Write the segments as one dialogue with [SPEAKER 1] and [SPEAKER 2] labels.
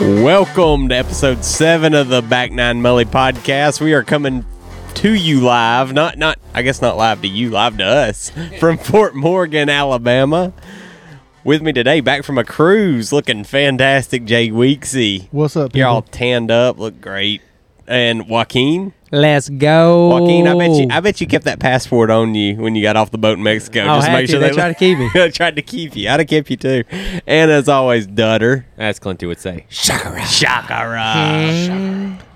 [SPEAKER 1] Welcome to episode seven of the Back Nine Mully podcast. We are coming to you live, not not I guess not live to you, live to us from Fort Morgan, Alabama. With me today, back from a cruise, looking fantastic, Jay Weeksy.
[SPEAKER 2] What's up,
[SPEAKER 1] You're all
[SPEAKER 2] people?
[SPEAKER 1] tanned up, look great, and Joaquin.
[SPEAKER 3] Let's go.
[SPEAKER 1] Joaquin, I bet you, I bet you kept that passport on you when you got off the boat in Mexico.
[SPEAKER 3] Oh, had to. They tried to keep me.
[SPEAKER 1] They tried to keep you. I'd have kept you too. And as always, Dutter.
[SPEAKER 4] As Clinty would say.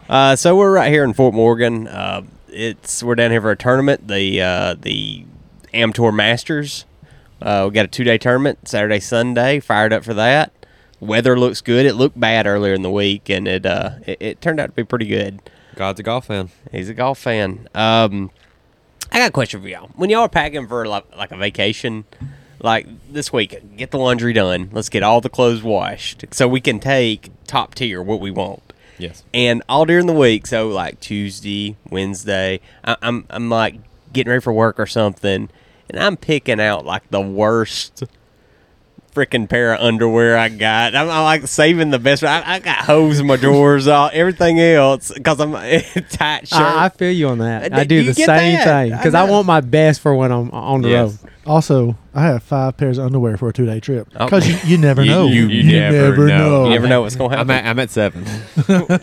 [SPEAKER 1] Uh, so we're right here in Fort Morgan. Uh, it's we're down here for a tournament, the uh, the Amtour Masters. Uh, we got a two day tournament Saturday, Sunday. Fired up for that. Weather looks good. It looked bad earlier in the week, and it uh, it, it turned out to be pretty good.
[SPEAKER 4] God's a golf fan.
[SPEAKER 1] He's a golf fan. Um, I got a question for y'all. When y'all are packing for like, like a vacation, like this week, get the laundry done. Let's get all the clothes washed so we can take top tier what we want.
[SPEAKER 4] Yes.
[SPEAKER 1] And all during the week, so like Tuesday, Wednesday, I, I'm I'm like getting ready for work or something, and I'm picking out like the worst freaking pair of underwear I got. I'm, I'm like saving the best. I, I got hose in my drawers, all everything else because I'm tight shirt.
[SPEAKER 3] I, I feel you on that.
[SPEAKER 1] Uh,
[SPEAKER 3] I
[SPEAKER 1] do
[SPEAKER 3] do,
[SPEAKER 1] you
[SPEAKER 3] the
[SPEAKER 1] get
[SPEAKER 3] same
[SPEAKER 1] that?
[SPEAKER 3] thing because
[SPEAKER 1] I
[SPEAKER 3] I,
[SPEAKER 1] know.
[SPEAKER 3] want my best for when I'm on the
[SPEAKER 4] Yes.
[SPEAKER 3] road.
[SPEAKER 2] Also, I have five pairs of underwear for a two-day trip
[SPEAKER 1] Oh.
[SPEAKER 2] because you, you never
[SPEAKER 4] You-
[SPEAKER 2] know.
[SPEAKER 4] you never know.
[SPEAKER 1] you never
[SPEAKER 4] I'm
[SPEAKER 1] know what's gonna
[SPEAKER 4] I'm
[SPEAKER 1] happen.
[SPEAKER 4] at, I'm at seven.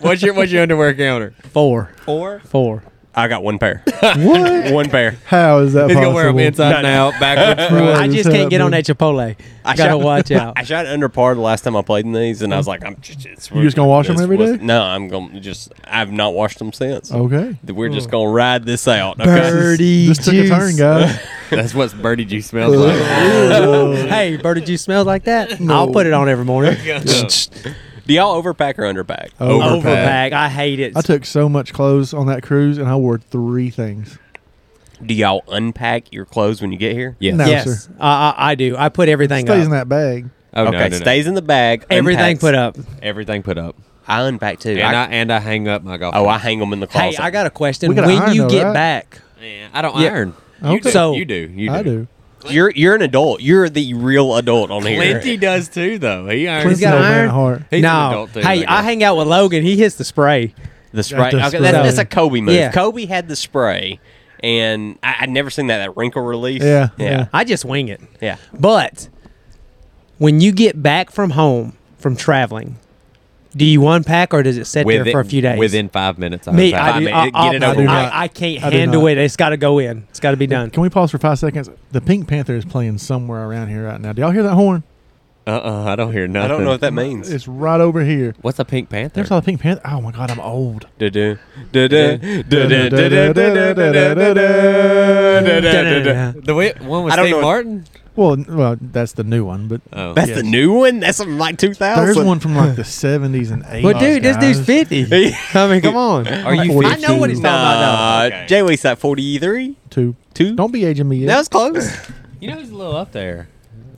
[SPEAKER 4] what's your what's your underwear counter?
[SPEAKER 3] Four,
[SPEAKER 4] Four.
[SPEAKER 3] four.
[SPEAKER 1] I got one pair.
[SPEAKER 2] What?
[SPEAKER 1] one pair.
[SPEAKER 2] How is that
[SPEAKER 4] He's
[SPEAKER 2] possible?
[SPEAKER 4] gonna wear them inside and out, backwards,
[SPEAKER 2] What
[SPEAKER 4] front.
[SPEAKER 3] I
[SPEAKER 2] is
[SPEAKER 3] just can't get on
[SPEAKER 2] happening?
[SPEAKER 3] that Chipotle.
[SPEAKER 1] I
[SPEAKER 3] I gotta
[SPEAKER 1] shot-
[SPEAKER 3] watch out.
[SPEAKER 1] I shot under par the last time I played in these, and I was like, I'm just. It's,
[SPEAKER 2] You just gonna wash 'em
[SPEAKER 1] this
[SPEAKER 2] every
[SPEAKER 1] was-
[SPEAKER 2] day? Oh.
[SPEAKER 1] No, I'm gonna just. I've not washed them since.
[SPEAKER 2] Okay.
[SPEAKER 1] We're just gonna ride this out.
[SPEAKER 2] This
[SPEAKER 1] Okay.
[SPEAKER 2] is-
[SPEAKER 3] Dirty
[SPEAKER 2] This took a
[SPEAKER 3] juice.
[SPEAKER 2] turn, guys.
[SPEAKER 4] That's what birdie juice smells like.
[SPEAKER 3] hey, Birdie Juice smells like that. I'll put it on every morning.
[SPEAKER 1] Do y'all overpack or underpack?
[SPEAKER 2] Overpack.
[SPEAKER 3] Overpack. I hate it.
[SPEAKER 2] I took so much clothes on that cruise, and I wore three things.
[SPEAKER 1] Do y'all unpack your clothes when you get here?
[SPEAKER 4] Yes.
[SPEAKER 2] No,
[SPEAKER 3] yes,
[SPEAKER 2] sir.
[SPEAKER 3] I, I, I do. I put everything
[SPEAKER 2] Stays in that
[SPEAKER 3] up.
[SPEAKER 2] bag.
[SPEAKER 4] Oh,
[SPEAKER 1] okay,
[SPEAKER 4] no, no, no.
[SPEAKER 1] stays in the bag.
[SPEAKER 3] Everything
[SPEAKER 1] unpacks.
[SPEAKER 3] put up.
[SPEAKER 4] Everything put up.
[SPEAKER 1] I unpack too.
[SPEAKER 4] And
[SPEAKER 1] I-
[SPEAKER 4] I, and I hang up my golf.
[SPEAKER 1] oh, I
[SPEAKER 4] bag.
[SPEAKER 1] hang them in the
[SPEAKER 3] Hey,
[SPEAKER 1] closet.
[SPEAKER 3] I got a question.
[SPEAKER 2] We gotta
[SPEAKER 3] When
[SPEAKER 2] iron
[SPEAKER 3] you
[SPEAKER 2] though,
[SPEAKER 3] get
[SPEAKER 2] right?
[SPEAKER 3] back,
[SPEAKER 4] Yeah, I don't
[SPEAKER 3] Yeah.
[SPEAKER 4] iron. You
[SPEAKER 2] Okay.
[SPEAKER 4] do.
[SPEAKER 3] So-
[SPEAKER 4] you do. You do.
[SPEAKER 2] I do.
[SPEAKER 1] You're you're an adult. You're the real adult on here.
[SPEAKER 4] Clinty does too, though. He irons.
[SPEAKER 2] Clinton's
[SPEAKER 3] got
[SPEAKER 2] an old man
[SPEAKER 3] iron?
[SPEAKER 2] at heart.
[SPEAKER 4] He's an
[SPEAKER 3] no.
[SPEAKER 4] adult too,
[SPEAKER 3] Hey,
[SPEAKER 4] I
[SPEAKER 3] I
[SPEAKER 4] guess.
[SPEAKER 3] hang out with Logan. He hits the spray.
[SPEAKER 1] The spray.
[SPEAKER 2] the
[SPEAKER 1] okay,
[SPEAKER 2] spray.
[SPEAKER 1] That's, that's a Kobe move.
[SPEAKER 3] Yeah.
[SPEAKER 1] Kobe had the spray, and I, I'd never seen that that wrinkle release.
[SPEAKER 2] Yeah,
[SPEAKER 1] yeah,
[SPEAKER 2] yeah.
[SPEAKER 3] I just wing it.
[SPEAKER 1] yeah.
[SPEAKER 3] But when you get back from home from traveling, do you unpack or does it sit there
[SPEAKER 4] Within,
[SPEAKER 3] for a few days?
[SPEAKER 4] Within five minutes. I
[SPEAKER 3] me,
[SPEAKER 4] unpack.
[SPEAKER 3] I,
[SPEAKER 1] five
[SPEAKER 3] do,
[SPEAKER 1] minutes.
[SPEAKER 3] I,
[SPEAKER 1] Get
[SPEAKER 3] I'll-
[SPEAKER 1] it
[SPEAKER 2] over
[SPEAKER 3] I-
[SPEAKER 2] with.
[SPEAKER 3] I can't
[SPEAKER 2] I do
[SPEAKER 3] handle
[SPEAKER 2] not.
[SPEAKER 3] it. It's got to go in. It's got to be done.
[SPEAKER 2] Can we pause for five seconds? The Pink Panther is playing somewhere around here right now. Do y'all hear that horn?
[SPEAKER 4] Uh-uh, I don't hear
[SPEAKER 1] I
[SPEAKER 4] nothing.
[SPEAKER 1] don't know what that means.
[SPEAKER 2] It's right over here.
[SPEAKER 4] What's a pink panther?
[SPEAKER 2] There's all the Pink Panther. Oh my God, I'm old.
[SPEAKER 1] Du-du. Du-du. Du-du. Du-du.
[SPEAKER 3] Da-da-da-da.
[SPEAKER 4] the way, one with
[SPEAKER 1] I don't
[SPEAKER 4] Steve
[SPEAKER 1] know.
[SPEAKER 4] Martin.
[SPEAKER 2] Well, n- well, that's the new one, but
[SPEAKER 4] Oh,
[SPEAKER 1] That's
[SPEAKER 2] Yes.
[SPEAKER 1] the new one. That's from like 2000.
[SPEAKER 2] there's one from like the 70s and 80s.
[SPEAKER 3] Well, dude, this dude's
[SPEAKER 2] guys.
[SPEAKER 3] 50. I mean, come on.
[SPEAKER 4] Are you?
[SPEAKER 3] I know what he's talking about.
[SPEAKER 1] Nah,
[SPEAKER 4] though. Okay.
[SPEAKER 1] Jay Weeks at 43.
[SPEAKER 2] Two.
[SPEAKER 1] Two.
[SPEAKER 2] Don't be aging me yet.
[SPEAKER 1] That was close.
[SPEAKER 4] You know he's a little up there.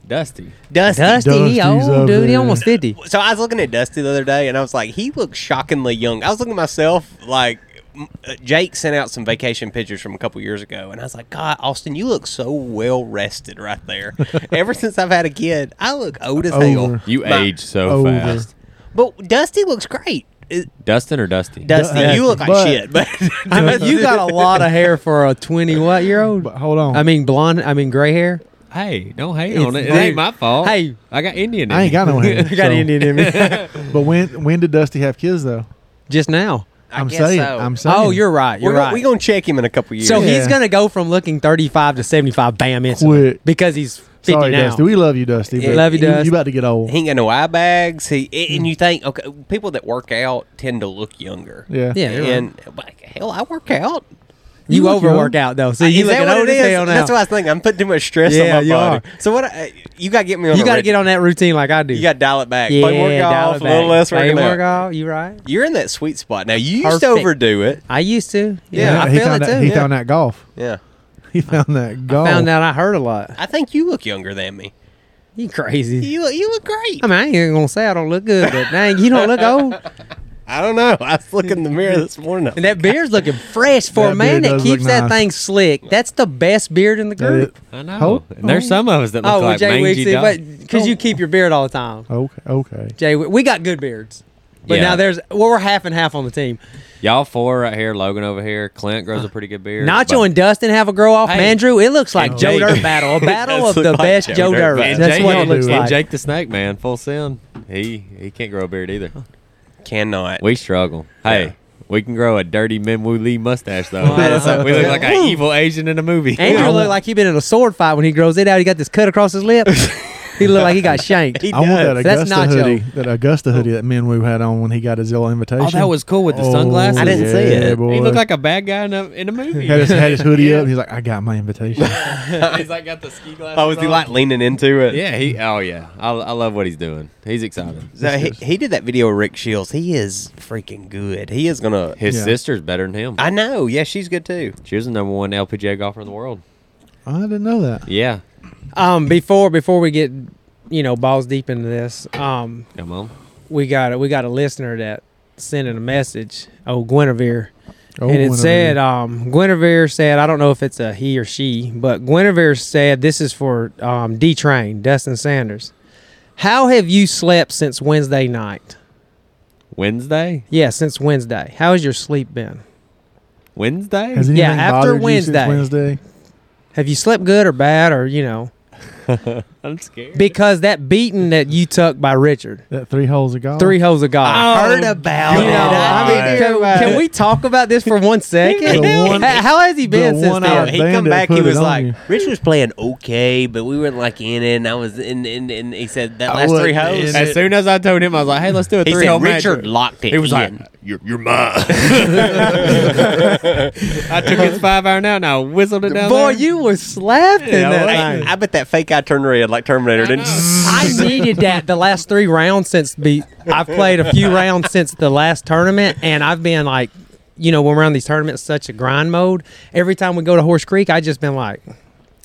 [SPEAKER 4] Dusty.
[SPEAKER 3] Dusty, Dusty
[SPEAKER 2] Dusty's
[SPEAKER 3] he old,
[SPEAKER 2] up
[SPEAKER 3] dude. He
[SPEAKER 2] there.
[SPEAKER 3] almost 50.
[SPEAKER 1] So I was looking at Dusty the other day, and I was like, he looks shockingly young. I was looking at myself like. m- uh, Jake sent out some vacation pictures from a couple years ago, and I was like, God, Austin, you look so well rested right there. Ever since I've had a kid, I look old as hell.
[SPEAKER 2] Over.
[SPEAKER 4] You
[SPEAKER 1] My-
[SPEAKER 4] age so
[SPEAKER 2] Over.
[SPEAKER 4] fast.
[SPEAKER 1] But Dusty looks great. It-
[SPEAKER 4] Dustin or Dusty?
[SPEAKER 1] Dusty,
[SPEAKER 2] Dusty,
[SPEAKER 1] you look like
[SPEAKER 2] but-
[SPEAKER 1] shit. But
[SPEAKER 3] I mean, you got a lot of hair for a 20 what year old?
[SPEAKER 2] But um, hold on.
[SPEAKER 3] I mean, blonde, I mean, gray hair.
[SPEAKER 4] Hey, don't hate
[SPEAKER 3] It's
[SPEAKER 4] on it. It
[SPEAKER 3] there.
[SPEAKER 4] ain't my fault.
[SPEAKER 3] Hey.
[SPEAKER 4] I got Indian. in
[SPEAKER 2] I ain't
[SPEAKER 4] me.
[SPEAKER 2] got no hair.
[SPEAKER 3] I got
[SPEAKER 2] so-
[SPEAKER 3] Indian in me.
[SPEAKER 2] But when when did Dusty have kids though?
[SPEAKER 3] Just now.
[SPEAKER 1] I
[SPEAKER 2] I'm
[SPEAKER 1] guess
[SPEAKER 2] saying.
[SPEAKER 1] so.
[SPEAKER 2] I'm saying.
[SPEAKER 3] Oh, you're right. You're
[SPEAKER 1] we're
[SPEAKER 3] right.
[SPEAKER 1] we gonna check him in a couple years.
[SPEAKER 3] So
[SPEAKER 2] Yeah.
[SPEAKER 3] he's gonna go from looking 35 to 75 bam instantly
[SPEAKER 2] Quit.
[SPEAKER 3] because he's 50
[SPEAKER 2] sorry,
[SPEAKER 3] now.
[SPEAKER 2] Dusty. We love you, Dusty.
[SPEAKER 3] Yeah.
[SPEAKER 2] but
[SPEAKER 3] Love you, Dust.
[SPEAKER 2] You about to get old?
[SPEAKER 1] he ain't got no eye bags. He and
[SPEAKER 3] Mm.
[SPEAKER 1] and you think okay, people that work out tend to look younger.
[SPEAKER 2] yeah.
[SPEAKER 3] yeah, you're right.
[SPEAKER 1] and like, hell, I work out.
[SPEAKER 3] you
[SPEAKER 2] You look
[SPEAKER 3] overwork
[SPEAKER 2] young.
[SPEAKER 3] out though, so
[SPEAKER 1] Is
[SPEAKER 3] you
[SPEAKER 1] that
[SPEAKER 3] looking
[SPEAKER 1] what
[SPEAKER 3] old
[SPEAKER 1] it
[SPEAKER 3] as
[SPEAKER 1] is?
[SPEAKER 3] hell now.
[SPEAKER 1] That's what I was thinking. I'm putting too much stress
[SPEAKER 3] Yeah,
[SPEAKER 1] on my
[SPEAKER 3] you
[SPEAKER 1] body. So what? I, you gotta get me on.
[SPEAKER 3] you got
[SPEAKER 1] got
[SPEAKER 3] to get on that routine like I do.
[SPEAKER 1] You gotta dial it back.
[SPEAKER 3] yeah,
[SPEAKER 1] Play more golf,
[SPEAKER 3] dial it
[SPEAKER 1] a little
[SPEAKER 3] back.
[SPEAKER 1] less
[SPEAKER 3] Play
[SPEAKER 1] working
[SPEAKER 3] more
[SPEAKER 1] out.
[SPEAKER 3] golf. You right?
[SPEAKER 1] You're in that sweet spot now. You used to
[SPEAKER 3] Perfect.
[SPEAKER 1] overdo it.
[SPEAKER 3] I used to.
[SPEAKER 1] Yeah,
[SPEAKER 3] I
[SPEAKER 2] he
[SPEAKER 3] feel it
[SPEAKER 2] found
[SPEAKER 3] too.
[SPEAKER 2] that, oh. He
[SPEAKER 3] yeah.
[SPEAKER 2] found that golf.
[SPEAKER 1] Yeah,
[SPEAKER 2] He found that golf.
[SPEAKER 3] Found out I heard a lot.
[SPEAKER 1] I think you look younger than me.
[SPEAKER 3] You crazy?
[SPEAKER 1] You look, you look great.
[SPEAKER 3] I mean, I ain't even gonna say I don't look good, but dang, you don't look old.
[SPEAKER 1] I don't know. I was looking in the mirror this morning.
[SPEAKER 3] And that beard's looking fresh for a
[SPEAKER 2] That
[SPEAKER 3] man
[SPEAKER 2] beard
[SPEAKER 3] that
[SPEAKER 2] does look
[SPEAKER 3] keeps that
[SPEAKER 2] nice.
[SPEAKER 3] thing slick. That's the best beard in the
[SPEAKER 2] That
[SPEAKER 3] group.
[SPEAKER 2] it.
[SPEAKER 4] I know.
[SPEAKER 2] Hold
[SPEAKER 4] and there's
[SPEAKER 2] on.
[SPEAKER 4] some of us that look
[SPEAKER 3] Oh, well,
[SPEAKER 4] like
[SPEAKER 3] Jay
[SPEAKER 4] mangy
[SPEAKER 3] Weeksy,
[SPEAKER 4] dog.
[SPEAKER 3] because you keep your beard all the time.
[SPEAKER 2] Okay. Okay.
[SPEAKER 3] Jay, we we got good beards. But
[SPEAKER 4] Yeah.
[SPEAKER 3] now there's well, we're half and half on the team.
[SPEAKER 4] Y'all four right here. Logan over here. Clint grows a pretty good beard.
[SPEAKER 3] Nacho
[SPEAKER 4] but-
[SPEAKER 3] and Dustin have a grow off.
[SPEAKER 4] Hey.
[SPEAKER 3] Mandrew, it looks like
[SPEAKER 1] And
[SPEAKER 3] Joe
[SPEAKER 1] Jake-
[SPEAKER 3] Dirt battle, a battle
[SPEAKER 1] does
[SPEAKER 3] of the
[SPEAKER 1] look like
[SPEAKER 3] best Joe Dirt.
[SPEAKER 1] battle.
[SPEAKER 3] That's what it
[SPEAKER 4] and-
[SPEAKER 3] looks
[SPEAKER 4] and
[SPEAKER 3] like.
[SPEAKER 4] Jake the Snake Man, full sin. He he can't grow a beard either.
[SPEAKER 1] Cannot.
[SPEAKER 4] We struggle. Hey,
[SPEAKER 1] Yeah.
[SPEAKER 4] we can grow a dirty Minwoo Lee mustache though.
[SPEAKER 3] Wow.
[SPEAKER 4] We look like- we look like an evil Asian in a movie.
[SPEAKER 3] Andrew looked like he been in a sword fight when he grows it out. He got this cut across his lip. he looked like he got shanked.
[SPEAKER 1] He
[SPEAKER 2] I want that
[SPEAKER 1] does.
[SPEAKER 3] That's
[SPEAKER 2] Augusta
[SPEAKER 3] Nacho.
[SPEAKER 2] hoodie. That Augusta hoodie that Minwoo had on when he got his yellow invitation.
[SPEAKER 4] oh, that was cool with the
[SPEAKER 2] Oh,
[SPEAKER 4] sunglasses.
[SPEAKER 1] I didn't
[SPEAKER 2] yeah,
[SPEAKER 1] see it.
[SPEAKER 2] Boy.
[SPEAKER 4] He looked like a bad guy in a, in a movie.
[SPEAKER 2] had his, had his hoodie
[SPEAKER 4] Yeah.
[SPEAKER 2] up. He's like, I got my invitation. Oh,
[SPEAKER 4] He's like got the ski glasses.
[SPEAKER 1] Oh, was he
[SPEAKER 4] on.
[SPEAKER 1] like leaning into it?
[SPEAKER 4] Yeah, he. Oh yeah, I, I love what he's doing. He's excited.
[SPEAKER 1] So he, he did that video with Rick Shields. He is freaking good. He is gonna.
[SPEAKER 4] His
[SPEAKER 2] Yeah.
[SPEAKER 4] sister's better than him.
[SPEAKER 1] I know. Yeah, she's good too.
[SPEAKER 4] She was the number one LPGA golfer in the world.
[SPEAKER 2] I didn't know that.
[SPEAKER 4] Yeah,
[SPEAKER 3] Um, before before we get you know balls deep into this, um,
[SPEAKER 4] come on.
[SPEAKER 3] we got a, we got a listener that sent in a message. Oh, Guinevere.
[SPEAKER 2] Oh,
[SPEAKER 3] and it
[SPEAKER 2] whenever-
[SPEAKER 3] said, um, Guinevere said, I don't know if it's a he or she, but Guinevere said, this is for um, D Train, Dustin Sanders. How have you slept since Wednesday night?
[SPEAKER 4] Wednesday,
[SPEAKER 3] Yeah, since Wednesday. How has your sleep been?
[SPEAKER 4] Wednesday.
[SPEAKER 2] Has
[SPEAKER 3] uh, yeah,
[SPEAKER 2] anything
[SPEAKER 3] after
[SPEAKER 2] bothered you since
[SPEAKER 3] Wednesday.
[SPEAKER 2] Wednesday.
[SPEAKER 3] Have you slept good or bad or, you know,
[SPEAKER 4] I'm scared.
[SPEAKER 3] because that beating that you took by Richard,
[SPEAKER 2] That three holes of golf.
[SPEAKER 3] three holes of golf.
[SPEAKER 1] Oh. Heard about
[SPEAKER 3] Oh, You
[SPEAKER 1] it.
[SPEAKER 3] know, I mean, can, can we talk about this for one second?
[SPEAKER 2] The one-
[SPEAKER 3] How- How has he been
[SPEAKER 2] the
[SPEAKER 3] since
[SPEAKER 2] one
[SPEAKER 3] then?
[SPEAKER 2] hour-
[SPEAKER 1] No, he
[SPEAKER 2] Bandit
[SPEAKER 1] come back. He
[SPEAKER 2] put it
[SPEAKER 1] was
[SPEAKER 2] on
[SPEAKER 1] like,
[SPEAKER 2] you.
[SPEAKER 1] Rich was playing okay, but we weren't like in it. And I was in, in, in he said that
[SPEAKER 2] I
[SPEAKER 1] last three
[SPEAKER 2] wasn't
[SPEAKER 1] holes.
[SPEAKER 2] in
[SPEAKER 4] As soon as I told him, I was like, "Hey, let's do a
[SPEAKER 1] He
[SPEAKER 4] three-hole
[SPEAKER 1] said
[SPEAKER 4] match."
[SPEAKER 1] Richard locked it.
[SPEAKER 4] He was like,
[SPEAKER 1] in.
[SPEAKER 4] "You're, you're mine." I took his five iron out and I whistled it down.
[SPEAKER 3] Boy,
[SPEAKER 4] there.
[SPEAKER 3] you were slapping
[SPEAKER 4] Yeah,
[SPEAKER 3] that
[SPEAKER 4] I
[SPEAKER 3] night.
[SPEAKER 1] Hey, I bet that fake eye turned red like Terminator. Didn't
[SPEAKER 3] I needed that the last three rounds since be I've played a few rounds since the last tournament, and I've been like, you know, when we're on these tournaments, such a grind mode. Every time we go to Horse Creek, I just been like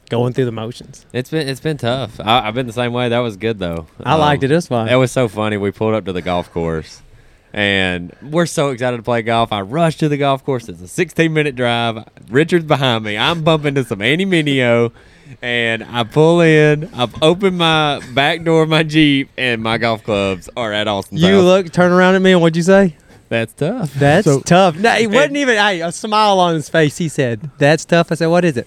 [SPEAKER 3] going through the motions.
[SPEAKER 4] It's been it's been tough. I, I've been the same way. That was good though.
[SPEAKER 3] I liked it. It was fun.
[SPEAKER 4] That was so funny. We pulled up to the golf course, and we're so excited to play golf. I rushed to the golf course. It's a 16 minute drive. Richard's behind me. I'm bumping to some Annie Minio, and I pull in. I've opened my back door of my Jeep, and my golf clubs are at Austin.
[SPEAKER 3] you
[SPEAKER 4] South.
[SPEAKER 3] look, turn around at me, and what'd you say?
[SPEAKER 4] That's tough.
[SPEAKER 3] That's
[SPEAKER 2] So-
[SPEAKER 3] tough. No, it wasn't even I, a smile on his face. He said, "That's tough." I said, "What is it?"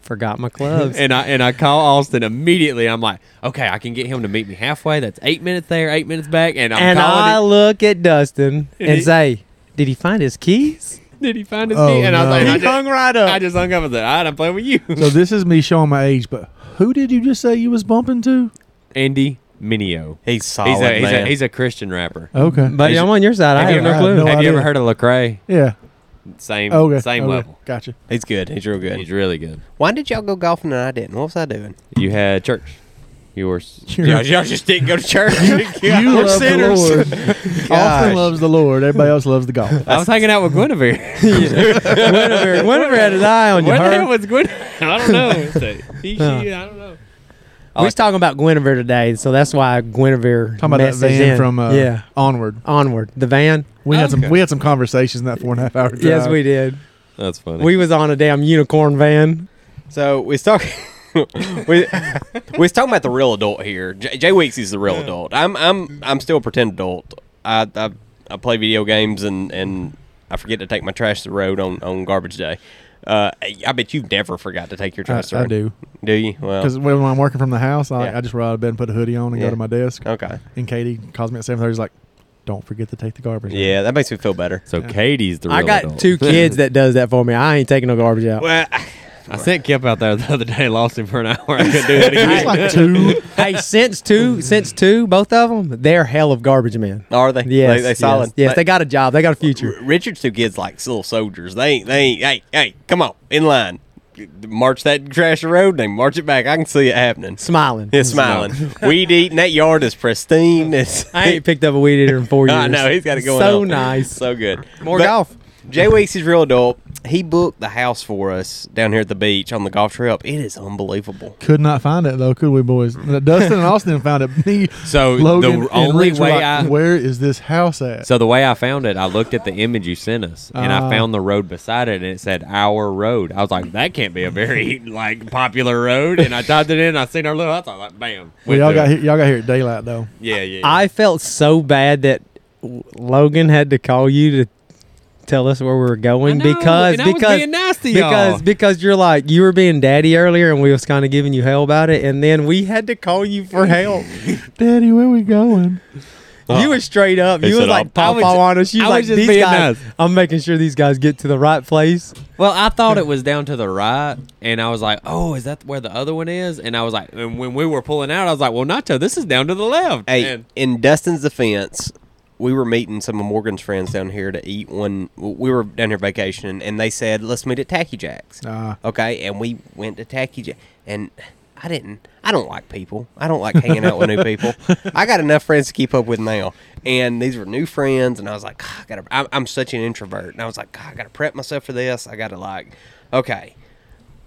[SPEAKER 3] Forgot my clubs.
[SPEAKER 4] And I and I call Austin immediately. I'm like, okay, I can get him to meet me halfway. That's eight minutes there, eight minutes back, and I'm
[SPEAKER 3] and
[SPEAKER 4] calling.
[SPEAKER 3] I
[SPEAKER 4] it-
[SPEAKER 3] look at Dustin and,
[SPEAKER 4] And he-
[SPEAKER 3] say, "Did he find his keys?"
[SPEAKER 4] Did he find his
[SPEAKER 2] Oh,
[SPEAKER 4] feet? And I was
[SPEAKER 2] no.
[SPEAKER 4] like,
[SPEAKER 2] He
[SPEAKER 4] I just, hung right up. I just hung up and said, all right, I'm playing with you.
[SPEAKER 2] So this is me showing my age, but who did you just say you was bumping to?
[SPEAKER 4] Andy Minio.
[SPEAKER 1] He's solid,
[SPEAKER 4] He's a, he's, a,
[SPEAKER 1] man.
[SPEAKER 4] he's a Christian rapper.
[SPEAKER 2] Okay.
[SPEAKER 3] Buddy,
[SPEAKER 4] Is
[SPEAKER 3] I'm
[SPEAKER 4] it-
[SPEAKER 3] on your side. I
[SPEAKER 4] Have
[SPEAKER 3] have
[SPEAKER 4] you
[SPEAKER 3] no
[SPEAKER 4] ever-
[SPEAKER 3] clue.
[SPEAKER 2] No
[SPEAKER 4] Have you
[SPEAKER 2] idea.
[SPEAKER 4] ever heard of Lecrae?
[SPEAKER 2] yeah.
[SPEAKER 4] Same
[SPEAKER 2] Okay.
[SPEAKER 4] same
[SPEAKER 2] okay.
[SPEAKER 4] level.
[SPEAKER 2] Gotcha.
[SPEAKER 1] he's good. He's real good.
[SPEAKER 4] He's really good.
[SPEAKER 1] Why did y'all go golfing and I didn't? What was I doing?
[SPEAKER 4] You had church. Yours.
[SPEAKER 1] Y'all, y'all just didn't go to church.
[SPEAKER 2] You
[SPEAKER 1] We're
[SPEAKER 2] love
[SPEAKER 1] sinners.
[SPEAKER 2] the Lord.
[SPEAKER 1] Gosh.
[SPEAKER 2] Austin loves the Lord. Everybody else loves the golf.
[SPEAKER 4] I was hanging out with Guinevere.
[SPEAKER 3] Whenever, whenever had his eye on you,
[SPEAKER 4] Where the
[SPEAKER 3] her.
[SPEAKER 4] hell was Guinevere? I don't know. It's a- he, she,
[SPEAKER 3] Huh.
[SPEAKER 4] I don't know.
[SPEAKER 3] We was Oh, talking about Guinevere today, so that's why Guinevere.
[SPEAKER 2] Talking about that
[SPEAKER 3] messaged
[SPEAKER 2] van
[SPEAKER 3] in.
[SPEAKER 2] from uh,
[SPEAKER 3] yeah
[SPEAKER 2] Onward.
[SPEAKER 3] onward the van.
[SPEAKER 2] We had
[SPEAKER 4] Okay.
[SPEAKER 2] some we had some conversations in that four and a half hour drive.
[SPEAKER 3] Yes, we did.
[SPEAKER 4] That's funny.
[SPEAKER 3] We was on a damn unicorn van.
[SPEAKER 1] So we was talking. we, we was talking about the real adult here. J- Jay Weeks is the real adult. I'm I'm I'm still a pretend adult. I I, I play video games and, and I forget to take my trash to the road on, on garbage day. Uh, I bet you've never forgot to take your
[SPEAKER 2] I,
[SPEAKER 1] trash to the
[SPEAKER 2] I
[SPEAKER 1] road.
[SPEAKER 2] do
[SPEAKER 1] Do you? Well,
[SPEAKER 2] because when I'm working from the house, I,
[SPEAKER 1] Oh. Yeah.
[SPEAKER 2] I just roll out of bed and put a hoodie on and
[SPEAKER 1] Yeah.
[SPEAKER 2] go to my desk.
[SPEAKER 1] okay.
[SPEAKER 2] And Katie calls me at seven thirty. She's like, "Don't forget to take the garbage." out."
[SPEAKER 1] Yeah, that makes me feel better.
[SPEAKER 4] so Katie's the real
[SPEAKER 3] I got
[SPEAKER 4] adult.
[SPEAKER 3] two kids that does that for me. I ain't taking no garbage out.
[SPEAKER 1] Well,
[SPEAKER 4] I sent Kip out there the other day, lost him for an hour. I couldn't do that again.
[SPEAKER 2] It's like two.
[SPEAKER 3] hey, since two, since two, both of them, they're hell of garbage men.
[SPEAKER 1] are they?
[SPEAKER 3] Yes,
[SPEAKER 1] they, they
[SPEAKER 3] yes,
[SPEAKER 1] solid.
[SPEAKER 3] Yes, they got a job. They got a future.
[SPEAKER 1] R- Richard's two kids like little soldiers. They ain't. They ain't. Hey, hey, come on, in line. March that trash to the road. They march it back. I can see it happening.
[SPEAKER 3] Smiling.
[SPEAKER 1] He's smiling. Weed eating. That yard is pristine. It's,
[SPEAKER 3] I ain't picked up a weed eater in four years.
[SPEAKER 1] Oh, I know he's got it going.
[SPEAKER 3] So
[SPEAKER 1] on.
[SPEAKER 3] nice.
[SPEAKER 1] So good.
[SPEAKER 3] More
[SPEAKER 1] But
[SPEAKER 3] golf.
[SPEAKER 1] Jay Weeks is real adult. He booked the house for us down here at the beach on the golf trip. It is unbelievable.
[SPEAKER 2] Could not find it though, could we, boys? Dustin and Austin found it. Me,
[SPEAKER 4] So the
[SPEAKER 2] Logan, and
[SPEAKER 4] only
[SPEAKER 2] Rich were
[SPEAKER 4] way
[SPEAKER 2] like,
[SPEAKER 4] I-
[SPEAKER 2] where is this house at?
[SPEAKER 4] So the way I found it, I looked at the image you sent us, and I
[SPEAKER 2] Ah.
[SPEAKER 4] found the road beside it, and it said our road. I was like, that can't be a very like popular road. And I typed it in, and I seen our little. I thought like, bam.
[SPEAKER 2] well,
[SPEAKER 4] went
[SPEAKER 2] y'all
[SPEAKER 4] to
[SPEAKER 2] got
[SPEAKER 4] it.
[SPEAKER 2] here, y'all got here at daylight though.
[SPEAKER 4] Yeah, yeah. yeah.
[SPEAKER 3] I felt so bad that Logan had to call you to tell us where we were going because because because because you're like you were being daddy earlier and we was kind of giving you hell about it and then we had to call you for help
[SPEAKER 2] Daddy, where we going?
[SPEAKER 3] you was straight up
[SPEAKER 1] He
[SPEAKER 3] you was
[SPEAKER 1] said,
[SPEAKER 3] like
[SPEAKER 4] "I'll-
[SPEAKER 3] pop
[SPEAKER 4] I was
[SPEAKER 3] off
[SPEAKER 4] ju-
[SPEAKER 3] on us you
[SPEAKER 4] I
[SPEAKER 3] was like
[SPEAKER 4] was just
[SPEAKER 3] these
[SPEAKER 4] being
[SPEAKER 3] guys
[SPEAKER 4] nice."
[SPEAKER 3] i'm making sure these guys get to the right place
[SPEAKER 4] Well, I thought it was down to the right, and I was like, "Oh, is that where the other one is?" And I was like, and when we were pulling out, I was like, "Well, Nacho, this is down to the left."
[SPEAKER 1] Hey,
[SPEAKER 4] And-
[SPEAKER 1] in Dustin's defense, we were meeting some of Morgan's friends down here to eat one. We were down here vacationing, and they said, "Let's meet at Tacky Jack's."
[SPEAKER 2] Ah.
[SPEAKER 1] okay, and we went to Tacky Jack, and I didn't. I don't like people. I don't like hanging out with new people. I got enough friends to keep up with now, and these were new friends. And I was like, "God, I gotta. I'm, I'm such an introvert, and I was like, "God, I gotta prep myself for this. I gotta like, okay,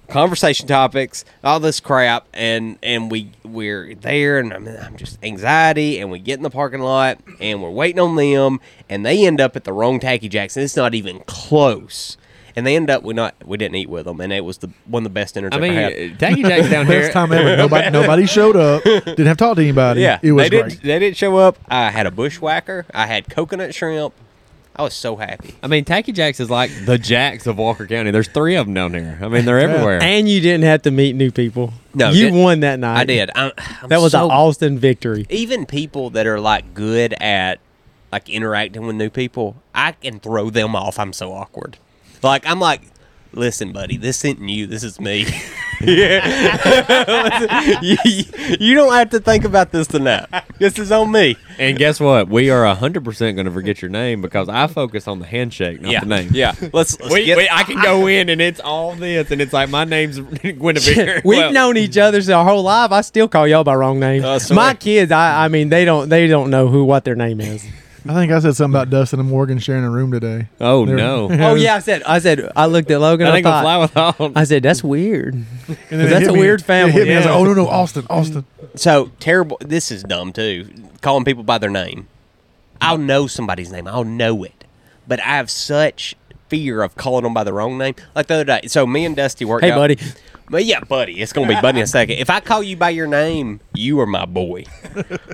[SPEAKER 1] conversation topics, all this crap, and and we we're there, and I'm, I'm just anxiety, and we get in the parking lot, and we're waiting on them, and they end up at the wrong Tacky Jacks, and it's not even close, and they end up we not we didn't eat with them, and it was the one of the best dinners
[SPEAKER 4] I
[SPEAKER 1] I've
[SPEAKER 4] mean, uh,
[SPEAKER 1] ever had.
[SPEAKER 4] Tacky Jack's down here.
[SPEAKER 2] Best time ever. Nobody, nobody showed up. Didn't have to talk to anybody.
[SPEAKER 1] Yeah,
[SPEAKER 2] it was
[SPEAKER 1] they
[SPEAKER 2] great.
[SPEAKER 1] didn't they didn't show up. I had a bushwhacker, I had coconut shrimp, I was so happy.
[SPEAKER 4] I mean, Tacky Jack's is like the Jacks of Walker County. There's three of them down here. I mean, they're everywhere.
[SPEAKER 3] and you didn't have to meet new people
[SPEAKER 1] No,
[SPEAKER 3] you
[SPEAKER 1] did-
[SPEAKER 3] won that night
[SPEAKER 1] I did. I'm, I'm
[SPEAKER 3] that was
[SPEAKER 1] so
[SPEAKER 3] an austin victory
[SPEAKER 1] even people that are like good at like interacting with new people, I can throw them off. I'm so awkward. Like I'm like, listen, buddy, this isn't you. This is me. yeah, you, you don't have to think about this tonight. This is on me.
[SPEAKER 4] And guess what? We are 100% going to forget your name because I focus on the handshake, not
[SPEAKER 1] yeah,
[SPEAKER 4] the name.
[SPEAKER 1] yeah. Let's, let's
[SPEAKER 4] We,
[SPEAKER 1] get.
[SPEAKER 4] we, I can go in and it's all this, and it's like my name's Guinevere.
[SPEAKER 3] We've
[SPEAKER 4] Well,
[SPEAKER 3] known each other our whole life. I still call y'all by wrong name.
[SPEAKER 2] Uh,
[SPEAKER 1] Oh, sorry.
[SPEAKER 3] My kids, I, I mean, they don't they don't know who what their name is.
[SPEAKER 2] I think I said something about Dustin and Morgan sharing a room today.
[SPEAKER 4] Oh,
[SPEAKER 2] They were-
[SPEAKER 4] no.
[SPEAKER 3] oh yeah, I said I said I looked at Logan.
[SPEAKER 4] I
[SPEAKER 3] I,
[SPEAKER 4] ain't gonna
[SPEAKER 3] thought,
[SPEAKER 4] fly with all.
[SPEAKER 3] I said that's weird.
[SPEAKER 2] And then it
[SPEAKER 3] That's
[SPEAKER 2] hit
[SPEAKER 3] a
[SPEAKER 2] me-
[SPEAKER 3] weird
[SPEAKER 2] it hit me. I was
[SPEAKER 3] family.
[SPEAKER 2] like, oh no, no, Austin, Austin.
[SPEAKER 1] so terrible. This is dumb too. Calling people by their name. I'll know somebody's name. I'll know it, but I have such fear of calling them by the wrong name. Like the other day, so me and Dusty worked.
[SPEAKER 3] Hey,
[SPEAKER 1] out-
[SPEAKER 3] buddy.
[SPEAKER 1] But yeah, buddy, it's gonna be buddy in a second. If I call you by your name, you are my boy.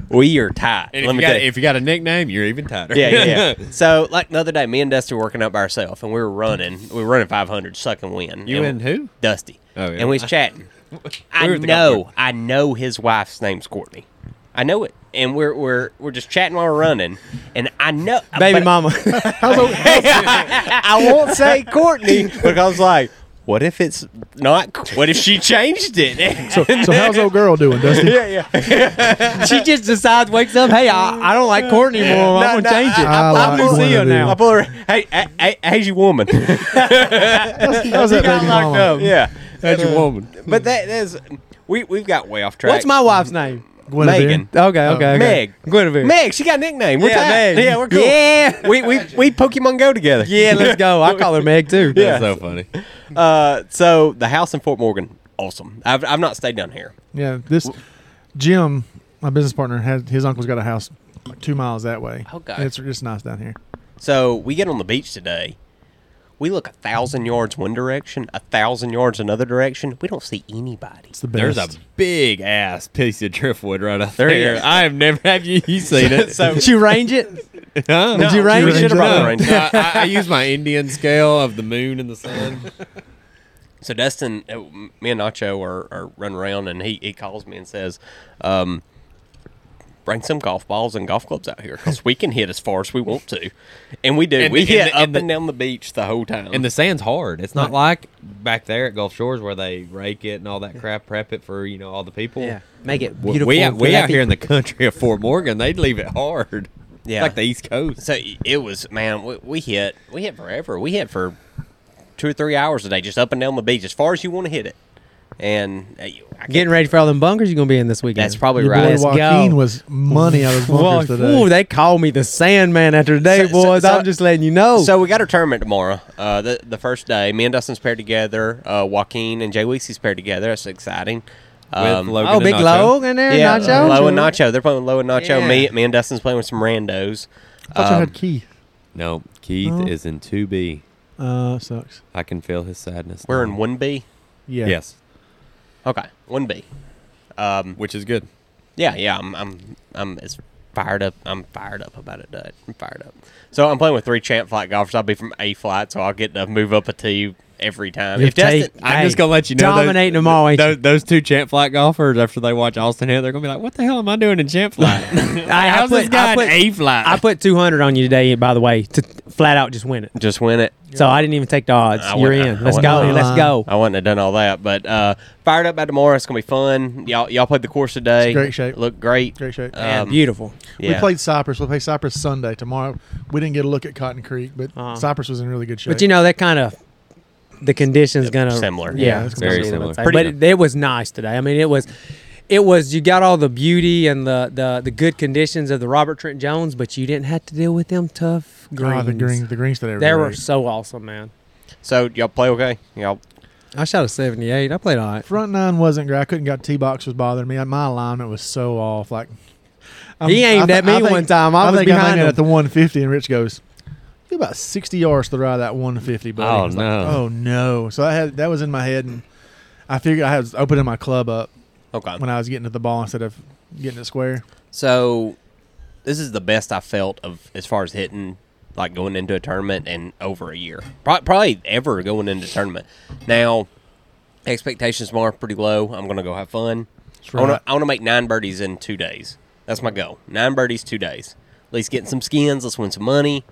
[SPEAKER 1] We are tight.
[SPEAKER 4] And if,
[SPEAKER 1] Let
[SPEAKER 4] you
[SPEAKER 1] me
[SPEAKER 4] got,
[SPEAKER 1] tell you.
[SPEAKER 4] if you got a nickname, you're even tighter.
[SPEAKER 1] yeah, yeah, yeah. so like the other day, me and Dusty were working out by ourselves, and we were running. We were running 500, sucking wind.
[SPEAKER 4] You and who?
[SPEAKER 1] Dusty.
[SPEAKER 4] Oh, yeah.
[SPEAKER 1] And we was chatting. I
[SPEAKER 4] We were at the golf
[SPEAKER 1] know, I know his wife's name's Courtney. I know it, and we're we're we're just chatting while we're running, and I know
[SPEAKER 2] oh,
[SPEAKER 3] Baby
[SPEAKER 1] but-
[SPEAKER 3] mama.
[SPEAKER 2] How's old,
[SPEAKER 1] I, I won't say Courtney because like, what if it's not? What if she changed it?
[SPEAKER 2] so, so how's old girl doing, Dusty?
[SPEAKER 1] yeah, yeah.
[SPEAKER 3] she just decides, wakes up, hey, I, I don't like Courtney anymore. I'm
[SPEAKER 1] No,
[SPEAKER 3] gonna
[SPEAKER 1] no,
[SPEAKER 3] change it.
[SPEAKER 1] I-
[SPEAKER 2] I
[SPEAKER 3] I'm
[SPEAKER 2] like one
[SPEAKER 3] Lucia
[SPEAKER 2] of them.
[SPEAKER 3] now.
[SPEAKER 1] I pull her. Hey, hey, hey, how's your woman?
[SPEAKER 2] How's that baby mama?
[SPEAKER 1] yeah,
[SPEAKER 4] That's your woman.
[SPEAKER 1] but that is we we've got way off track.
[SPEAKER 3] What's my wife's name?
[SPEAKER 2] Guinevere.
[SPEAKER 1] Megan.
[SPEAKER 3] Okay,
[SPEAKER 2] Uh,
[SPEAKER 3] okay, okay.
[SPEAKER 1] Meg.
[SPEAKER 3] Guinevere.
[SPEAKER 1] Meg, she got a nickname. We're
[SPEAKER 3] Yeah,
[SPEAKER 1] tight.
[SPEAKER 3] Meg.
[SPEAKER 1] Yeah, we're cool.
[SPEAKER 3] Yeah.
[SPEAKER 1] we we we Pokemon Go together.
[SPEAKER 3] Yeah, let's go. I call her Meg too.
[SPEAKER 1] Yeah.
[SPEAKER 4] That's so funny.
[SPEAKER 1] Uh, so the house in Fort Morgan, awesome. I've I've not stayed down here.
[SPEAKER 2] Yeah, this Jim, my business partner, had his uncle's got a house like two miles that way.
[SPEAKER 1] Oh, gosh.
[SPEAKER 2] And it's just nice down here.
[SPEAKER 1] So we get on the beach today. We look a thousand yards one direction, a thousand yards another direction. We don't see anybody.
[SPEAKER 2] It's the best.
[SPEAKER 4] There's a big ass piece of driftwood right up
[SPEAKER 1] There
[SPEAKER 4] there.
[SPEAKER 1] it is.
[SPEAKER 4] I have never have you, you seen it.
[SPEAKER 1] So
[SPEAKER 3] Did you range it?
[SPEAKER 4] Huh?
[SPEAKER 3] Did you
[SPEAKER 4] No,
[SPEAKER 3] range
[SPEAKER 2] you
[SPEAKER 3] it?
[SPEAKER 2] should have
[SPEAKER 1] brought
[SPEAKER 4] no.
[SPEAKER 1] range.
[SPEAKER 4] I, I, I use my Indian scale of the moon and the sun.
[SPEAKER 1] so Dustin, uh, me and Nacho are, are running around, and he, he calls me and says, um, "Bring some golf balls and golf clubs out here because we can hit as far as we want to." And we do.
[SPEAKER 4] And
[SPEAKER 1] we
[SPEAKER 4] the- and
[SPEAKER 1] hit
[SPEAKER 4] the-
[SPEAKER 1] up
[SPEAKER 4] and
[SPEAKER 1] and,
[SPEAKER 4] the-
[SPEAKER 1] down the beach the whole time.
[SPEAKER 4] And the sand's hard. It's not like back there at Gulf Shores where they rake it and all that crap, prep it for you know all the people.
[SPEAKER 3] Make it
[SPEAKER 4] We,
[SPEAKER 3] beautiful.
[SPEAKER 4] we, out, we out
[SPEAKER 3] fluffy.
[SPEAKER 4] here in the country of Fort Morgan, they'd leave it hard.
[SPEAKER 1] Yeah.
[SPEAKER 4] like the East Coast.
[SPEAKER 1] so it was man. We, we hit we hit forever. We hit for two or three hours a day, just up and down the beach as far as you want to hit it. And uh, I can't
[SPEAKER 3] Getting ready for all them bunkers you're gonna be in this weekend.
[SPEAKER 1] That's probably
[SPEAKER 2] Your
[SPEAKER 1] right.
[SPEAKER 2] boy
[SPEAKER 3] Let's
[SPEAKER 2] Joaquin
[SPEAKER 3] go.
[SPEAKER 2] was money out of his
[SPEAKER 3] Well,
[SPEAKER 2] bunkers today.
[SPEAKER 3] ooh, they call me the Sandman after today,
[SPEAKER 1] So- so-
[SPEAKER 3] boys.
[SPEAKER 1] so-
[SPEAKER 3] I'm just letting you know.
[SPEAKER 1] So we got our tournament tomorrow. Uh, the the first day, me and Dustin's paired together. Uh, Joaquin and Jay Weeksy's paired together. That's exciting. Um,
[SPEAKER 4] Logan
[SPEAKER 3] oh,
[SPEAKER 4] and
[SPEAKER 3] big
[SPEAKER 4] Nacho.
[SPEAKER 3] Logan in there,
[SPEAKER 1] yeah,
[SPEAKER 3] Nacho.
[SPEAKER 1] Low and Nacho. They're playing with Low and Nacho.
[SPEAKER 3] Yeah.
[SPEAKER 1] Me, me and Dustin's playing with some randos.
[SPEAKER 2] I thought y'all
[SPEAKER 1] Um,
[SPEAKER 2] had Key.
[SPEAKER 4] No, Keith
[SPEAKER 2] Oh.
[SPEAKER 4] is in two B.
[SPEAKER 2] Uh, sucks.
[SPEAKER 4] I can feel his sadness.
[SPEAKER 1] we're in
[SPEAKER 4] now.
[SPEAKER 1] one B.
[SPEAKER 2] Yeah.
[SPEAKER 4] Yes,
[SPEAKER 1] Okay, one B. Um,
[SPEAKER 4] which is good.
[SPEAKER 1] yeah, yeah. I'm, I'm, I'm as fired up. I'm fired up about it, Dud. I'm fired up. So I'm playing with three champ flight golfers. I'll be from A flight, so I'll get to move up a tee every time.
[SPEAKER 3] You'll
[SPEAKER 1] If Justin,
[SPEAKER 3] take-
[SPEAKER 4] I'm
[SPEAKER 3] Hey,
[SPEAKER 4] just gonna let you know those-
[SPEAKER 3] dominating them all, ain't you?
[SPEAKER 4] Those, those two champ flight golfers, after they watch Austin Hill, they're gonna be like, "What the hell am I doing in champ flight?
[SPEAKER 3] I
[SPEAKER 4] How's
[SPEAKER 3] put-
[SPEAKER 4] this guy
[SPEAKER 3] I
[SPEAKER 4] in
[SPEAKER 3] put-
[SPEAKER 4] A flight?"
[SPEAKER 3] I put 200 on you today, by the way, to flat out just win it.
[SPEAKER 1] just win it.
[SPEAKER 3] So I didn't even take the odds.
[SPEAKER 1] I
[SPEAKER 3] You're
[SPEAKER 1] wouldn't-
[SPEAKER 3] in.
[SPEAKER 1] I
[SPEAKER 3] Let's
[SPEAKER 1] wouldn't-
[SPEAKER 3] go. Let's go.
[SPEAKER 1] I wouldn't have done all that, but uh, fired up by tomorrow. It's gonna be fun. Y'all, y'all played the course today.
[SPEAKER 2] It's great shape.
[SPEAKER 1] Look great.
[SPEAKER 2] Great shape.
[SPEAKER 1] Uh,
[SPEAKER 3] Yeah,
[SPEAKER 1] um,
[SPEAKER 3] beautiful.
[SPEAKER 1] Yeah.
[SPEAKER 2] We played Cypress. We'll play Cypress Sunday tomorrow. We didn't get a look at Cotton Creek, but
[SPEAKER 3] Uh-huh.
[SPEAKER 2] Cypress was in really good shape.
[SPEAKER 3] But you know that kind of the conditions gonna
[SPEAKER 1] similar.
[SPEAKER 3] Yeah,
[SPEAKER 2] Yeah, it's
[SPEAKER 4] very
[SPEAKER 3] gonna be
[SPEAKER 4] similar.
[SPEAKER 3] the same.
[SPEAKER 1] Pretty-
[SPEAKER 3] but it, it was nice today. I mean, it was, it was. You got all the beauty and the the the good conditions of the Robert Trent Jones, but you didn't have to deal with them tough Oh, greens.
[SPEAKER 2] God, Oh, the greens, the greens today.
[SPEAKER 3] They were
[SPEAKER 2] great.
[SPEAKER 3] so awesome, man.
[SPEAKER 1] So y'all play okay? Y'all
[SPEAKER 3] I shot a 78. I played all right.
[SPEAKER 2] front nine wasn't great. I couldn't got T box was bothering me. My alignment was so off. Like I'm-
[SPEAKER 3] He aimed
[SPEAKER 2] thi-
[SPEAKER 3] at me
[SPEAKER 2] think-
[SPEAKER 3] one time. I was
[SPEAKER 2] think I'm
[SPEAKER 3] behind
[SPEAKER 2] aiming
[SPEAKER 3] him.
[SPEAKER 2] at the 150, and Rich goes, "You about 60 yards to the right of that 150, buddy."
[SPEAKER 4] Oh,
[SPEAKER 2] I was like,
[SPEAKER 4] no.
[SPEAKER 2] oh no! So I had that was in my head, and I figured I was opening my club up
[SPEAKER 1] okay?
[SPEAKER 2] when I was getting to the ball instead of getting it square.
[SPEAKER 1] So this is the best I felt of as far as hitting, like going into a tournament in over a year, Pro- probably ever going into a tournament. Now expectations tomorrow are pretty low. I'm gonna go have fun. I want
[SPEAKER 2] right.
[SPEAKER 1] to I want to make nine birdies in two days. That's my goal. Nine birdies, two days. At least getting some skins. Let's win some money.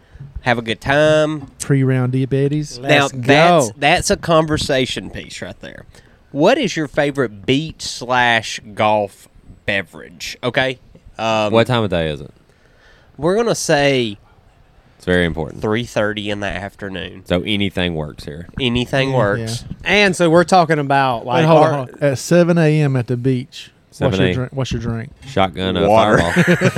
[SPEAKER 1] Have a good time.
[SPEAKER 2] Pre-round diabetes.
[SPEAKER 1] now
[SPEAKER 3] Let's
[SPEAKER 1] that's
[SPEAKER 3] go.
[SPEAKER 1] that's a conversation piece right there. What is your favorite beach slash golf beverage? Okay, um,
[SPEAKER 4] what time of day is it?
[SPEAKER 1] we're gonna say
[SPEAKER 4] It's very important.
[SPEAKER 1] three thirty in the afternoon.
[SPEAKER 4] So anything works here.
[SPEAKER 1] Anything
[SPEAKER 2] Yeah,
[SPEAKER 1] works.
[SPEAKER 3] And so we're talking about
[SPEAKER 2] Wait,
[SPEAKER 3] like
[SPEAKER 2] hold on,
[SPEAKER 3] our-
[SPEAKER 2] hold on. At 7 a.m. at the beach. What's
[SPEAKER 4] 7
[SPEAKER 2] your,
[SPEAKER 4] a.m..
[SPEAKER 2] drink, what's your drink?
[SPEAKER 4] Shotgun, a
[SPEAKER 1] Water.
[SPEAKER 4] fireball.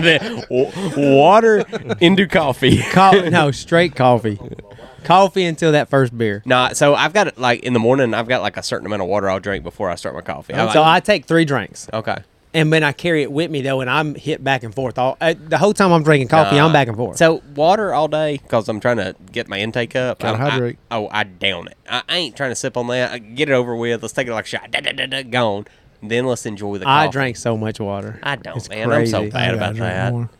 [SPEAKER 1] The w- water into coffee.
[SPEAKER 3] co- no straight coffee, coffee until that first beer.
[SPEAKER 1] Nah, so I've got it like in the morning. I've got like a certain amount of water I'll drink before I start my coffee. I like-
[SPEAKER 3] Oh, So I take three drinks.
[SPEAKER 1] okay.
[SPEAKER 3] and then I carry it with me though, and I'm hit back and forth all uh, the whole time I'm drinking coffee.
[SPEAKER 1] Nah.
[SPEAKER 3] I'm back and forth.
[SPEAKER 1] Uh, So water all day because I'm trying to get my intake up.
[SPEAKER 2] Gotta
[SPEAKER 1] I- I-
[SPEAKER 2] hydrate.
[SPEAKER 1] oh, I down it. I, I ain't trying to sip on that. I get it over with. Let's take it like a shot. Da, da, da, da, gone. Then let's enjoy the.
[SPEAKER 3] I
[SPEAKER 1] coffee.
[SPEAKER 3] drank so much water.
[SPEAKER 1] I don't,
[SPEAKER 3] It's
[SPEAKER 1] man. I'm so
[SPEAKER 3] crazy.
[SPEAKER 1] bad
[SPEAKER 2] I
[SPEAKER 1] about
[SPEAKER 2] gotta drink
[SPEAKER 1] that.
[SPEAKER 2] more.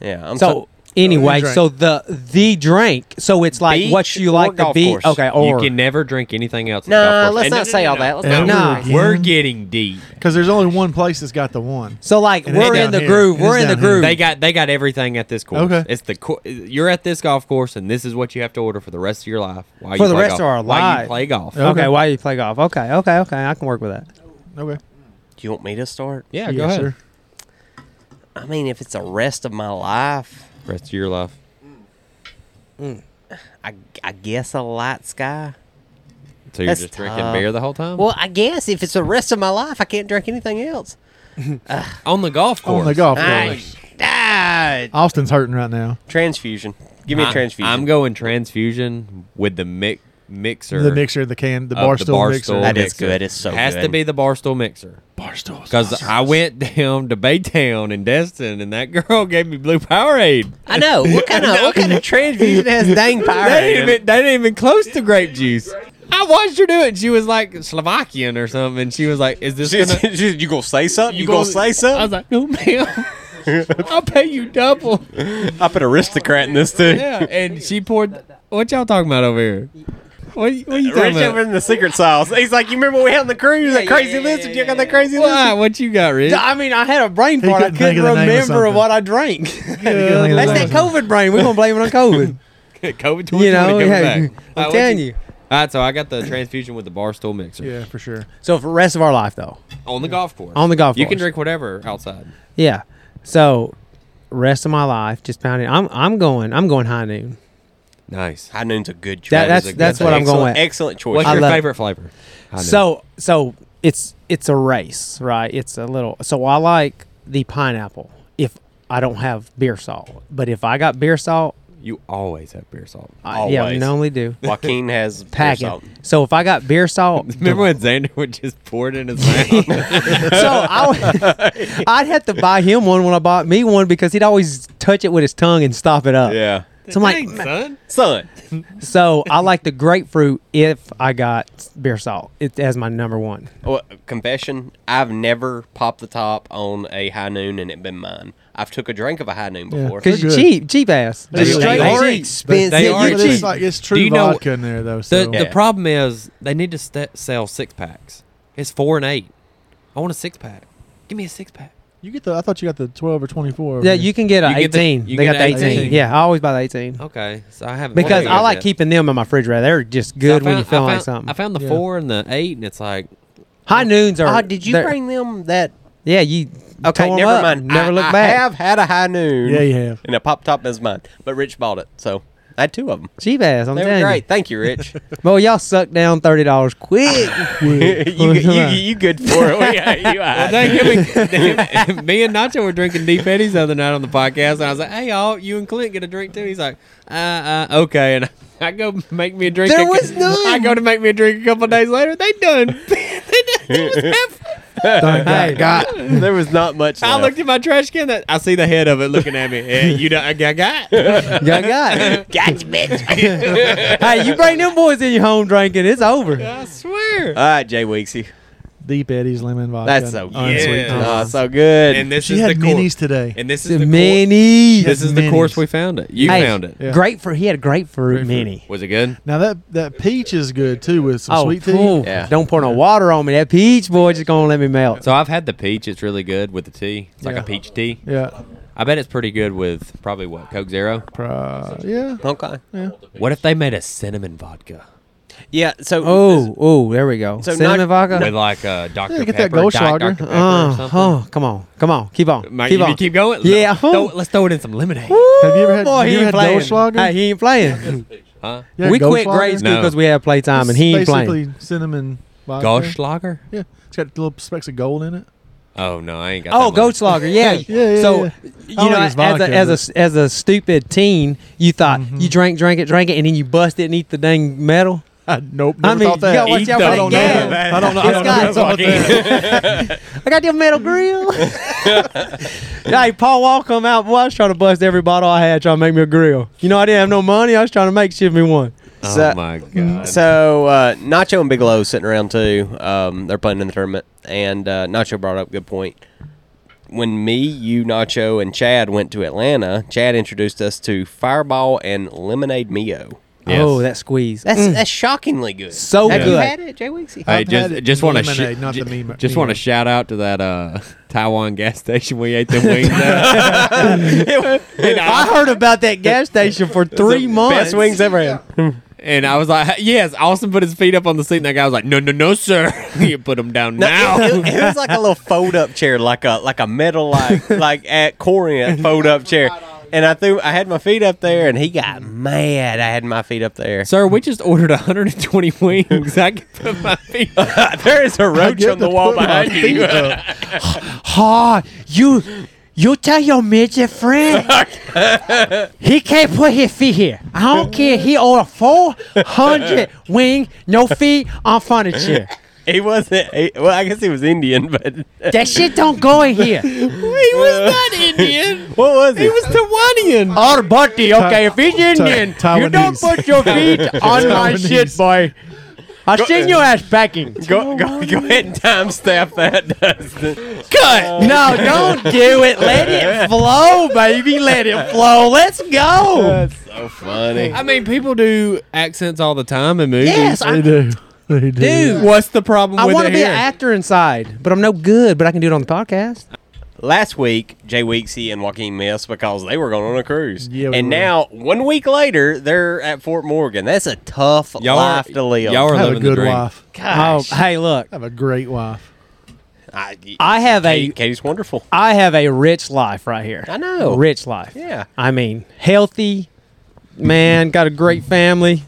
[SPEAKER 1] Yeah. I'm
[SPEAKER 3] so. Anyway,
[SPEAKER 2] drink.
[SPEAKER 3] so the the drink, so it's like what
[SPEAKER 1] Beach
[SPEAKER 3] you
[SPEAKER 1] or
[SPEAKER 3] like the
[SPEAKER 1] golf
[SPEAKER 3] beach,
[SPEAKER 1] course?
[SPEAKER 3] okay,
[SPEAKER 4] you
[SPEAKER 3] or
[SPEAKER 4] can never drink anything else. at the golf
[SPEAKER 1] Nah,
[SPEAKER 4] course.
[SPEAKER 1] let's
[SPEAKER 4] And no,
[SPEAKER 1] not
[SPEAKER 4] no,
[SPEAKER 1] say
[SPEAKER 4] no,
[SPEAKER 1] all
[SPEAKER 4] no.
[SPEAKER 1] that. Let's
[SPEAKER 2] Ever
[SPEAKER 1] not.
[SPEAKER 3] Nah.
[SPEAKER 2] again?
[SPEAKER 4] We're getting deep.
[SPEAKER 2] Because there's only one place that's got the one.
[SPEAKER 3] so like
[SPEAKER 2] And
[SPEAKER 3] we're
[SPEAKER 4] it's
[SPEAKER 3] in
[SPEAKER 2] down
[SPEAKER 3] the
[SPEAKER 2] here.
[SPEAKER 3] groove,
[SPEAKER 2] It
[SPEAKER 3] we're
[SPEAKER 2] is
[SPEAKER 3] in the
[SPEAKER 2] down here.
[SPEAKER 3] groove.
[SPEAKER 4] They got they got everything at this course.
[SPEAKER 2] Okay.
[SPEAKER 4] It's the cour- you're at this golf course, and this is what you have to order for the rest of your life. While
[SPEAKER 3] For
[SPEAKER 4] you
[SPEAKER 3] the
[SPEAKER 4] play
[SPEAKER 3] rest
[SPEAKER 4] golf.
[SPEAKER 3] of our
[SPEAKER 4] While
[SPEAKER 3] life.
[SPEAKER 4] you play golf.
[SPEAKER 2] Yeah.
[SPEAKER 3] okay,
[SPEAKER 2] Okay.
[SPEAKER 3] why you play golf? Okay, okay, okay, I can work with that.
[SPEAKER 2] Okay.
[SPEAKER 1] Do you want me to start?
[SPEAKER 4] Yeah,
[SPEAKER 2] Yes,
[SPEAKER 4] go ahead.
[SPEAKER 2] sir.
[SPEAKER 1] I mean, if it's the rest of my life,
[SPEAKER 4] Rest of your life.
[SPEAKER 1] I, I guess a light sky.
[SPEAKER 4] So you're
[SPEAKER 1] That's
[SPEAKER 4] just drinking
[SPEAKER 1] tough.
[SPEAKER 4] beer the whole time?
[SPEAKER 1] Well, I guess if it's the rest of my life, I can't drink anything else.
[SPEAKER 4] on the golf course.
[SPEAKER 2] On the golf
[SPEAKER 1] I,
[SPEAKER 2] course.
[SPEAKER 1] ah,
[SPEAKER 2] Austin's hurting right now.
[SPEAKER 1] transfusion. Give me a
[SPEAKER 4] I-
[SPEAKER 1] transfusion.
[SPEAKER 4] I'm going transfusion with the mi- mixer.
[SPEAKER 2] The mixer, the can, the
[SPEAKER 4] of
[SPEAKER 2] barstool mixer.
[SPEAKER 4] Barstool
[SPEAKER 1] That is
[SPEAKER 4] mixer.
[SPEAKER 1] good. It's so
[SPEAKER 4] Has to
[SPEAKER 1] good.
[SPEAKER 4] be the barstool mixer.
[SPEAKER 2] Barstool.
[SPEAKER 4] Because I went down to Baytown in Destin, and that girl gave me blue Powerade.
[SPEAKER 1] I know. What kind of what kind of transfusion has dang power?
[SPEAKER 4] That ain't, even, that ain't even close to grape juice. I watched her do it. She was like Slovakian or something. And she was like, "Is this gonna?"
[SPEAKER 1] you gonna say something? You
[SPEAKER 4] I was like, "No, ma'am. I'll pay you double."
[SPEAKER 1] I put aristocrat in this too.
[SPEAKER 4] Yeah. And she poured. What y'all talking about over here? What, you- what you
[SPEAKER 1] Rich
[SPEAKER 4] talking
[SPEAKER 1] over
[SPEAKER 4] about?
[SPEAKER 1] in the secret sauce. He's like, you remember we had on the cruise that crazy list? you got that crazy
[SPEAKER 4] Why? What you got, Rich?
[SPEAKER 3] I mean, I had a brain
[SPEAKER 2] He
[SPEAKER 3] fart. I
[SPEAKER 2] couldn't think
[SPEAKER 3] couldn't
[SPEAKER 2] of the name of
[SPEAKER 3] remember
[SPEAKER 2] something.
[SPEAKER 3] what I drank.
[SPEAKER 2] think of the
[SPEAKER 3] That's
[SPEAKER 2] name
[SPEAKER 3] that
[SPEAKER 2] of
[SPEAKER 3] COVID brain. We're gonna blame it on COVID.
[SPEAKER 4] COVID twenty
[SPEAKER 3] you know,
[SPEAKER 4] coming
[SPEAKER 3] yeah,
[SPEAKER 4] back.
[SPEAKER 3] I'm
[SPEAKER 4] All right, what
[SPEAKER 3] telling you.
[SPEAKER 4] All right, so I got the transfusion with the barstool mixer
[SPEAKER 2] Yeah, for sure.
[SPEAKER 3] So for the rest of our life, though,
[SPEAKER 4] on the golf course.
[SPEAKER 3] On the golf
[SPEAKER 4] you can
[SPEAKER 3] course.
[SPEAKER 4] drink whatever outside.
[SPEAKER 3] Yeah. So rest of my life, just pounding. I'm I'm going. I'm going high noon.
[SPEAKER 4] Nice.
[SPEAKER 1] High noon's a good choice.
[SPEAKER 3] That- that's-
[SPEAKER 1] It's a-
[SPEAKER 3] that's
[SPEAKER 1] it's an
[SPEAKER 3] what I'm going
[SPEAKER 1] excellent-
[SPEAKER 3] with.
[SPEAKER 1] Excellent choice.
[SPEAKER 4] What's
[SPEAKER 3] I
[SPEAKER 4] your
[SPEAKER 3] love-
[SPEAKER 4] favorite flavor? I know.
[SPEAKER 3] So so it's it's a race, right? It's a little. So I like the pineapple. If I don't have beer salt, but if I got beer salt,
[SPEAKER 4] you always have beer salt.
[SPEAKER 3] I, yeah, we
[SPEAKER 1] Always.
[SPEAKER 3] normally do.
[SPEAKER 1] Joaquin has
[SPEAKER 3] Packet.
[SPEAKER 1] yourself-
[SPEAKER 3] So if I got beer salt,
[SPEAKER 4] Remember when Xander would just pour it in his mouth?
[SPEAKER 3] so I, would- I'd have to buy him one when I bought me one because he'd always touch it with his tongue and stop it up.
[SPEAKER 1] Yeah.
[SPEAKER 3] So I'm like,
[SPEAKER 4] Thanks, son.
[SPEAKER 1] Son,
[SPEAKER 3] so I like the grapefruit if I got beer salt. It as my number one.
[SPEAKER 1] well, confession: I've never popped the top on a high noon and it been mine. I've took a drink of a high noon
[SPEAKER 2] Yeah.
[SPEAKER 1] before.
[SPEAKER 3] Because
[SPEAKER 2] They're good.
[SPEAKER 3] cheap, cheap ass.
[SPEAKER 1] They,
[SPEAKER 4] They're
[SPEAKER 1] they
[SPEAKER 4] cheap.
[SPEAKER 1] are
[SPEAKER 4] They cheap.
[SPEAKER 1] expensive.
[SPEAKER 4] They
[SPEAKER 2] Yeah,
[SPEAKER 4] are
[SPEAKER 2] but
[SPEAKER 4] cheap.
[SPEAKER 2] it's like it's true
[SPEAKER 4] you know-
[SPEAKER 2] vodka in there though.
[SPEAKER 4] The,
[SPEAKER 2] So
[SPEAKER 1] Yeah.
[SPEAKER 4] the problem is they need to st- sell six packs. It's four and eight. I want a six pack. Give me a six pack.
[SPEAKER 2] you get the. I thought you got the twelve or twenty four.
[SPEAKER 3] Yeah, you can get
[SPEAKER 4] You
[SPEAKER 3] a
[SPEAKER 4] get the-
[SPEAKER 3] eighteen.
[SPEAKER 4] you
[SPEAKER 3] they
[SPEAKER 4] get
[SPEAKER 3] got the
[SPEAKER 4] a
[SPEAKER 3] 18.
[SPEAKER 4] 18.
[SPEAKER 3] Yeah, I always buy the eighteen
[SPEAKER 4] Okay, so I haven't
[SPEAKER 3] because
[SPEAKER 4] ordered
[SPEAKER 3] I
[SPEAKER 4] it
[SPEAKER 3] like
[SPEAKER 4] yet.
[SPEAKER 3] keeping them in my refrigerator. They're just
[SPEAKER 4] So I
[SPEAKER 3] good when you
[SPEAKER 4] found- I
[SPEAKER 3] feel like
[SPEAKER 4] found- I
[SPEAKER 3] something.
[SPEAKER 4] found the
[SPEAKER 2] Yeah.
[SPEAKER 4] four and the eight, and it's like
[SPEAKER 3] High noons are.
[SPEAKER 1] Oh, did you
[SPEAKER 3] they're-
[SPEAKER 1] bring them that?
[SPEAKER 3] Yeah, you.
[SPEAKER 1] Okay,
[SPEAKER 3] tore 'em
[SPEAKER 1] never
[SPEAKER 3] up,
[SPEAKER 1] mind.
[SPEAKER 3] Never
[SPEAKER 1] I,
[SPEAKER 3] look
[SPEAKER 1] I
[SPEAKER 3] back.
[SPEAKER 1] have had a high noon.
[SPEAKER 2] Yeah, you have.
[SPEAKER 1] And a pop top is mine, but Rich bought it, so I had two of them.
[SPEAKER 3] Cheap ass. I'm
[SPEAKER 1] they
[SPEAKER 3] telling
[SPEAKER 1] were great. Thank you, Rich.
[SPEAKER 3] you. Well, y'all suck down thirty dollars quick.
[SPEAKER 1] you, you, you, you good for it? Yeah, you
[SPEAKER 4] Well,
[SPEAKER 1] are.
[SPEAKER 4] they give me, me and Nacho were drinking deep Eddies the other night on the podcast, and I was like, "Hey, y'all, you and Clint get a drink too." He's like, "Uh, uh, okay." And I go make me a drink.
[SPEAKER 1] There
[SPEAKER 4] a cou-
[SPEAKER 1] was none.
[SPEAKER 4] I go to make me a drink a couple days later. They done. They done-
[SPEAKER 3] hey, God.
[SPEAKER 1] there was not much.
[SPEAKER 4] I
[SPEAKER 1] left.
[SPEAKER 4] looked at my trash can. That I see the head of it looking at me. Yeah, you don't. I got got.
[SPEAKER 3] Y'all got it.
[SPEAKER 1] Gotcha, bitch.
[SPEAKER 3] hey, you bring them boys in your home drinking, it's over.
[SPEAKER 4] I swear.
[SPEAKER 1] All right, Jay Weeksy.
[SPEAKER 2] Deep Eddie's lemon vodka.
[SPEAKER 1] That's so
[SPEAKER 2] unsweet.
[SPEAKER 1] good.
[SPEAKER 4] Yeah.
[SPEAKER 1] Oh, so good.
[SPEAKER 4] and this
[SPEAKER 2] She
[SPEAKER 4] is
[SPEAKER 2] had
[SPEAKER 4] the course.
[SPEAKER 2] minis today.
[SPEAKER 4] And this is
[SPEAKER 3] The
[SPEAKER 4] the course.
[SPEAKER 3] mini.
[SPEAKER 4] This is the
[SPEAKER 2] Minis.
[SPEAKER 4] course we found it. You
[SPEAKER 3] Hey,
[SPEAKER 4] found it.
[SPEAKER 2] Yeah.
[SPEAKER 3] Grapefruit. He had a grapefruit, mini.
[SPEAKER 4] Was it good?
[SPEAKER 2] Now that that peach is good too with some sweet tea.
[SPEAKER 3] Oh, phew.
[SPEAKER 1] Yeah.
[SPEAKER 3] Don't pour no water on me. That peach boy just gonna let me melt.
[SPEAKER 4] So I've had the peach. It's really good with the tea. It's like
[SPEAKER 2] Yeah.
[SPEAKER 4] a peach tea.
[SPEAKER 2] Yeah.
[SPEAKER 4] I bet it's pretty good with probably what Coke Zero.
[SPEAKER 2] Pro- yeah.
[SPEAKER 1] Okay.
[SPEAKER 4] What if they made a cinnamon vodka
[SPEAKER 1] Yeah. So.
[SPEAKER 3] oh, oh, there we go.
[SPEAKER 1] So
[SPEAKER 3] Cinnamon
[SPEAKER 1] not-
[SPEAKER 3] vodka.
[SPEAKER 4] with like a Dr
[SPEAKER 2] Yeah, get that
[SPEAKER 4] Pepper, Diet
[SPEAKER 2] Goldschlager.
[SPEAKER 4] Dr Pepper or
[SPEAKER 3] uh,
[SPEAKER 4] something?
[SPEAKER 3] oh, come on, come on, keep on,
[SPEAKER 4] Might
[SPEAKER 3] keep
[SPEAKER 4] you
[SPEAKER 3] on.
[SPEAKER 4] keep going.
[SPEAKER 3] Yeah.
[SPEAKER 4] Let's throw, let's throw it in some lemonade.
[SPEAKER 2] Have you ever had-
[SPEAKER 3] Boy,
[SPEAKER 2] have you ever
[SPEAKER 3] he ain't
[SPEAKER 2] had
[SPEAKER 3] playing.
[SPEAKER 2] Goldschlager?
[SPEAKER 3] Hey, he ain't playing.
[SPEAKER 4] Huh?
[SPEAKER 2] Yeah,
[SPEAKER 3] we quit
[SPEAKER 2] Goldschlager.
[SPEAKER 3] grade school
[SPEAKER 4] No.
[SPEAKER 3] because we had playtime, and he ain't
[SPEAKER 2] It's
[SPEAKER 3] playing.
[SPEAKER 2] basically cinnamon vodka.
[SPEAKER 4] Goldschlager?
[SPEAKER 2] Yeah. It's got little specks of gold in it.
[SPEAKER 4] Oh no, I ain't got.
[SPEAKER 3] Oh,
[SPEAKER 4] that much.
[SPEAKER 3] Goldschlager, yeah.
[SPEAKER 2] Yeah, yeah,
[SPEAKER 3] so
[SPEAKER 2] yeah. I
[SPEAKER 3] you
[SPEAKER 2] don't
[SPEAKER 3] know,
[SPEAKER 2] think
[SPEAKER 3] as
[SPEAKER 2] it's vodka, Mm-hmm.
[SPEAKER 3] a as a as a stupid teen, you thought you drank, drank it, drank it, and then you bust it and eat the dang metal.
[SPEAKER 2] I, nope.
[SPEAKER 3] I
[SPEAKER 2] Never
[SPEAKER 3] mean,
[SPEAKER 2] thought that.
[SPEAKER 3] you gotta watch
[SPEAKER 4] Eat
[SPEAKER 3] out
[SPEAKER 4] the
[SPEAKER 3] for
[SPEAKER 2] don't know.
[SPEAKER 3] that
[SPEAKER 4] damn.
[SPEAKER 3] gas.
[SPEAKER 4] Yeah.
[SPEAKER 2] I don't know. I
[SPEAKER 3] It's
[SPEAKER 2] don't
[SPEAKER 3] got-
[SPEAKER 2] know about that.
[SPEAKER 3] I got your metal grill. hey, Paul Wall come out. Boy, I was trying to bust every bottle I had, trying to make me a grill. You know, I didn't have no money. I was trying to make shit me one.
[SPEAKER 4] Oh
[SPEAKER 1] So-
[SPEAKER 4] my god.
[SPEAKER 1] So uh, Nacho and Bigelow sitting around too. Um, they're playing in the tournament, and uh, Nacho brought up a good point. When me, you, Nacho, and Chad went to Atlanta, Chad introduced us to Fireball and Lemonade Mio.
[SPEAKER 4] Yes.
[SPEAKER 3] Oh, that squeeze.
[SPEAKER 1] That's
[SPEAKER 3] Mm.
[SPEAKER 1] that's shockingly good.
[SPEAKER 3] So
[SPEAKER 1] Have you
[SPEAKER 3] good.
[SPEAKER 1] had it, Jay Weeksy?
[SPEAKER 4] Hey,
[SPEAKER 2] I've
[SPEAKER 4] just
[SPEAKER 2] had it.
[SPEAKER 4] just want to
[SPEAKER 2] Lemonade, not the
[SPEAKER 4] sh-
[SPEAKER 2] meme-
[SPEAKER 4] just want to
[SPEAKER 2] meme.
[SPEAKER 4] shout out to that uh, Taiwan gas station we ate the wings at.
[SPEAKER 3] I
[SPEAKER 4] and, I,
[SPEAKER 3] heard about that gas station for three months.
[SPEAKER 1] Best wings ever had.
[SPEAKER 4] and I was like, "Yes." Austin put his feet up on the seat, and that guy was like, "No, no, no, sir! you put him down
[SPEAKER 1] No,
[SPEAKER 4] now."
[SPEAKER 1] it, it- it was like a little fold up chair, like a like a metal like like at Corient fold up chair. And I threw I had my feet up there and he got mad I had my feet up there. So
[SPEAKER 4] Sir, we just ordered 120 wings. I can put my feet.
[SPEAKER 1] there is a roach
[SPEAKER 2] get
[SPEAKER 1] on the
[SPEAKER 2] to
[SPEAKER 1] wall
[SPEAKER 2] put my
[SPEAKER 1] behind you.
[SPEAKER 2] uh,
[SPEAKER 3] Ha! you, you tell your midget friend he can't put his feet here. I don't care. He order four hundred wing, no feet on furniture.
[SPEAKER 1] he wasn't he, well, I guess he was Indian, but
[SPEAKER 3] That shit don't go in here.
[SPEAKER 4] he was not Indian.
[SPEAKER 1] what was he?
[SPEAKER 4] He was Taiwanian.
[SPEAKER 3] All buddy, okay. If he's Indian, you don't
[SPEAKER 2] Taiwanese.
[SPEAKER 3] put your feet on my
[SPEAKER 2] Taiwanese.
[SPEAKER 3] shit, boy. I seen your ass packing.
[SPEAKER 1] go, go, go ahead and timestamp that Dustin.
[SPEAKER 3] Cut. No, don't do it. Let it flow, baby. Let it flow. Let's go.
[SPEAKER 1] So funny.
[SPEAKER 4] I mean, people do accents all the time in movies.
[SPEAKER 3] Yes,
[SPEAKER 2] They
[SPEAKER 3] I,
[SPEAKER 2] do. They do.
[SPEAKER 3] Dude.
[SPEAKER 4] What's the problem
[SPEAKER 3] I
[SPEAKER 4] with
[SPEAKER 3] want
[SPEAKER 4] it
[SPEAKER 3] to be
[SPEAKER 4] here?
[SPEAKER 3] an actor inside, but I'm no good. But I can do it on the podcast.
[SPEAKER 1] Last week, Jay Weeksy and Joaquin missed because they were going on a cruise.
[SPEAKER 2] Yeah, we
[SPEAKER 1] and
[SPEAKER 2] were.
[SPEAKER 1] now, one week later, they're at Fort Morgan. That's a tough
[SPEAKER 4] Y'all are-
[SPEAKER 1] life to live.
[SPEAKER 4] y'all are-
[SPEAKER 2] I have a
[SPEAKER 4] Living the
[SPEAKER 2] good
[SPEAKER 4] dream.
[SPEAKER 2] wife.
[SPEAKER 1] Gosh.
[SPEAKER 3] Oh, hey, look,
[SPEAKER 2] I have a great wife.
[SPEAKER 1] I,
[SPEAKER 3] I have
[SPEAKER 1] Katie-
[SPEAKER 3] a-
[SPEAKER 1] Katie's wonderful.
[SPEAKER 3] I have a rich life right here.
[SPEAKER 1] I know.
[SPEAKER 3] rich life.
[SPEAKER 1] Yeah.
[SPEAKER 3] I mean, healthy man, got a great family,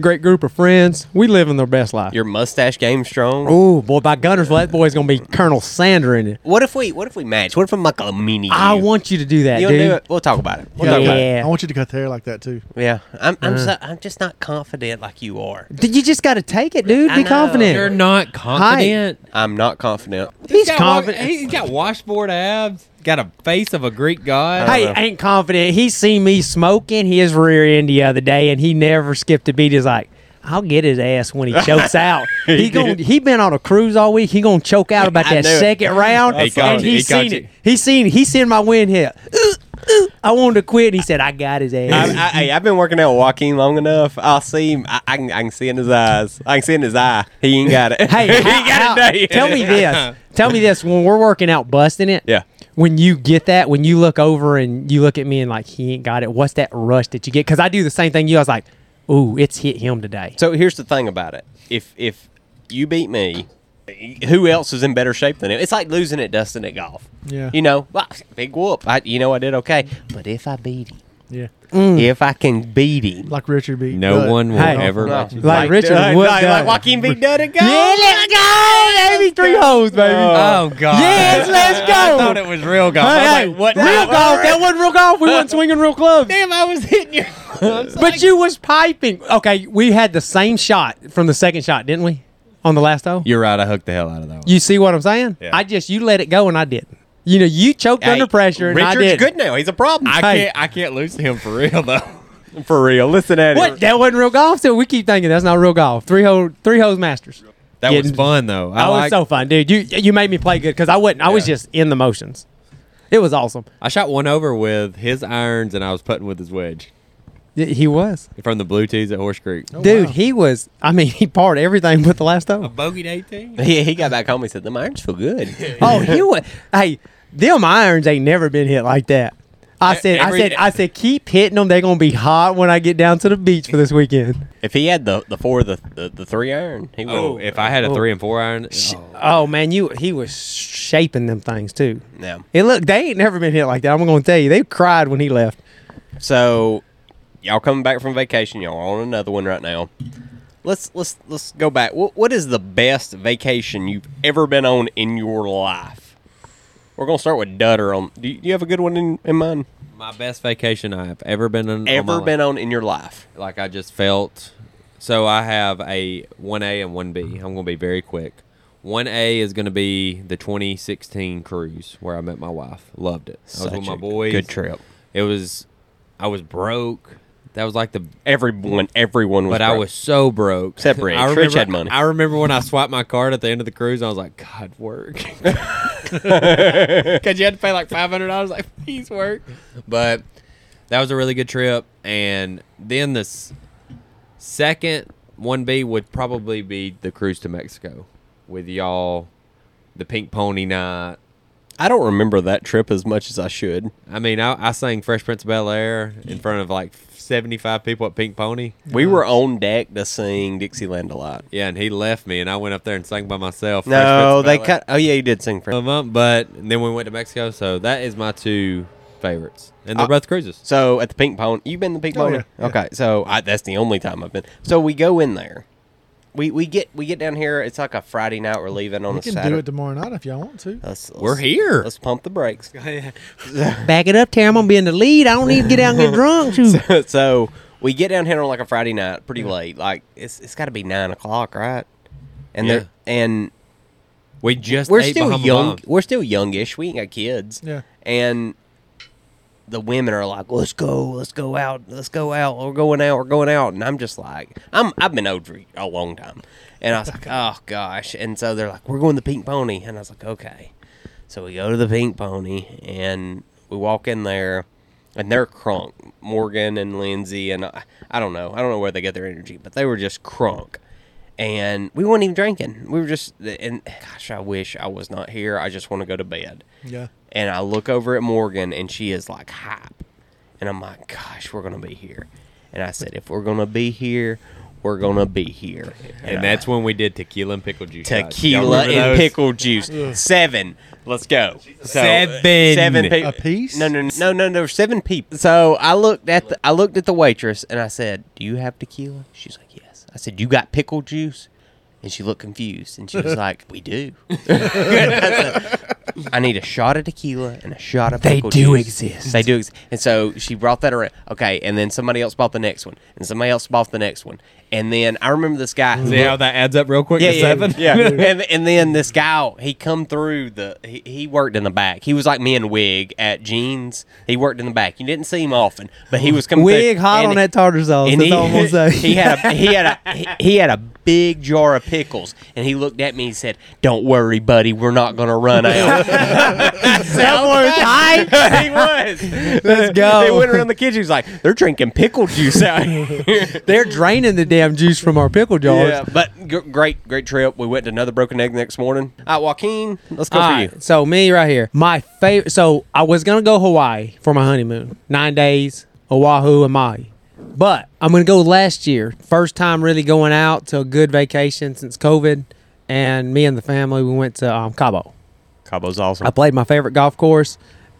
[SPEAKER 3] great group of friends. We living their best life.
[SPEAKER 1] Your mustache game strong.
[SPEAKER 3] Oh boy, by Gunner's well, that boy's gonna be Colonel Sander in it.
[SPEAKER 1] What if we? What if we match? What if I make a mini?
[SPEAKER 3] I
[SPEAKER 1] you?
[SPEAKER 3] want you to do that,
[SPEAKER 1] You'll
[SPEAKER 3] dude.
[SPEAKER 1] do it. We'll talk about it. We'll
[SPEAKER 3] Yeah. Uh.
[SPEAKER 1] talk about it.
[SPEAKER 2] I want you to cut the hair like that too.
[SPEAKER 1] Yeah. I'm. I'm. So, I'm just not confident like you are.
[SPEAKER 3] Dude, you just got to take it, dude.
[SPEAKER 1] I
[SPEAKER 3] Be
[SPEAKER 1] know.
[SPEAKER 3] confident.
[SPEAKER 4] You're not confident.
[SPEAKER 1] I'm not confident.
[SPEAKER 3] He's
[SPEAKER 4] got wa-
[SPEAKER 3] confident.
[SPEAKER 4] he's got washboard abs. got a face of a Greek god.
[SPEAKER 1] don't
[SPEAKER 3] Hey,
[SPEAKER 1] know.
[SPEAKER 3] ain't confident. He seen me smoking his rear end the other day, and he never skipped a beat. He's like, I'll get his ass when he chokes out. he going he been on a cruise all week. He gonna choke out about
[SPEAKER 1] I
[SPEAKER 3] that
[SPEAKER 1] knew it.
[SPEAKER 3] second round,
[SPEAKER 4] He caught
[SPEAKER 3] and
[SPEAKER 4] you.
[SPEAKER 3] he,
[SPEAKER 4] He caught
[SPEAKER 3] seen
[SPEAKER 4] you.
[SPEAKER 3] it. He seen he seen my win here. Uh, I wanted to quit, and he said, I got his
[SPEAKER 1] I,
[SPEAKER 3] ass.
[SPEAKER 1] I, hey, I've been working out with Joaquin long enough. I'll see him. I, I, can, I can see in his eyes. I can see in his eye. He ain't got it.
[SPEAKER 3] hey,
[SPEAKER 1] he ain't
[SPEAKER 3] how-
[SPEAKER 1] got
[SPEAKER 3] how-
[SPEAKER 1] it. today.
[SPEAKER 3] tell me this. Tell me this. When we're working out, busting it.
[SPEAKER 1] Yeah.
[SPEAKER 3] When you get that, when you look over and you look at me and like he ain't got it, what's that rush that you get? Because I do the same thing. You, I was like, ooh, it's hit him today.
[SPEAKER 1] So here's the thing about it: if if you beat me, who else is in better shape than him? It's like losing at Dustin at golf.
[SPEAKER 2] Yeah.
[SPEAKER 1] you know, well, big whoop. I, you know, I did okay. But if I beat him,
[SPEAKER 2] Yeah.
[SPEAKER 3] Mm.
[SPEAKER 1] if I can beat him, uh,
[SPEAKER 2] Like Richard beat.
[SPEAKER 4] No
[SPEAKER 2] Bud.
[SPEAKER 4] one will
[SPEAKER 3] Hey.
[SPEAKER 4] ever.
[SPEAKER 1] No.
[SPEAKER 4] let you-
[SPEAKER 3] Like Richard
[SPEAKER 1] like,
[SPEAKER 3] Wood
[SPEAKER 1] like, like
[SPEAKER 3] does.
[SPEAKER 1] Joaquin beat Dud at golf.
[SPEAKER 3] Yeah, let's go, baby. Three holes, baby.
[SPEAKER 4] Oh God!
[SPEAKER 3] Yes, let's
[SPEAKER 4] I
[SPEAKER 3] go.
[SPEAKER 4] thought it was real golf.
[SPEAKER 3] hey,
[SPEAKER 4] I
[SPEAKER 3] hey,
[SPEAKER 4] was like, what?
[SPEAKER 3] real golf. That wasn't real golf. We wasn't swinging real clubs.
[SPEAKER 4] Damn, I was hitting you.
[SPEAKER 3] But you was piping. Okay, we had the same shot from the second shot, didn't we? On the last hole.
[SPEAKER 4] You're right. I hooked the hell out of that one.
[SPEAKER 3] You see what I'm saying?
[SPEAKER 4] Yeah.
[SPEAKER 3] I just you let it go and I didn't. You know, you choked
[SPEAKER 1] Hey,
[SPEAKER 3] under pressure and
[SPEAKER 1] Richard's
[SPEAKER 3] I did.
[SPEAKER 1] good now. He's a problem
[SPEAKER 4] I
[SPEAKER 3] Hey.
[SPEAKER 4] can't. I can't lose to him for real though.
[SPEAKER 1] for real. Listen at
[SPEAKER 3] What? That wasn't real golf. So we keep thinking that's not real golf. Three hole, three holes masters.
[SPEAKER 4] That was
[SPEAKER 3] Getting-
[SPEAKER 4] fun though. I
[SPEAKER 3] That was
[SPEAKER 4] like.
[SPEAKER 3] Oh, so fun, dude. You you made me play good because I wasn't. I was
[SPEAKER 4] Yeah.
[SPEAKER 3] just in the motions. It was awesome.
[SPEAKER 4] I shot one over with his irons, and I was putting with his wedge
[SPEAKER 3] Y- He was,
[SPEAKER 4] from the blue tees at Horse Creek.
[SPEAKER 3] dude.
[SPEAKER 2] wow.
[SPEAKER 3] He was. I mean, he parred everything but the last hole.
[SPEAKER 4] bogeyed eighteen.
[SPEAKER 1] He, he got back home. He said, "The irons feel good."
[SPEAKER 3] oh, he was. Hey, them irons ain't never been hit like that. I
[SPEAKER 4] E-
[SPEAKER 3] said,
[SPEAKER 4] every-
[SPEAKER 3] I said, I said, keep hitting them. They're gonna be hot when I get down to the beach for this weekend.
[SPEAKER 1] if he had the the four the the, the three iron, he would.
[SPEAKER 4] Oh, if I had a
[SPEAKER 3] Oh.
[SPEAKER 4] three and four iron, oh.
[SPEAKER 3] Oh man, you he was shaping them things too.
[SPEAKER 1] yeah.
[SPEAKER 3] And look, they ain't never been hit like that. I'm gonna tell you, they cried when he left.
[SPEAKER 1] So, y'all coming back from vacation? Y'all are on another one right now. Let's let's let's go back. What what is the best vacation you've ever been on in your life? We're gonna start with Dutter. On do you, do you have a good one in, in mind?
[SPEAKER 4] my best vacation I have ever been on.
[SPEAKER 1] Ever
[SPEAKER 4] on my life.
[SPEAKER 1] been on in your life?
[SPEAKER 4] like I just felt. So I have a 1A and 1B. I'm going to be very quick. 1A is going to be the 2016 cruise where I met my wife. Loved it. I was with my boys.
[SPEAKER 1] Good trip.
[SPEAKER 4] It was I was broke. That was like the
[SPEAKER 1] Everyone everyone was.
[SPEAKER 4] but I
[SPEAKER 1] broke.
[SPEAKER 4] was so broke.
[SPEAKER 1] Except Rich.
[SPEAKER 4] I
[SPEAKER 1] Rich
[SPEAKER 4] remember,
[SPEAKER 1] had money.
[SPEAKER 4] I remember when I swiped my card at the end of the cruise, I was like, God, work. Because you had to pay like $500. Like, please work. But that was a really good trip. And then this second 1B would probably be the cruise to Mexico with y'all, the Pink Pony night.
[SPEAKER 1] I don't remember that trip as much as I should.
[SPEAKER 4] I mean, I, I sang Fresh Prince of Bel Air in front of like 75 people at Pink Pony.
[SPEAKER 1] We were on deck to sing Dixieland a lot.
[SPEAKER 4] Yeah, and he left me, and I went up there and sang by myself. Fresh Prince
[SPEAKER 1] No,
[SPEAKER 4] of
[SPEAKER 1] they
[SPEAKER 4] Bel-Air.
[SPEAKER 1] cut. Oh yeah, you did sing. French.
[SPEAKER 4] them up. But and then we went to Mexico, so that is my two favorites, and they're
[SPEAKER 1] Uh,
[SPEAKER 4] both cruises.
[SPEAKER 1] So at the pink pony, you've been to the pink
[SPEAKER 2] Oh,
[SPEAKER 1] pony.
[SPEAKER 2] yeah, yeah.
[SPEAKER 1] Okay, so I, that's the only time I've been. So we go in there. We we get we get down here. It's like a Friday night. We're leaving on
[SPEAKER 2] We
[SPEAKER 1] a
[SPEAKER 2] can
[SPEAKER 1] Saturday.
[SPEAKER 2] do it tomorrow night if y'all want to.
[SPEAKER 1] Let's- let's-
[SPEAKER 4] We're here.
[SPEAKER 1] Let's pump the brakes.
[SPEAKER 3] Back it up, Terry. I'm gonna be in the lead. I don't need to get out and get drunk. Shoot.
[SPEAKER 1] so we get down here on like a Friday night, pretty late. Like it's it's got to be nine o'clock, right? And
[SPEAKER 4] Yeah.
[SPEAKER 1] there and
[SPEAKER 4] We just
[SPEAKER 1] we're
[SPEAKER 4] ate
[SPEAKER 1] still
[SPEAKER 4] Bahama
[SPEAKER 1] young.
[SPEAKER 4] Bombs.
[SPEAKER 1] We're still youngish. We ain't got kids.
[SPEAKER 2] Yeah.
[SPEAKER 1] And the women are like, "Let's go, let's go out, let's go out. We're going out, we're going out." And I'm just like, "I'm I've been old for a long time," and I was like, "Oh gosh." And so they're like, "We're going to the Pink Pony," and I was like, "Okay." So we go to the Pink Pony and we walk in there. And they're crunk, Morgan and Lindsay, and I, I don't know, I don't know where they get their energy, but they were just crunk and we weren't even drinking. We were just, and gosh, I wish I was not here. I just want to go to bed.
[SPEAKER 2] Yeah.
[SPEAKER 1] And I look over at Morgan, and she is like hype, and I'm like, gosh, we're gonna be here. And I said, if we're gonna be here, we're gonna be here.
[SPEAKER 4] and
[SPEAKER 1] I-
[SPEAKER 4] that's when we did tequila and pickle juice. shots. Y'all
[SPEAKER 1] tequila
[SPEAKER 4] remember
[SPEAKER 1] and
[SPEAKER 4] those?
[SPEAKER 1] pickle juice. Seven. Let's go. So,
[SPEAKER 4] Seven.
[SPEAKER 1] Seven people.
[SPEAKER 2] A piece?
[SPEAKER 1] No, no, no, no, no. Seven people. So I looked at the I looked at the waitress and I said, "Do you have tequila?" She's like, "Yes." I said, "You got pickle juice?" And she looked confused and she was like, "We do." I said, I need a shot of tequila and a shot of
[SPEAKER 3] They
[SPEAKER 1] pickle
[SPEAKER 3] do
[SPEAKER 1] juice.
[SPEAKER 3] exist.
[SPEAKER 1] They do exist. And so she brought that around. Okay, and then somebody else bought the next one, and somebody else bought the next one, and then I remember this guy. who
[SPEAKER 4] See
[SPEAKER 1] looked-
[SPEAKER 4] how that adds up real quick
[SPEAKER 1] yeah,
[SPEAKER 4] to
[SPEAKER 1] yeah,
[SPEAKER 4] seven?
[SPEAKER 1] yeah. and, and then this guy, he come through the. He, he worked in the back. He was like me in wig at jeans. He worked in the back. You didn't see him often, but he was coming.
[SPEAKER 3] Wig
[SPEAKER 1] through,
[SPEAKER 3] hot
[SPEAKER 1] and-
[SPEAKER 3] on that tartar sauce.
[SPEAKER 1] and
[SPEAKER 3] That's all I'm gonna say.
[SPEAKER 1] he, he had a he had a he, he had a big jar of pickles, and he looked at me and said, "Don't worry, buddy, we're not gonna run out."
[SPEAKER 3] That boy
[SPEAKER 1] he was.
[SPEAKER 3] Let's go.
[SPEAKER 1] They went around the kitchen. He's like, "They're drinking pickle juice out here."
[SPEAKER 3] They're draining the damn juice from our pickle jars.
[SPEAKER 1] yeah, but g- great, great trip. We went to another Broken Egg the next morning. All right, Joaquin, let's go
[SPEAKER 3] All
[SPEAKER 1] for
[SPEAKER 3] right, So me right here. My favorite. So I was gonna go Hawaii for my honeymoon, nine days, Oahu and Maui, but I'm gonna go last year. First time really going out to a good vacation since COVID, and me and the family we went to um, Cabo.
[SPEAKER 1] you. Cabo's awesome.
[SPEAKER 3] I played my favorite golf course,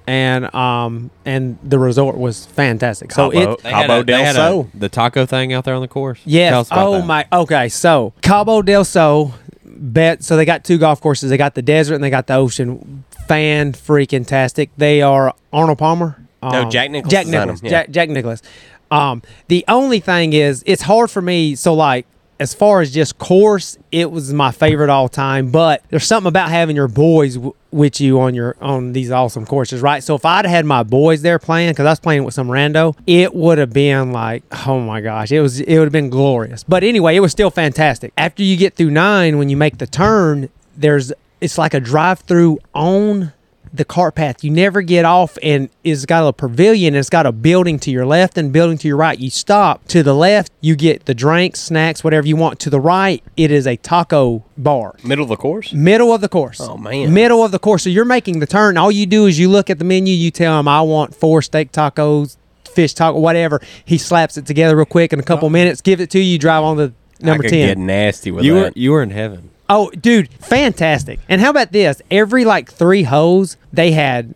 [SPEAKER 3] and um and the resort was fantastic. So
[SPEAKER 1] Cabo.
[SPEAKER 3] it
[SPEAKER 4] They had
[SPEAKER 1] Cabo
[SPEAKER 4] a- they
[SPEAKER 1] del
[SPEAKER 4] had a-
[SPEAKER 1] Sol.
[SPEAKER 4] the taco thing out there on the course. Tell
[SPEAKER 3] Yes.
[SPEAKER 4] us about
[SPEAKER 3] Oh
[SPEAKER 4] that.
[SPEAKER 3] my. Okay. So Cabo del Sol, bet. So they got two golf courses. They got the desert and they got the ocean. Fan freaking tastic. They are Arnold Palmer.
[SPEAKER 1] No,
[SPEAKER 3] um,
[SPEAKER 1] Jack Nicklaus
[SPEAKER 3] Jack
[SPEAKER 1] designed
[SPEAKER 3] Nicklaus.
[SPEAKER 1] them, yeah.
[SPEAKER 3] Jack, Jack Nicholas. Um, the only thing is, it's hard for me. So like. As far as just course, it was my favorite all time. But there's something about having your boys w- with you on your on these awesome courses, right? So if I'd had my boys there playing, because I was playing with some rando, it would have been like, oh my gosh, it was it would have been glorious. But anyway, it was still fantastic. After you get through nine, when you make the turn, there's it's like a drive-through on the cart path. You never get off, and it's got a pavilion. And it's got a building to your left and building to your right. You stop to the left, you get the drinks, snacks, whatever you want. To the right, it is a taco bar.
[SPEAKER 1] Middle of the course.
[SPEAKER 3] Middle of the course.
[SPEAKER 1] Oh, man.
[SPEAKER 3] Middle of the course. So you're making the turn. All you do is you look at the menu. You tell him I want four steak tacos, fish taco, whatever. He slaps it together real quick in a couple minutes. Give it to you. Drive on to number
[SPEAKER 1] I could
[SPEAKER 3] ten.
[SPEAKER 1] Get nasty with
[SPEAKER 4] You
[SPEAKER 1] that.
[SPEAKER 4] were, you were in heaven.
[SPEAKER 3] Oh, dude, fantastic. And how about this? Every like three holes, they had,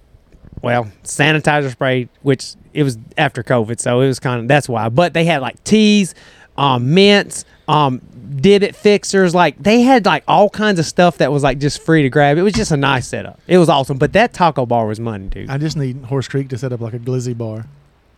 [SPEAKER 3] well, sanitizer spray, which it was after COVID, so it was kind of that's why. But they had like teas, um, mints, um, divot fixers. Like they had like all kinds of stuff that was like just free to grab. It was just a nice setup. It was awesome. But that taco bar was money, dude.
[SPEAKER 2] I just need Horse Creek to set up like a glizzy bar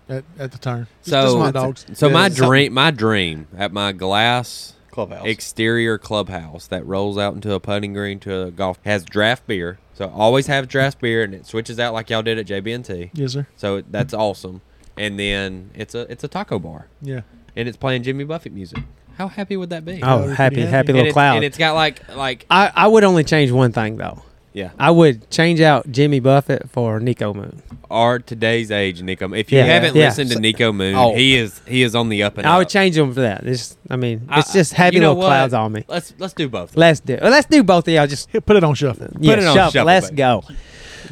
[SPEAKER 2] at, at the turn. Just-
[SPEAKER 4] So,
[SPEAKER 2] just hot dogs.
[SPEAKER 4] so
[SPEAKER 2] Yeah,
[SPEAKER 4] my
[SPEAKER 2] something.
[SPEAKER 4] dream, my dream at my glass
[SPEAKER 1] Clubhouse.
[SPEAKER 4] exterior clubhouse that rolls out into a putting green to a golf has draft beer. So always have draft beer, and it switches out like y'all did at JBNT.
[SPEAKER 2] Yes, sir.
[SPEAKER 4] So that's awesome. And then it's a it's a taco bar,
[SPEAKER 2] Yeah.
[SPEAKER 4] and it's playing Jimmy Buffett music. How happy would that be?
[SPEAKER 3] oh,
[SPEAKER 2] Yeah,
[SPEAKER 3] happy,
[SPEAKER 2] yeah. And
[SPEAKER 3] happy
[SPEAKER 4] and
[SPEAKER 3] little
[SPEAKER 4] it's, and
[SPEAKER 3] cloud.
[SPEAKER 4] it's got like like
[SPEAKER 3] I, I would only change one thing though.
[SPEAKER 4] yeah.
[SPEAKER 3] I would change out Jimmy Buffett for Nico Moon.
[SPEAKER 4] Our today's age, Nico. If you
[SPEAKER 3] Yeah.
[SPEAKER 4] haven't
[SPEAKER 3] Yeah.
[SPEAKER 4] listened to Nico Moon,
[SPEAKER 1] Oh.
[SPEAKER 4] he is he is on the up and
[SPEAKER 3] I would
[SPEAKER 4] up.
[SPEAKER 3] change them for that. It's, I mean,
[SPEAKER 4] I-
[SPEAKER 3] it's just happy
[SPEAKER 4] you know
[SPEAKER 3] little
[SPEAKER 4] what?
[SPEAKER 3] clouds on me.
[SPEAKER 4] Let's let's do both.
[SPEAKER 3] Let's do. Let's do both of y'all. Just
[SPEAKER 2] Here, Put it on shuffle.
[SPEAKER 3] yeah,
[SPEAKER 4] it on
[SPEAKER 3] shuffle.
[SPEAKER 4] shuffle,
[SPEAKER 3] Let's
[SPEAKER 4] baby.
[SPEAKER 3] go.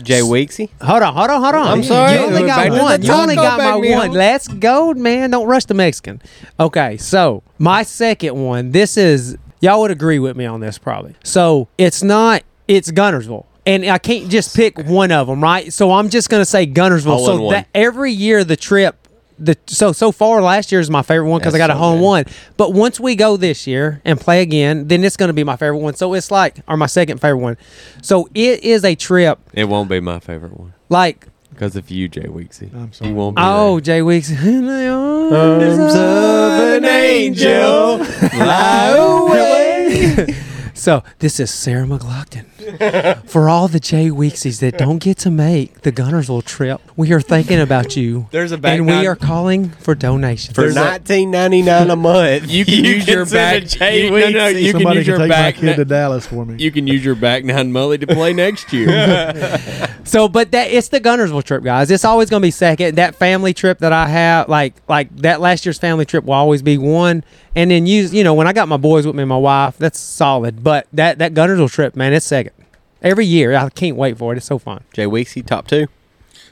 [SPEAKER 1] Jay Weeksy.
[SPEAKER 3] Hold on, hold on, hold on.
[SPEAKER 4] I'm sorry.
[SPEAKER 3] You only
[SPEAKER 4] We're back
[SPEAKER 3] got
[SPEAKER 4] to the
[SPEAKER 3] one. You
[SPEAKER 4] taco
[SPEAKER 3] only got my
[SPEAKER 4] back meal.
[SPEAKER 3] one. Let's go, man. Don't rush the Mexican. Okay, so my second one. This is y'all would agree with me on this probably. So it's not. It's Gunnersville. And I can't just pick one of them, right? So I'm just gonna say Gunnersville.
[SPEAKER 4] All
[SPEAKER 3] so
[SPEAKER 4] in one.
[SPEAKER 3] that every year the trip, the so so far last year is my favorite one because I
[SPEAKER 4] That's
[SPEAKER 3] got a
[SPEAKER 4] so
[SPEAKER 3] home
[SPEAKER 4] good.
[SPEAKER 3] one. But once we go this year and play again, then it's gonna be my favorite one. So it's like or my second favorite one. So it is a trip
[SPEAKER 4] It won't be my favorite one.
[SPEAKER 3] like
[SPEAKER 4] Because of you, Jay Weeksy.
[SPEAKER 2] I'm sorry.
[SPEAKER 4] You won't be
[SPEAKER 3] Oh, Jay Weeks. In the arms of an angel, fly away. so this is Sarah McLaughlin. For all the Jay Weeksies that don't get to make the Gunnersville trip, we are thinking about you.
[SPEAKER 4] There's a back
[SPEAKER 3] and we
[SPEAKER 4] nine-
[SPEAKER 3] are calling for donations.
[SPEAKER 1] For nineteen ninety nine a month,
[SPEAKER 4] You can use your
[SPEAKER 1] send a
[SPEAKER 4] back-
[SPEAKER 1] Jay
[SPEAKER 4] you- no, no,
[SPEAKER 1] Weeksy.
[SPEAKER 4] you can
[SPEAKER 2] Somebody
[SPEAKER 4] use
[SPEAKER 2] can,
[SPEAKER 4] your
[SPEAKER 2] take
[SPEAKER 4] back
[SPEAKER 2] my kid
[SPEAKER 4] na-
[SPEAKER 2] to Dallas for me.
[SPEAKER 4] You can use your back nine mully to play next year.
[SPEAKER 3] So, but that it's the Gunnersville trip, guys. It's always going to be second. That family trip that I have, like like that last year's family trip, will always be one. And then you, you know, when I got my boys with me, and my wife, that's solid. But that that Gunnersville trip, man, it's second every year. I can't wait for it. It's so fun.
[SPEAKER 1] Jay Weeksy, top two.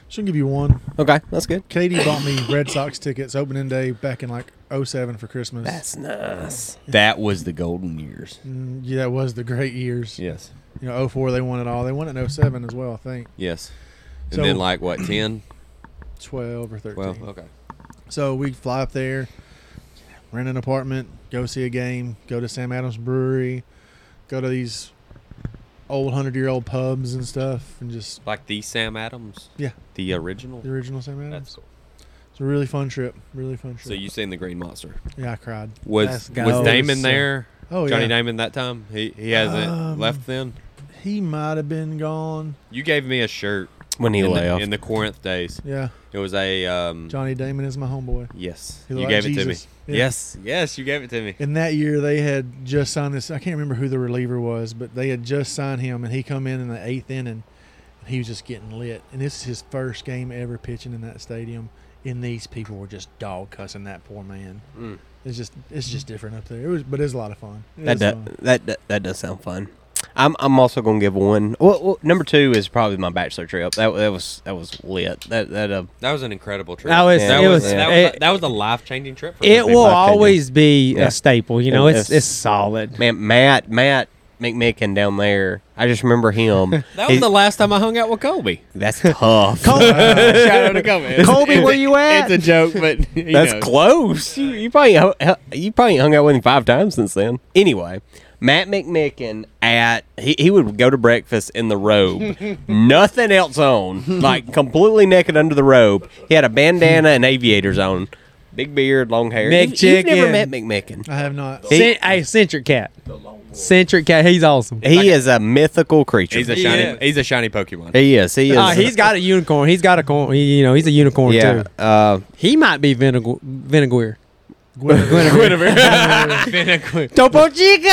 [SPEAKER 2] Should give you one.
[SPEAKER 1] Okay, that's good.
[SPEAKER 2] Katie bought me Red Sox tickets opening day back in like 07 for Christmas.
[SPEAKER 1] nice.
[SPEAKER 5] That was the golden years.
[SPEAKER 2] Mm, yeah, that was the great years.
[SPEAKER 4] yes.
[SPEAKER 2] You know, 04 they won it all. They won it in 07 as well, I think.
[SPEAKER 4] Yes. And
[SPEAKER 2] So-
[SPEAKER 4] then like what, 10,
[SPEAKER 2] 12 or 13.
[SPEAKER 4] 12? Okay.
[SPEAKER 2] So we fly up there, rent an apartment, go see a game, go to Sam Adams Brewery, go to these old hundred year old pubs and stuff, and just
[SPEAKER 4] Like the Sam Adams,
[SPEAKER 2] yeah,
[SPEAKER 4] the original.
[SPEAKER 2] the original Sam Adams.
[SPEAKER 4] That's cool.
[SPEAKER 2] It's a really fun trip. Really fun trip.
[SPEAKER 4] So you seen the Green Monster?
[SPEAKER 2] yeah, I cried.
[SPEAKER 4] Was
[SPEAKER 3] That's
[SPEAKER 4] was
[SPEAKER 3] goes.
[SPEAKER 4] Damon there?
[SPEAKER 2] Oh
[SPEAKER 4] Johnny
[SPEAKER 2] yeah,
[SPEAKER 4] Damon that time? He he hasn't
[SPEAKER 2] Um,
[SPEAKER 4] left then.
[SPEAKER 2] he might have been gone.
[SPEAKER 4] You gave me a shirt
[SPEAKER 1] when he
[SPEAKER 4] in,
[SPEAKER 1] left.
[SPEAKER 4] The, in the Corinth days.
[SPEAKER 2] Yeah,
[SPEAKER 4] It was a um,
[SPEAKER 2] Johnny Damon is my homeboy.
[SPEAKER 4] yes.
[SPEAKER 2] He
[SPEAKER 4] You
[SPEAKER 2] looked
[SPEAKER 4] gave
[SPEAKER 2] like
[SPEAKER 4] it to me.
[SPEAKER 2] Jesus. Yeah.
[SPEAKER 4] Yes, yes, you gave it to me.
[SPEAKER 2] And that year they had just signed this. I can't remember who the reliever was, but they had just signed him, and he come in in the eighth inning, and he was just getting lit. And this is his first game ever pitching in that stadium, and these people were just dog cussing that poor man.
[SPEAKER 4] Mm.
[SPEAKER 2] It's just it's just different up there. It was, but it's a lot of fun. It
[SPEAKER 1] That
[SPEAKER 2] is
[SPEAKER 1] does,
[SPEAKER 2] fun.
[SPEAKER 1] that, that that does sound fun. I'm I'm also gonna give one. Well, well number two is probably my bachelor trip. That that was that was lit. That that uh,
[SPEAKER 4] That was an incredible trip.
[SPEAKER 3] That was-
[SPEAKER 1] Yeah.
[SPEAKER 4] that
[SPEAKER 1] it
[SPEAKER 4] was,
[SPEAKER 1] was-
[SPEAKER 4] that, was
[SPEAKER 3] it-
[SPEAKER 4] a, that was a life changing trip. For me.
[SPEAKER 3] It will
[SPEAKER 1] life changing.
[SPEAKER 3] always be
[SPEAKER 1] Yeah.
[SPEAKER 3] a staple. You know,
[SPEAKER 1] Yeah,
[SPEAKER 3] it's
[SPEAKER 1] that's-
[SPEAKER 3] it's solid.
[SPEAKER 1] man Matt Matt McMicken down there. I just remember him.
[SPEAKER 4] That was
[SPEAKER 1] He-
[SPEAKER 4] the last time I hung out with Kobe.
[SPEAKER 1] that's tough.
[SPEAKER 4] Shout out to Kobe. It's-
[SPEAKER 3] Kobe,
[SPEAKER 4] it's
[SPEAKER 3] where
[SPEAKER 4] a-
[SPEAKER 3] you at?
[SPEAKER 4] It's a joke, but he
[SPEAKER 1] That's
[SPEAKER 4] knows.
[SPEAKER 1] close. You, you probably hu- hu- you probably hung out with him five times since then. Anyway, Matt McMicken at he, he would go to breakfast in the robe, nothing else on, like completely naked under the robe. He had a bandana and aviators on, big beard, long hair. You've- you've never
[SPEAKER 3] McChicken.
[SPEAKER 1] met McMicken.
[SPEAKER 2] I have not.
[SPEAKER 1] He-
[SPEAKER 3] Cent- hey, Centric Cat. Centric Cat, he's awesome.
[SPEAKER 1] He is a mythical creature.
[SPEAKER 4] He's a shiny. Oh,
[SPEAKER 3] Yeah.
[SPEAKER 4] He's a shiny Pokemon.
[SPEAKER 1] he is. He is.
[SPEAKER 3] Uh, he's got a unicorn. He's got a corn. He, you know, he's a unicorn
[SPEAKER 1] yeah.
[SPEAKER 3] too.
[SPEAKER 1] Uh,
[SPEAKER 3] He might be Vinegar. Vinegar.
[SPEAKER 4] Vinegar.
[SPEAKER 3] Topo Chico.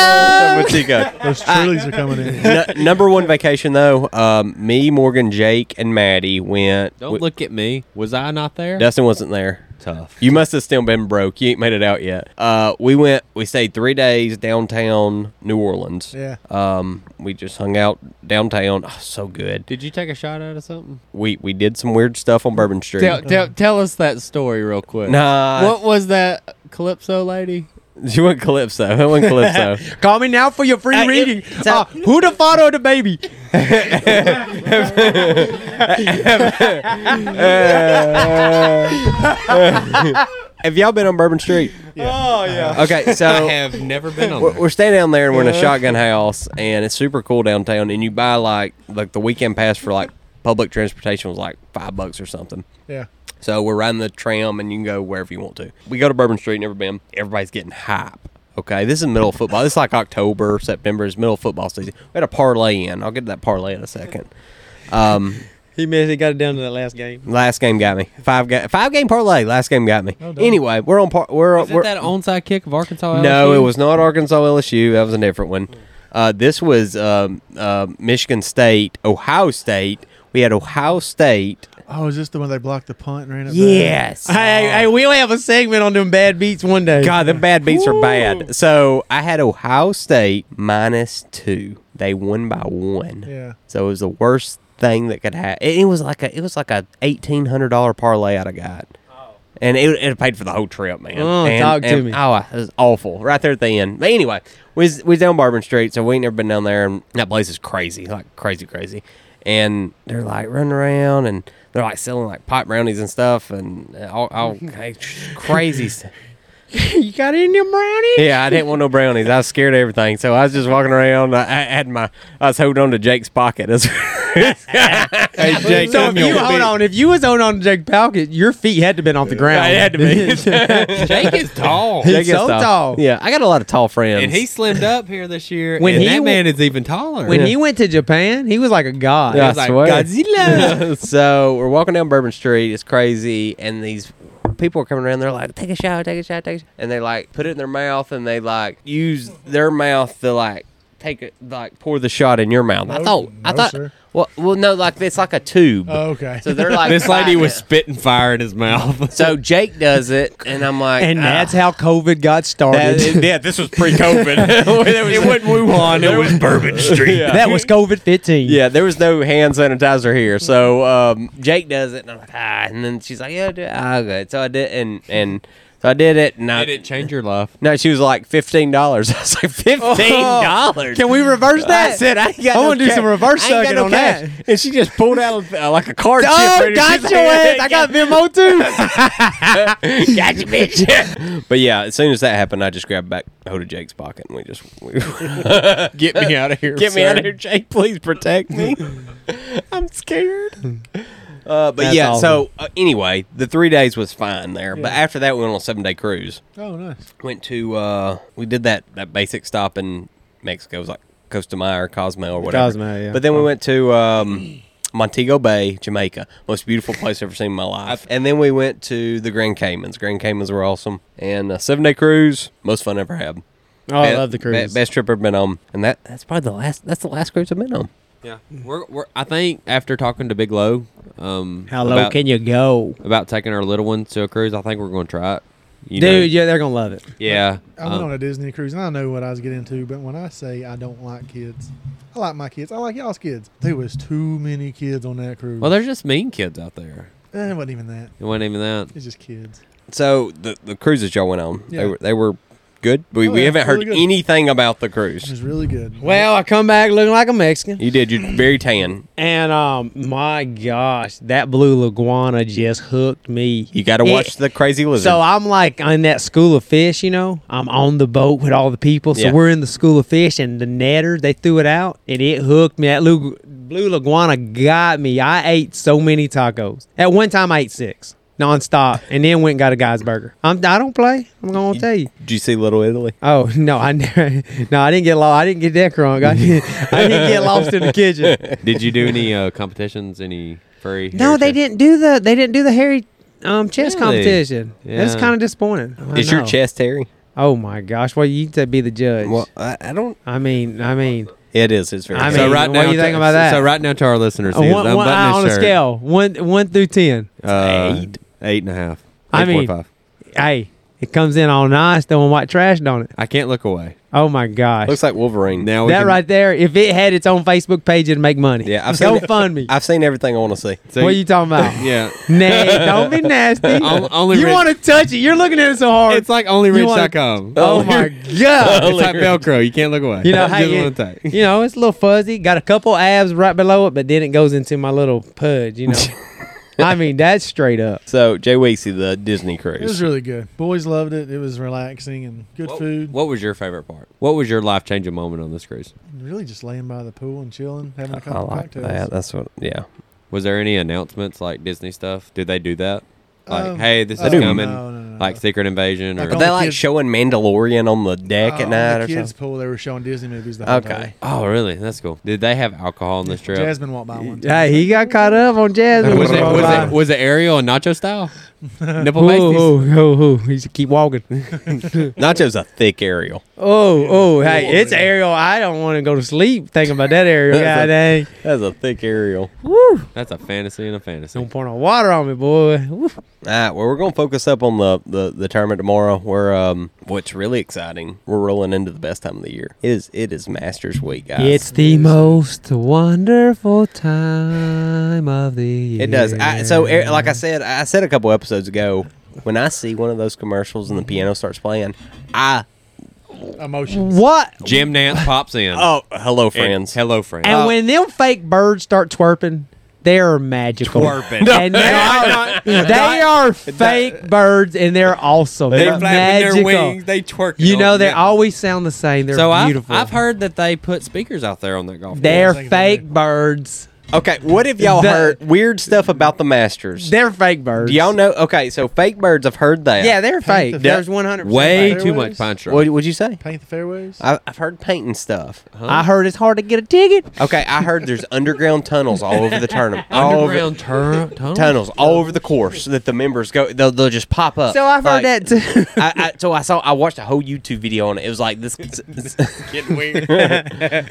[SPEAKER 1] but you go.
[SPEAKER 2] Those Trulies are coming in.
[SPEAKER 1] N- number one vacation though. Um, me, Morgan, Jake, and Maddie went.
[SPEAKER 4] Don't look at me. Was I not there?
[SPEAKER 1] Dustin wasn't there.
[SPEAKER 4] tough.
[SPEAKER 1] You must have still been broke. You ain't made it out yet. Uh, we went. We stayed three days downtown New Orleans.
[SPEAKER 2] Yeah.
[SPEAKER 1] Um, we just hung out downtown. Oh, so good.
[SPEAKER 4] Did you take a shot out of something?
[SPEAKER 1] We we did some weird stuff on Bourbon Street.
[SPEAKER 4] Tell, tell, tell us that story real quick.
[SPEAKER 1] nah,
[SPEAKER 4] What was that Calypso lady?
[SPEAKER 1] you went Calypso. I went Calypso.
[SPEAKER 3] Call me now for your free
[SPEAKER 1] Uh, it-
[SPEAKER 3] reading.
[SPEAKER 1] so-
[SPEAKER 3] Uh, who the father of the baby?
[SPEAKER 1] have y'all been on Bourbon Street?
[SPEAKER 3] Oh yeah.
[SPEAKER 1] Okay, so
[SPEAKER 4] I have never been on
[SPEAKER 1] We're,
[SPEAKER 4] there.
[SPEAKER 1] we're staying down there and we're in a shotgun house and it's super cool downtown and you buy like like the weekend pass for like public transportation was like five bucks or something.
[SPEAKER 2] Yeah.
[SPEAKER 1] So we're riding the tram and you can go wherever you want to. We go to Bourbon Street, never been. Everybody's getting hype. Okay, this is middle of football. This is like October, September is middle of football season. We had a parlay in. I'll get to that parlay in a second. Um,
[SPEAKER 3] He missed. He got it down to that last game.
[SPEAKER 1] last game got me five ga- five game parlay. Last game got me.
[SPEAKER 2] Oh, darn.
[SPEAKER 1] anyway, we're on par. We're
[SPEAKER 4] Was
[SPEAKER 1] we're,
[SPEAKER 4] it that onside kick of Arkansas?
[SPEAKER 1] no,
[SPEAKER 4] LSU?
[SPEAKER 1] it was not Arkansas LSU. That was a different one. Uh, this was um, uh, Michigan State, Ohio State. We had Ohio State.
[SPEAKER 2] Oh, is this the one they blocked the punt and ran it? back?
[SPEAKER 1] Yes.
[SPEAKER 3] Hey, hey, we'll have a segment on them bad beats one day.
[SPEAKER 1] God, the bad beats are bad. So I had Ohio State minus two. They won by one.
[SPEAKER 2] Yeah.
[SPEAKER 1] So it was the worst thing that could happen. It, it was like a it was like a eighteen hundred dollar parlay I got. And it, it paid for the whole trip, man.
[SPEAKER 3] Oh,
[SPEAKER 1] and,
[SPEAKER 3] talk to
[SPEAKER 1] and-
[SPEAKER 3] me.
[SPEAKER 1] Oh, it was awful right there at the end. But anyway, we was, we was down Bourbon Street, so we ain't never been down there, and that place is crazy, like crazy, crazy. And they're like running around, and they're like selling like pot brownies and stuff, and uh, all, all crazy stuff.
[SPEAKER 3] you got in them brownies?
[SPEAKER 1] Yeah, I didn't want no brownies. I was scared of everything, so I was just walking around. I, I had my, I was holding on to Jake's pocket. As hey,
[SPEAKER 4] Jake,
[SPEAKER 3] so
[SPEAKER 4] I'm
[SPEAKER 3] if you
[SPEAKER 4] your
[SPEAKER 3] hold
[SPEAKER 4] big-
[SPEAKER 3] on, if you was holding on to Jake Palkett, your feet had to been off the ground.
[SPEAKER 1] It had to be.
[SPEAKER 4] Jake is tall.
[SPEAKER 3] He's so tall.
[SPEAKER 1] Yeah, I got a lot of tall friends.
[SPEAKER 4] And he slimmed up here this year.
[SPEAKER 3] When
[SPEAKER 4] and
[SPEAKER 3] he
[SPEAKER 4] that
[SPEAKER 3] wa-
[SPEAKER 4] man is even taller.
[SPEAKER 3] when he went to Japan, he was like a god.
[SPEAKER 1] Yeah,
[SPEAKER 4] was
[SPEAKER 1] I
[SPEAKER 4] like,
[SPEAKER 1] swear.
[SPEAKER 4] Godzilla.
[SPEAKER 1] so we're walking down Bourbon Street. It's crazy, and these people are coming around. They're like, "Take a shower, take a shower, take," a shower. and they like put it in their mouth, and they like use their mouth to like take it, like pour the shot in your mouth. I
[SPEAKER 2] No,
[SPEAKER 1] thought, I
[SPEAKER 2] no,
[SPEAKER 1] thought,
[SPEAKER 2] sir.
[SPEAKER 1] well, well, no, like it's like a tube.
[SPEAKER 2] Oh, okay.
[SPEAKER 1] so they're like
[SPEAKER 4] this lady
[SPEAKER 1] fighting
[SPEAKER 4] was
[SPEAKER 1] it.
[SPEAKER 4] spitting fire in his mouth.
[SPEAKER 1] So Jake does it, and I'm like,
[SPEAKER 3] And
[SPEAKER 1] "Ah."
[SPEAKER 3] that's how COVID got started.
[SPEAKER 1] That-
[SPEAKER 3] That,
[SPEAKER 1] yeah, this was pre-COVID. it wasn't Wuhan. It was Bourbon Street. Yeah.
[SPEAKER 3] was COVID 15.
[SPEAKER 1] Yeah, there was no hand sanitizer here. So um, Jake does it, and I'm like, ah. And then she's like, yeah, do it. Ah, okay. So I did, and and So I did it, and I
[SPEAKER 4] Did it change your life?
[SPEAKER 1] no, she was like fifteen dollars. I was like fifteen dollars.
[SPEAKER 3] Can we reverse that?
[SPEAKER 1] I said I ain't got.
[SPEAKER 3] I
[SPEAKER 1] no
[SPEAKER 3] wanna do
[SPEAKER 1] ca-
[SPEAKER 3] some reverse
[SPEAKER 1] I ain't got
[SPEAKER 3] sucking
[SPEAKER 1] no
[SPEAKER 3] on
[SPEAKER 1] cash."
[SPEAKER 3] that.
[SPEAKER 1] And she just pulled out uh, like a card. chip
[SPEAKER 3] Oh,
[SPEAKER 1] reader.
[SPEAKER 3] got
[SPEAKER 1] She's
[SPEAKER 3] your
[SPEAKER 1] like,
[SPEAKER 3] ass. I got Venmo too.
[SPEAKER 1] got you, bitch. but yeah, as soon as that happened, I just grabbed back hold of Jake's pocket, and we just we,
[SPEAKER 4] Get me out of here.
[SPEAKER 1] get me
[SPEAKER 4] sir.
[SPEAKER 1] out of here, Jake. Please protect me. I'm scared. Uh, but
[SPEAKER 3] That's
[SPEAKER 1] yeah,
[SPEAKER 3] awesome.
[SPEAKER 1] so uh, anyway, the three days was fine there. But after that, we went on a seven day cruise.
[SPEAKER 2] Oh, nice.
[SPEAKER 1] went to uh we did that that basic stop in Mexico. It was like Costa Maya or Cozumel or whatever.
[SPEAKER 3] Cozumel, yeah.
[SPEAKER 1] But then we went to um Montego Bay, Jamaica, most beautiful place I've ever seen in my life. And then we went to the Grand Caymans. Grand Caymans were awesome, and a seven day cruise, most fun I ever had.
[SPEAKER 3] Oh, I
[SPEAKER 1] Be-
[SPEAKER 3] love the
[SPEAKER 1] be-
[SPEAKER 3] cruise.
[SPEAKER 1] best trip I've been on, and that that's probably the last. That's the last cruise I've been on.
[SPEAKER 4] Yeah, we're, we're. I think after talking to Big Low, um,
[SPEAKER 3] How low
[SPEAKER 4] about,
[SPEAKER 3] can you go,
[SPEAKER 4] about taking our little one to a cruise? I think we're going to try it. You
[SPEAKER 3] dude? Yeah, they're gonna love it.
[SPEAKER 4] know, yeah.
[SPEAKER 2] I went
[SPEAKER 4] um,
[SPEAKER 2] on a Disney cruise, and I know what I was getting into. But when I say I don't like kids, I like my kids. I like y'all's kids. There was too many kids on that cruise.
[SPEAKER 4] well, there's just mean kids out there.
[SPEAKER 2] Eh, it wasn't even that.
[SPEAKER 4] It wasn't even that.
[SPEAKER 2] It's just kids.
[SPEAKER 1] So the the cruises y'all went on,
[SPEAKER 2] Yeah.
[SPEAKER 1] they were they were good. We,
[SPEAKER 2] Oh,
[SPEAKER 1] we
[SPEAKER 2] yeah,
[SPEAKER 1] haven't heard
[SPEAKER 2] really good.
[SPEAKER 1] anything about the
[SPEAKER 2] It
[SPEAKER 1] cruise.
[SPEAKER 2] was really good.
[SPEAKER 3] Well, I come back looking like a Mexican.
[SPEAKER 1] You did. You're very tan.
[SPEAKER 3] And um, my gosh, that blue iguana just hooked me.
[SPEAKER 1] You got to
[SPEAKER 3] It-
[SPEAKER 1] watch the crazy lizard.
[SPEAKER 3] So I'm like in that school of fish, you know. I'm on the boat with all the people, so
[SPEAKER 1] Yeah.
[SPEAKER 3] we're in the school of fish, and the netter they threw it out, and it hooked me. That blue, blue iguana got me. I ate so many tacos at one time. I ate six nonstop, and then went and got a guy's burger. I'm I don't play. I'm gonna tell you.
[SPEAKER 1] Did you see Little Italy?
[SPEAKER 3] Oh no, I never. No, I didn't get lost. I didn't get that drunk. I didn't, I didn't get lost in the kitchen.
[SPEAKER 4] Did you do any uh, competitions? Any furry?
[SPEAKER 3] No,
[SPEAKER 4] hair
[SPEAKER 3] they
[SPEAKER 4] test-
[SPEAKER 3] didn't do the they didn't do the hairy um, chest
[SPEAKER 4] Really?
[SPEAKER 3] competition. That's
[SPEAKER 4] Yeah.
[SPEAKER 3] kind of disappointing. I
[SPEAKER 1] Is your
[SPEAKER 3] know.
[SPEAKER 1] chest hairy?
[SPEAKER 3] Oh my gosh! Well, you to be the judge.
[SPEAKER 1] I, I don't.
[SPEAKER 3] I mean, I mean,
[SPEAKER 1] It is. It's very.
[SPEAKER 3] I
[SPEAKER 1] I
[SPEAKER 3] mean-
[SPEAKER 4] So right
[SPEAKER 3] what
[SPEAKER 4] now,
[SPEAKER 3] do you think
[SPEAKER 4] to-
[SPEAKER 3] about that?
[SPEAKER 4] So right now, to our listeners,
[SPEAKER 3] uh,
[SPEAKER 4] he is
[SPEAKER 3] one, one,
[SPEAKER 4] unbuttoning
[SPEAKER 3] uh,
[SPEAKER 4] his
[SPEAKER 3] on a
[SPEAKER 4] shirt.
[SPEAKER 3] scale one one through ten.
[SPEAKER 4] uh,
[SPEAKER 1] Eight.
[SPEAKER 4] eight and a half.
[SPEAKER 3] I
[SPEAKER 4] 8.45.
[SPEAKER 3] mean- Hey, it comes in all nice, throwing white trash on it.
[SPEAKER 4] I can't look away.
[SPEAKER 3] Oh my gosh!
[SPEAKER 1] looks like Wolverine.
[SPEAKER 4] Now we
[SPEAKER 3] that
[SPEAKER 4] can,
[SPEAKER 3] right there, if it had its own Facebook page, it'd make money.
[SPEAKER 1] Yeah, I've seen
[SPEAKER 3] don't
[SPEAKER 1] it.
[SPEAKER 3] fund me.
[SPEAKER 1] I've seen everything I want to see.
[SPEAKER 4] so
[SPEAKER 3] what are
[SPEAKER 4] you-
[SPEAKER 3] you talking about?
[SPEAKER 4] Yeah,
[SPEAKER 3] Nah, don't be nasty.
[SPEAKER 4] On- only
[SPEAKER 3] you
[SPEAKER 4] re-
[SPEAKER 3] want to touch it? You're looking at it so hard.
[SPEAKER 4] it's like only
[SPEAKER 3] You wanna-
[SPEAKER 4] rich.com.
[SPEAKER 3] oh my god!
[SPEAKER 4] It's like Velcro. You can't look away.
[SPEAKER 3] You know,
[SPEAKER 4] Just
[SPEAKER 3] hey,
[SPEAKER 4] one
[SPEAKER 3] it-
[SPEAKER 4] thing.
[SPEAKER 3] you know, it's a little fuzzy. Got a couple abs right below it, but then it goes into my little pudge. You know, I mean, that's straight up.
[SPEAKER 1] So Jay Weezy, the Disney
[SPEAKER 2] It was
[SPEAKER 1] cruise.
[SPEAKER 2] really good. Boys loved it. It was relaxing and good
[SPEAKER 4] What-
[SPEAKER 2] food.
[SPEAKER 4] What was your favorite part? What was your life changing moment on this cruise?
[SPEAKER 2] Really just laying by the pool and chilling, having a
[SPEAKER 1] I
[SPEAKER 2] couple
[SPEAKER 1] like
[SPEAKER 2] cocktails.
[SPEAKER 1] that. That's what. Yeah.
[SPEAKER 4] Was there any announcements like Disney stuff? Did they do that? Like,
[SPEAKER 2] Um,
[SPEAKER 4] hey, this
[SPEAKER 2] I
[SPEAKER 4] is
[SPEAKER 1] do.
[SPEAKER 4] coming.
[SPEAKER 2] No, no, no,
[SPEAKER 4] Like
[SPEAKER 2] no.
[SPEAKER 4] Secret Invasion
[SPEAKER 2] Uh, Like
[SPEAKER 4] or
[SPEAKER 1] But
[SPEAKER 2] on
[SPEAKER 1] they
[SPEAKER 2] the
[SPEAKER 1] like
[SPEAKER 2] kids-
[SPEAKER 1] showing Mandalorian on the deck
[SPEAKER 2] Oh,
[SPEAKER 1] at night
[SPEAKER 2] the
[SPEAKER 1] or
[SPEAKER 2] kids
[SPEAKER 1] something.
[SPEAKER 2] pool. They were showing Disney movies. The whole
[SPEAKER 1] Okay.
[SPEAKER 2] day.
[SPEAKER 4] Oh, really? That's cool. Did they have alcohol on this trip?
[SPEAKER 2] Jasmine walked by one. time.
[SPEAKER 3] Hey, he got caught up on jazz.
[SPEAKER 4] was it
[SPEAKER 2] Walked
[SPEAKER 4] was
[SPEAKER 2] by.
[SPEAKER 4] it was it Ariel and Nacho style? Nipple
[SPEAKER 3] Ooh,
[SPEAKER 4] pasties.
[SPEAKER 3] ooh, ooh, ooh. He should keep walking.
[SPEAKER 1] Nacho's a thick aerial.
[SPEAKER 3] Oh, oh, hey, it's Ariel. I don't want to go to sleep thinking about that Ariel. God dang.
[SPEAKER 1] That's a thick aerial.
[SPEAKER 4] That's a fantasy and a fantasy.
[SPEAKER 3] Don't pour no water on me, boy. Woo.
[SPEAKER 1] All right. Ah, Well, we're gonna focus up on the the, the tournament tomorrow. Where um, what's really exciting? We're rolling into the best time of the year. It is. It is Masters Week, guys.
[SPEAKER 3] It's the most wonderful time of the year.
[SPEAKER 1] It does. I, so, er, like I said, I said a couple episodes ago, when I see one of those commercials and the piano starts playing, I
[SPEAKER 2] Emotions.
[SPEAKER 3] what?
[SPEAKER 4] Jim Nance pops in.
[SPEAKER 1] oh, hello
[SPEAKER 4] And-
[SPEAKER 1] friends.
[SPEAKER 4] Hello, friends.
[SPEAKER 3] And when them fake birds start twerping, they're magical.
[SPEAKER 4] Twerping.
[SPEAKER 3] And they are, they are fake birlaps and they're awesome.
[SPEAKER 4] they
[SPEAKER 3] They're
[SPEAKER 4] flap their
[SPEAKER 3] magical.
[SPEAKER 4] wings. They twerk.
[SPEAKER 3] You know, they always sound the same. They're
[SPEAKER 4] So I've,
[SPEAKER 3] beautiful.
[SPEAKER 4] I've heard that they put speakers out there on that golf.
[SPEAKER 3] They're
[SPEAKER 2] Thank you.
[SPEAKER 3] fake birds.
[SPEAKER 1] Okay, what have y'all
[SPEAKER 3] The-
[SPEAKER 1] heard weird stuff about the Masters?
[SPEAKER 3] They're fake birds.
[SPEAKER 1] Do y'all know? Okay, so fake birds. I've heard that.
[SPEAKER 3] Yeah, they're
[SPEAKER 2] Paint
[SPEAKER 3] fake.
[SPEAKER 2] the-
[SPEAKER 3] There's 100%.
[SPEAKER 4] course. way
[SPEAKER 2] Fake
[SPEAKER 4] too much
[SPEAKER 2] birds.
[SPEAKER 4] pine straw.
[SPEAKER 1] What would you say?
[SPEAKER 2] Paint the fairways.
[SPEAKER 1] I, I've heard painting stuff.
[SPEAKER 3] I heard it's hard to get a ticket.
[SPEAKER 1] Okay, I heard there's underground tunnels all over the tournament. All over-
[SPEAKER 4] Underground tur-
[SPEAKER 3] Oh,
[SPEAKER 4] tunnel?
[SPEAKER 1] tunnels all over the course that the members go. They'll, they'll just pop up.
[SPEAKER 3] So I've heard
[SPEAKER 1] Like,
[SPEAKER 3] that too.
[SPEAKER 1] I, I, so I saw. I watched a whole YouTube video on it. It was like this.
[SPEAKER 4] Getting weird.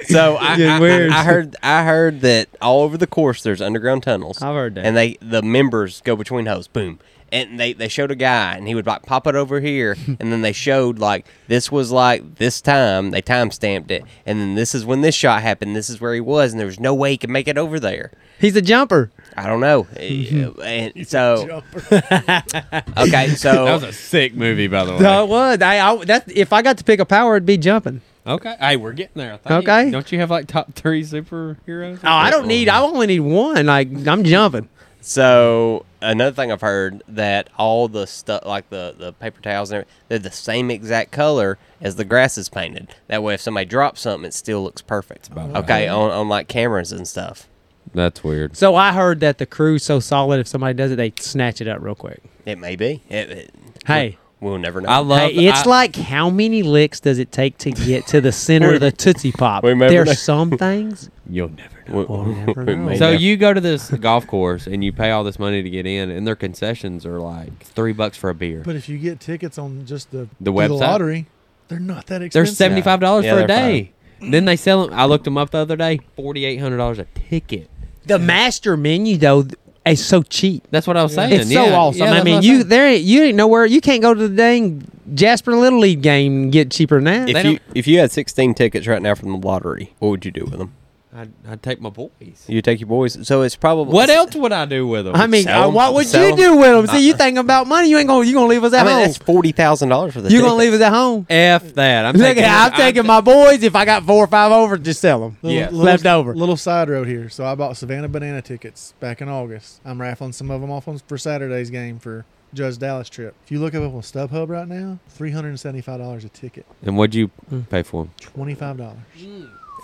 [SPEAKER 1] So I,
[SPEAKER 3] Yeah,
[SPEAKER 1] I-
[SPEAKER 3] where's-
[SPEAKER 1] I, I heard I
[SPEAKER 3] Oh,
[SPEAKER 1] heard that all over the course there's underground tunnels.
[SPEAKER 3] I've heard that.
[SPEAKER 1] And they the members go between hosts. Boom. and they, they showed a guy and he would like pop it over here and then they showed like this was like this time they time stamped it and then this is when this shot happened this is where he was and there was no way he could make it over there
[SPEAKER 3] He's a jumper.
[SPEAKER 1] i don't know Uh, and so okay
[SPEAKER 4] That
[SPEAKER 1] so
[SPEAKER 4] was a sick movie, by the way.
[SPEAKER 3] No, it was. I, I that if I got to pick a power, it'd be jumping.
[SPEAKER 4] Okay. Hey, we're getting there. I think.
[SPEAKER 3] Okay.
[SPEAKER 4] Don't you have like top three superheroes?
[SPEAKER 3] Oh, I don't need. I only need one. Like I'm jumping.
[SPEAKER 1] so another thing i've heard that all the stuff like the, the paper towels and everything they're the same exact color as the grass is painted that way if somebody drops something it still looks perfect
[SPEAKER 4] about
[SPEAKER 1] okay on, on like cameras and stuff
[SPEAKER 4] That's weird.
[SPEAKER 3] So I heard that the crew's so solid. If somebody does it, they snatch it up real quick.
[SPEAKER 1] it may be it, it-
[SPEAKER 3] Hey.
[SPEAKER 1] we'll never know
[SPEAKER 4] I love.
[SPEAKER 3] Hey, it's
[SPEAKER 4] I-
[SPEAKER 3] like how many licks does it take to get to the center of the Tootsie Pop?
[SPEAKER 1] we may
[SPEAKER 3] There's
[SPEAKER 1] know.
[SPEAKER 3] some things
[SPEAKER 4] you'll never know.
[SPEAKER 1] We-
[SPEAKER 3] we'll never
[SPEAKER 1] we
[SPEAKER 3] know.
[SPEAKER 1] may
[SPEAKER 4] So
[SPEAKER 1] never-
[SPEAKER 4] you go to this golf course and you pay all this money to get in, and their concessions are like three bucks for a beer.
[SPEAKER 2] But if you get tickets on just the
[SPEAKER 4] The
[SPEAKER 2] through
[SPEAKER 4] website?
[SPEAKER 2] lottery, they're not that
[SPEAKER 4] They're
[SPEAKER 2] expensive.
[SPEAKER 4] seventy five dollars
[SPEAKER 1] Yeah,
[SPEAKER 4] for
[SPEAKER 1] they're
[SPEAKER 4] a day. Then they sell them. I looked them up the other day. Forty eight hundred dollars a ticket.
[SPEAKER 3] the master menu though th- is so cheap.
[SPEAKER 4] That's what I was saying.
[SPEAKER 3] It's so
[SPEAKER 4] Yeah.
[SPEAKER 3] awesome.
[SPEAKER 4] Yeah,
[SPEAKER 3] I
[SPEAKER 4] that's
[SPEAKER 3] mean,
[SPEAKER 4] what
[SPEAKER 3] you
[SPEAKER 4] saying.
[SPEAKER 3] there ain't- you ain't nowhere you can't go to the dang Jasper Little League game and get cheaper than that.
[SPEAKER 1] If
[SPEAKER 4] They
[SPEAKER 1] you
[SPEAKER 4] don't-
[SPEAKER 1] if you had sixteen tickets right now from the lottery, what would you do with them?
[SPEAKER 4] I'd, I'd take my boys.
[SPEAKER 1] You take your boys. So it's probably
[SPEAKER 4] What else would I do with them?
[SPEAKER 3] I mean,
[SPEAKER 1] sell
[SPEAKER 3] uh,
[SPEAKER 1] 'em.
[SPEAKER 3] what would
[SPEAKER 1] Sell
[SPEAKER 3] you
[SPEAKER 1] 'em.
[SPEAKER 3] do with them? See, you think about money. You ain't gonna you gonna leave us
[SPEAKER 1] I
[SPEAKER 3] at
[SPEAKER 1] mean,
[SPEAKER 3] home.
[SPEAKER 1] that's forty thousand dollars for the.
[SPEAKER 3] You gonna
[SPEAKER 1] ticket.
[SPEAKER 3] leave us at home?
[SPEAKER 4] f that. I'm
[SPEAKER 3] Look,
[SPEAKER 4] taking.
[SPEAKER 3] I'm taking my boys. If I got four or five over, just sell them.
[SPEAKER 2] Little,
[SPEAKER 4] Yeah.
[SPEAKER 2] little-
[SPEAKER 3] Left over.
[SPEAKER 2] Little side road here. So I bought Savannah Banana tickets back in August. I'm raffling some of them off on, for Saturday's game for Judge Dallas trip. If you look up on StubHub right now, three hundred and seventy-five dollars a ticket,
[SPEAKER 4] And what'd you pay for them?
[SPEAKER 2] twenty-five dollars.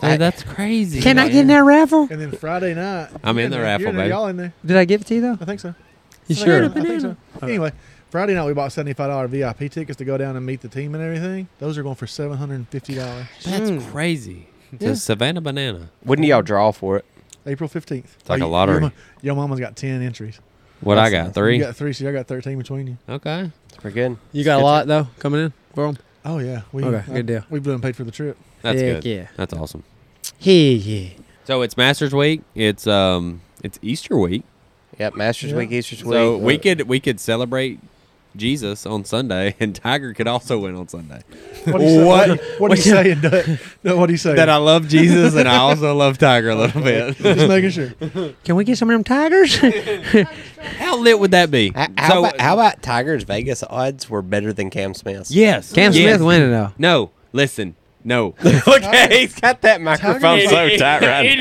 [SPEAKER 3] I-
[SPEAKER 4] that's crazy.
[SPEAKER 3] Can I get in that raffle?
[SPEAKER 2] And then Friday night,
[SPEAKER 4] I'm
[SPEAKER 2] you're
[SPEAKER 4] in the
[SPEAKER 2] there.
[SPEAKER 4] raffle,
[SPEAKER 2] You're in there.
[SPEAKER 4] baby.
[SPEAKER 2] Y'all in there?
[SPEAKER 3] Did I give it to you though?
[SPEAKER 2] I think so. I
[SPEAKER 3] You
[SPEAKER 2] think
[SPEAKER 3] sure?
[SPEAKER 2] so. I think so. Anyway, Friday night we bought seventy-five dollar VIP tickets to go down and meet the team and everything. Those are going for seven hundred and fifty dollars.
[SPEAKER 4] That's crazy. Hmm. It's a Savannah banana.
[SPEAKER 1] Wouldn't y'all draw for it?
[SPEAKER 2] April fifteenth.
[SPEAKER 4] It's like a lottery.
[SPEAKER 2] Your, mama's got ten entries.
[SPEAKER 4] What I got? Three.
[SPEAKER 2] You got three, so y'all got thirteen between you.
[SPEAKER 4] okay.
[SPEAKER 1] It's pretty good.
[SPEAKER 3] You got a lot though coming in for them.
[SPEAKER 2] Oh yeah. We,
[SPEAKER 3] Okay,
[SPEAKER 2] I-
[SPEAKER 3] good deal.
[SPEAKER 2] We blew and paid for the trip.
[SPEAKER 4] That's
[SPEAKER 3] Heck
[SPEAKER 4] good.
[SPEAKER 3] yeah.
[SPEAKER 4] That's awesome.
[SPEAKER 3] Yeah, yeah.
[SPEAKER 4] So it's Masters week. It's um it's Easter week.
[SPEAKER 1] Yep, Masters
[SPEAKER 2] Yeah.
[SPEAKER 1] Week, Easter's Week.
[SPEAKER 4] So we could we could celebrate Jesus on Sunday, and Tiger could also win on Sunday.
[SPEAKER 2] What do you say-
[SPEAKER 4] What?
[SPEAKER 2] What, do you- what are you saying, Doug? No, what do you say?
[SPEAKER 4] That I love Jesus, and I also love Tiger a little bit.
[SPEAKER 2] Just making sure.
[SPEAKER 3] Can we get some of them tigers?
[SPEAKER 4] How lit would that be?
[SPEAKER 1] How, how about, how about Tigers Vegas odds were better than Cam Smith's?
[SPEAKER 4] yes,
[SPEAKER 3] Cam
[SPEAKER 4] yes.
[SPEAKER 3] Smith winning though.
[SPEAKER 4] No, listen, no.
[SPEAKER 1] Look, he's got that microphone
[SPEAKER 2] Tigers-
[SPEAKER 1] so tight right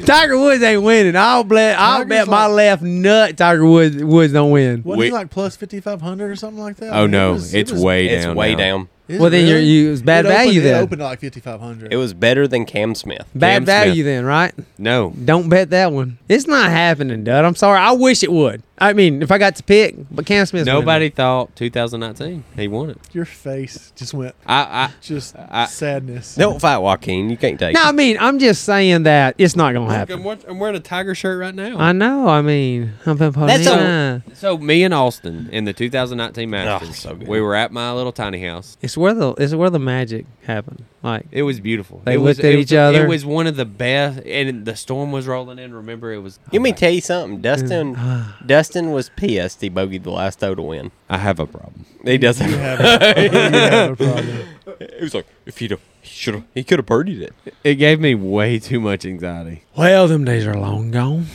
[SPEAKER 1] now.
[SPEAKER 3] Tiger Woods ain't winning. I'll bet. I'll
[SPEAKER 2] Tiger's
[SPEAKER 3] bet my
[SPEAKER 2] like-
[SPEAKER 3] left nut. Tiger Woods Woods don't win.
[SPEAKER 2] Wasn't
[SPEAKER 4] We-
[SPEAKER 2] he like plus fifty five hundred or something like that? I
[SPEAKER 4] Oh
[SPEAKER 2] mean, it
[SPEAKER 4] no,
[SPEAKER 2] was- it
[SPEAKER 4] it's
[SPEAKER 2] was-
[SPEAKER 4] way down.
[SPEAKER 1] It's way
[SPEAKER 4] now.
[SPEAKER 1] down.
[SPEAKER 2] is
[SPEAKER 3] Well, then you're- you- it's bad
[SPEAKER 2] It opened-
[SPEAKER 3] value
[SPEAKER 2] it
[SPEAKER 3] then.
[SPEAKER 2] opened at like fifty five hundred.
[SPEAKER 1] It was better than Cam Smith.
[SPEAKER 3] Bad
[SPEAKER 4] Cam
[SPEAKER 3] value
[SPEAKER 4] Smith.
[SPEAKER 3] then, right?
[SPEAKER 4] No,
[SPEAKER 3] Don't bet that one. It's not happening, Dud. I'm sorry. I wish it would. I mean, if I got to pick, but Cam Smith.
[SPEAKER 4] nobody thought 2019 he won it.
[SPEAKER 2] Your face just went
[SPEAKER 4] I,
[SPEAKER 2] just
[SPEAKER 4] I-
[SPEAKER 2] sadness.
[SPEAKER 1] Don't fight Joaquin. You can't take.
[SPEAKER 3] No, I
[SPEAKER 1] it.
[SPEAKER 3] mean, I'm just saying that it's not gonna
[SPEAKER 4] I
[SPEAKER 3] happen.
[SPEAKER 4] I'm wearing a Tiger shirt right now.
[SPEAKER 3] I know. I mean, I'm been
[SPEAKER 1] That's a-
[SPEAKER 4] So me and Austin in the 2019 Masters,
[SPEAKER 1] so good.
[SPEAKER 4] we were at my little tiny house.
[SPEAKER 3] It's where the it's where the magic happened. Like
[SPEAKER 4] It was beautiful.
[SPEAKER 3] They
[SPEAKER 4] it was,
[SPEAKER 3] looked at
[SPEAKER 4] it
[SPEAKER 3] each
[SPEAKER 4] was,
[SPEAKER 3] other.
[SPEAKER 4] It was one of the best, and the storm was rolling in. Remember, it was.
[SPEAKER 1] Let me tell you something. Dustin,
[SPEAKER 3] Ah.
[SPEAKER 1] Dustin was pissed. He bogeyed the last hole to win.
[SPEAKER 4] I have a problem.
[SPEAKER 1] He doesn't.
[SPEAKER 2] You have, a, you have a problem.
[SPEAKER 1] It was like if he'd have, he should have, he could have birdied it.
[SPEAKER 4] It gave me way too much anxiety.
[SPEAKER 3] well, them days are long gone.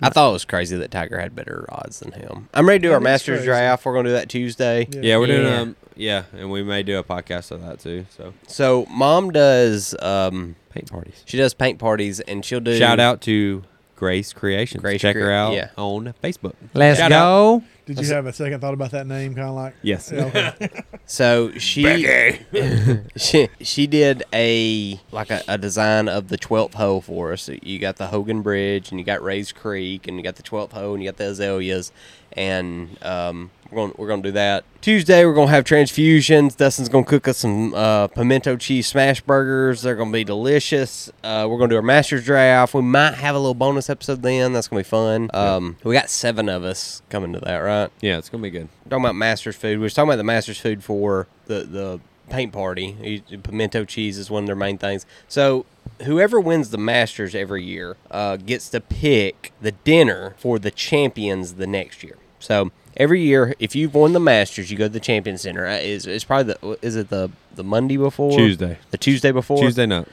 [SPEAKER 1] I thought it was crazy that Tiger had better odds than him. I'm ready to do our
[SPEAKER 2] That is
[SPEAKER 1] Masters
[SPEAKER 2] crazy.
[SPEAKER 1] draft. We're gonna do that Tuesday.
[SPEAKER 2] Yeah.
[SPEAKER 4] Yeah, we're doing.
[SPEAKER 3] Yeah.
[SPEAKER 4] Um, yeah, and we may do a podcast of that too. So
[SPEAKER 1] So mom does, um,
[SPEAKER 4] paint parties.
[SPEAKER 1] she does paint parties and she'll do
[SPEAKER 4] Shout out to Grace Creations.
[SPEAKER 1] Grace
[SPEAKER 4] Check her
[SPEAKER 1] Crea-
[SPEAKER 4] out
[SPEAKER 1] yeah.
[SPEAKER 4] on Facebook.
[SPEAKER 3] Let's
[SPEAKER 4] Shout out.
[SPEAKER 3] go.
[SPEAKER 2] Did you have a second thought about that name? Kind of like
[SPEAKER 4] Yes.
[SPEAKER 2] Yeah, okay.
[SPEAKER 1] So she she she did a like a, a design of the twelfth hole for us. You got the Hogan Bridge and you got Ray's Creek and you got the twelfth hole and you got the azaleas and um we're gonna we're gonna do that Tuesday. We're gonna have transfusions. Dustin's gonna cook us some uh, pimento cheese smash burgers. They're gonna be delicious. Uh, we're gonna do our Masters draft. We might have a little bonus episode then. That's gonna be fun. Um, we got seven of us coming to that, right?
[SPEAKER 4] Yeah, it's gonna be good.
[SPEAKER 1] talking about Masters food. We were talking about the Masters food for the the paint party. You- Pimento cheese is one of their main things. So whoever wins the Masters every year uh, gets to pick the dinner for the champions the next year. So every year, if you've won the Masters, you go to the Champion Center. Uh, Is it's probably the is it the the Monday before
[SPEAKER 4] Tuesday.
[SPEAKER 1] the Tuesday before
[SPEAKER 4] Tuesday night.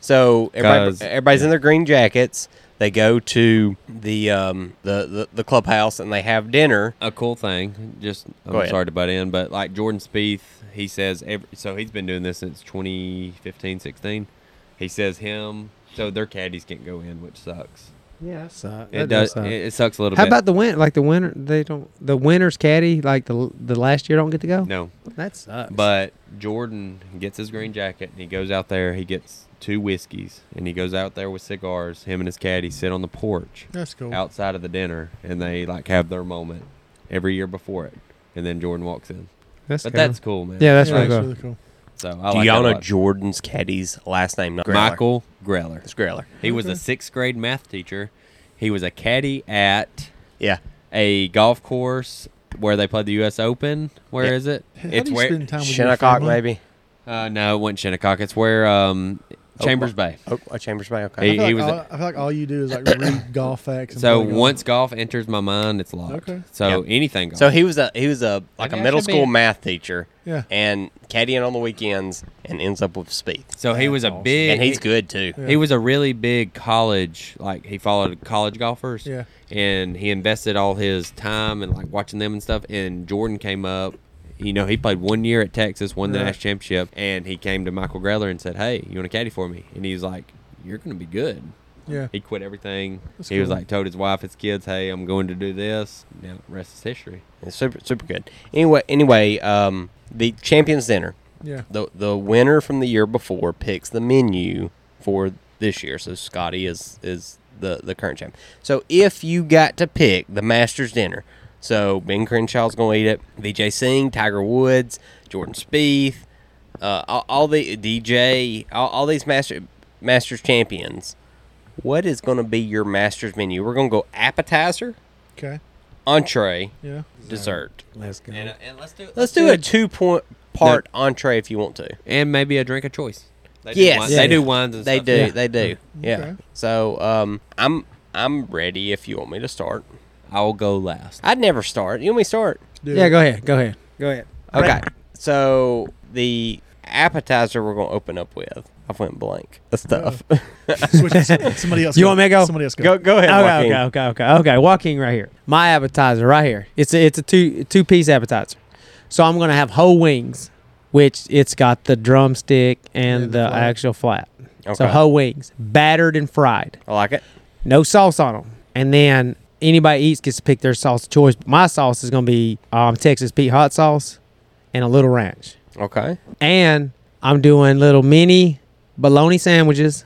[SPEAKER 1] So everybody,
[SPEAKER 4] Guys,
[SPEAKER 1] everybody's in their green jackets. They go to the um the, the the clubhouse and they have dinner.
[SPEAKER 4] a cool thing. Just I'm
[SPEAKER 1] Go ahead.
[SPEAKER 4] sorry to butt in, but like Jordan Spieth, he says every, so he's been doing this since 2015, 16. He says him so their caddies can't go in, which sucks.
[SPEAKER 3] Yeah, that sucks.
[SPEAKER 4] It does. It, it sucks a little
[SPEAKER 3] How
[SPEAKER 4] bit.
[SPEAKER 3] about the win? Like the winner, they don't. The winner's caddy, like the the last year, don't get to go.
[SPEAKER 4] no?
[SPEAKER 3] that sucks.
[SPEAKER 4] But Jordan gets his green jacket and he goes out there. He gets two whiskeys and he goes out there with cigars. Him and his caddy sit on the porch
[SPEAKER 2] That's cool.
[SPEAKER 4] outside of the dinner and they like have their moment every year before it. And then Jordan walks in.
[SPEAKER 3] that's
[SPEAKER 4] But
[SPEAKER 3] cool.
[SPEAKER 4] that's cool, man.
[SPEAKER 3] Yeah, that's
[SPEAKER 2] yeah,
[SPEAKER 3] really
[SPEAKER 2] that's
[SPEAKER 3] cool.
[SPEAKER 2] really cool.
[SPEAKER 4] So I
[SPEAKER 1] Do
[SPEAKER 4] like
[SPEAKER 1] y'all
[SPEAKER 4] that a
[SPEAKER 1] know
[SPEAKER 4] lot.
[SPEAKER 1] Jordan's caddy's last name? Not Greller.
[SPEAKER 4] Michael Greller.
[SPEAKER 1] It's Greller.
[SPEAKER 4] He was a sixth grade math teacher. He was a caddy at
[SPEAKER 1] Yeah.
[SPEAKER 4] a golf course where they played the U.S. Open. Where
[SPEAKER 1] Yeah.
[SPEAKER 4] is it?
[SPEAKER 2] How
[SPEAKER 4] it's
[SPEAKER 2] do you
[SPEAKER 4] where.
[SPEAKER 2] spend time with your
[SPEAKER 1] Shinnecock,
[SPEAKER 2] family?
[SPEAKER 1] maybe.
[SPEAKER 4] uh, no, it wasn't Shinnecock. It's where um, Chambers Bay.
[SPEAKER 1] Oh, uh, Chambers Bay.
[SPEAKER 2] I
[SPEAKER 1] Okay.
[SPEAKER 4] He-
[SPEAKER 2] feel, like
[SPEAKER 4] was a-
[SPEAKER 2] all, I feel like all you do is like read golf facts. And
[SPEAKER 4] So
[SPEAKER 2] play golf.
[SPEAKER 4] once golf enters my mind, it's locked.
[SPEAKER 2] Okay.
[SPEAKER 4] So anything. Golf.
[SPEAKER 1] so he was a he was a like
[SPEAKER 4] Maybe I
[SPEAKER 1] a middle
[SPEAKER 4] should be
[SPEAKER 1] school
[SPEAKER 4] a-
[SPEAKER 1] math teacher.
[SPEAKER 2] Yeah.
[SPEAKER 1] And caddying on the weekends and ends up with Speed.
[SPEAKER 4] so he was a big.
[SPEAKER 1] And he's good too.
[SPEAKER 4] He was a really big college, like he followed college golfers.
[SPEAKER 2] Yeah.
[SPEAKER 4] And he invested all his time and like watching them and stuff. And Jordan came up. You know, he played one year at Texas, won the
[SPEAKER 2] Right.
[SPEAKER 4] national championship, and he came to Michael Greller and said, "Hey, you want a caddy for me?" And he's like, "You're gonna be good."
[SPEAKER 2] yeah,
[SPEAKER 4] He quit everything.
[SPEAKER 2] That's
[SPEAKER 4] he was
[SPEAKER 2] cool.
[SPEAKER 4] like, told his wife, his kids, "Hey, I'm going to do this." Now the rest is history.
[SPEAKER 1] It's super super good. Anyway, anyway, um, the Champions Dinner.
[SPEAKER 2] yeah,
[SPEAKER 1] the the winner from the year before picks the menu for this year. So Scotty is is the the current champ. So if you got to pick the Masters dinner, so Ben Crenshaw's going to eat it. VJ Singh, Tiger Woods, Jordan Spieth, uh, all, all the DJ, all, all these master Masters champions. What is going to be your Masters menu? We're going to go appetizer,
[SPEAKER 2] okay,
[SPEAKER 1] entree,
[SPEAKER 2] yeah.
[SPEAKER 1] dessert.
[SPEAKER 3] Let's go.
[SPEAKER 4] And, uh, and let's do it.
[SPEAKER 1] Let's do a two point part entree if you want to.
[SPEAKER 4] And maybe a drink of choice. They
[SPEAKER 1] Yes.
[SPEAKER 4] do wine-
[SPEAKER 1] Yeah.
[SPEAKER 4] they do wines. And
[SPEAKER 1] They
[SPEAKER 4] stuff.
[SPEAKER 1] do.
[SPEAKER 3] Yeah.
[SPEAKER 1] They do. Yeah.
[SPEAKER 2] Okay.
[SPEAKER 1] So um, I'm I'm ready if you want me to start.
[SPEAKER 4] I'll go last.
[SPEAKER 1] I'd never start. You want me to start?
[SPEAKER 2] Dude,
[SPEAKER 3] Yeah, go ahead. Go ahead. Go ahead.
[SPEAKER 1] Okay. So the appetizer we're gonna open up with. I went blank. That's tough.
[SPEAKER 2] Switch it. somebody else.
[SPEAKER 3] You want me to go?
[SPEAKER 2] Somebody else
[SPEAKER 1] go
[SPEAKER 2] go.
[SPEAKER 1] go ahead.
[SPEAKER 3] Okay,
[SPEAKER 1] Joaquin.
[SPEAKER 3] okay, okay, okay, okay. Walking right here. My appetizer right here. It's a, it's a two two piece appetizer. So I'm gonna have whole wings, which it's got the drumstick
[SPEAKER 2] And
[SPEAKER 3] and,
[SPEAKER 2] the
[SPEAKER 3] the,
[SPEAKER 2] flap.
[SPEAKER 3] actual flap. So
[SPEAKER 1] Okay.
[SPEAKER 3] whole wings, battered and fried,
[SPEAKER 1] I like it.
[SPEAKER 3] no sauce on them. And then anybody eats gets to pick their sauce choice. My sauce is gonna be um, Texas Pete hot sauce and a little ranch.
[SPEAKER 1] Okay.
[SPEAKER 3] And I'm doing little mini bologna sandwiches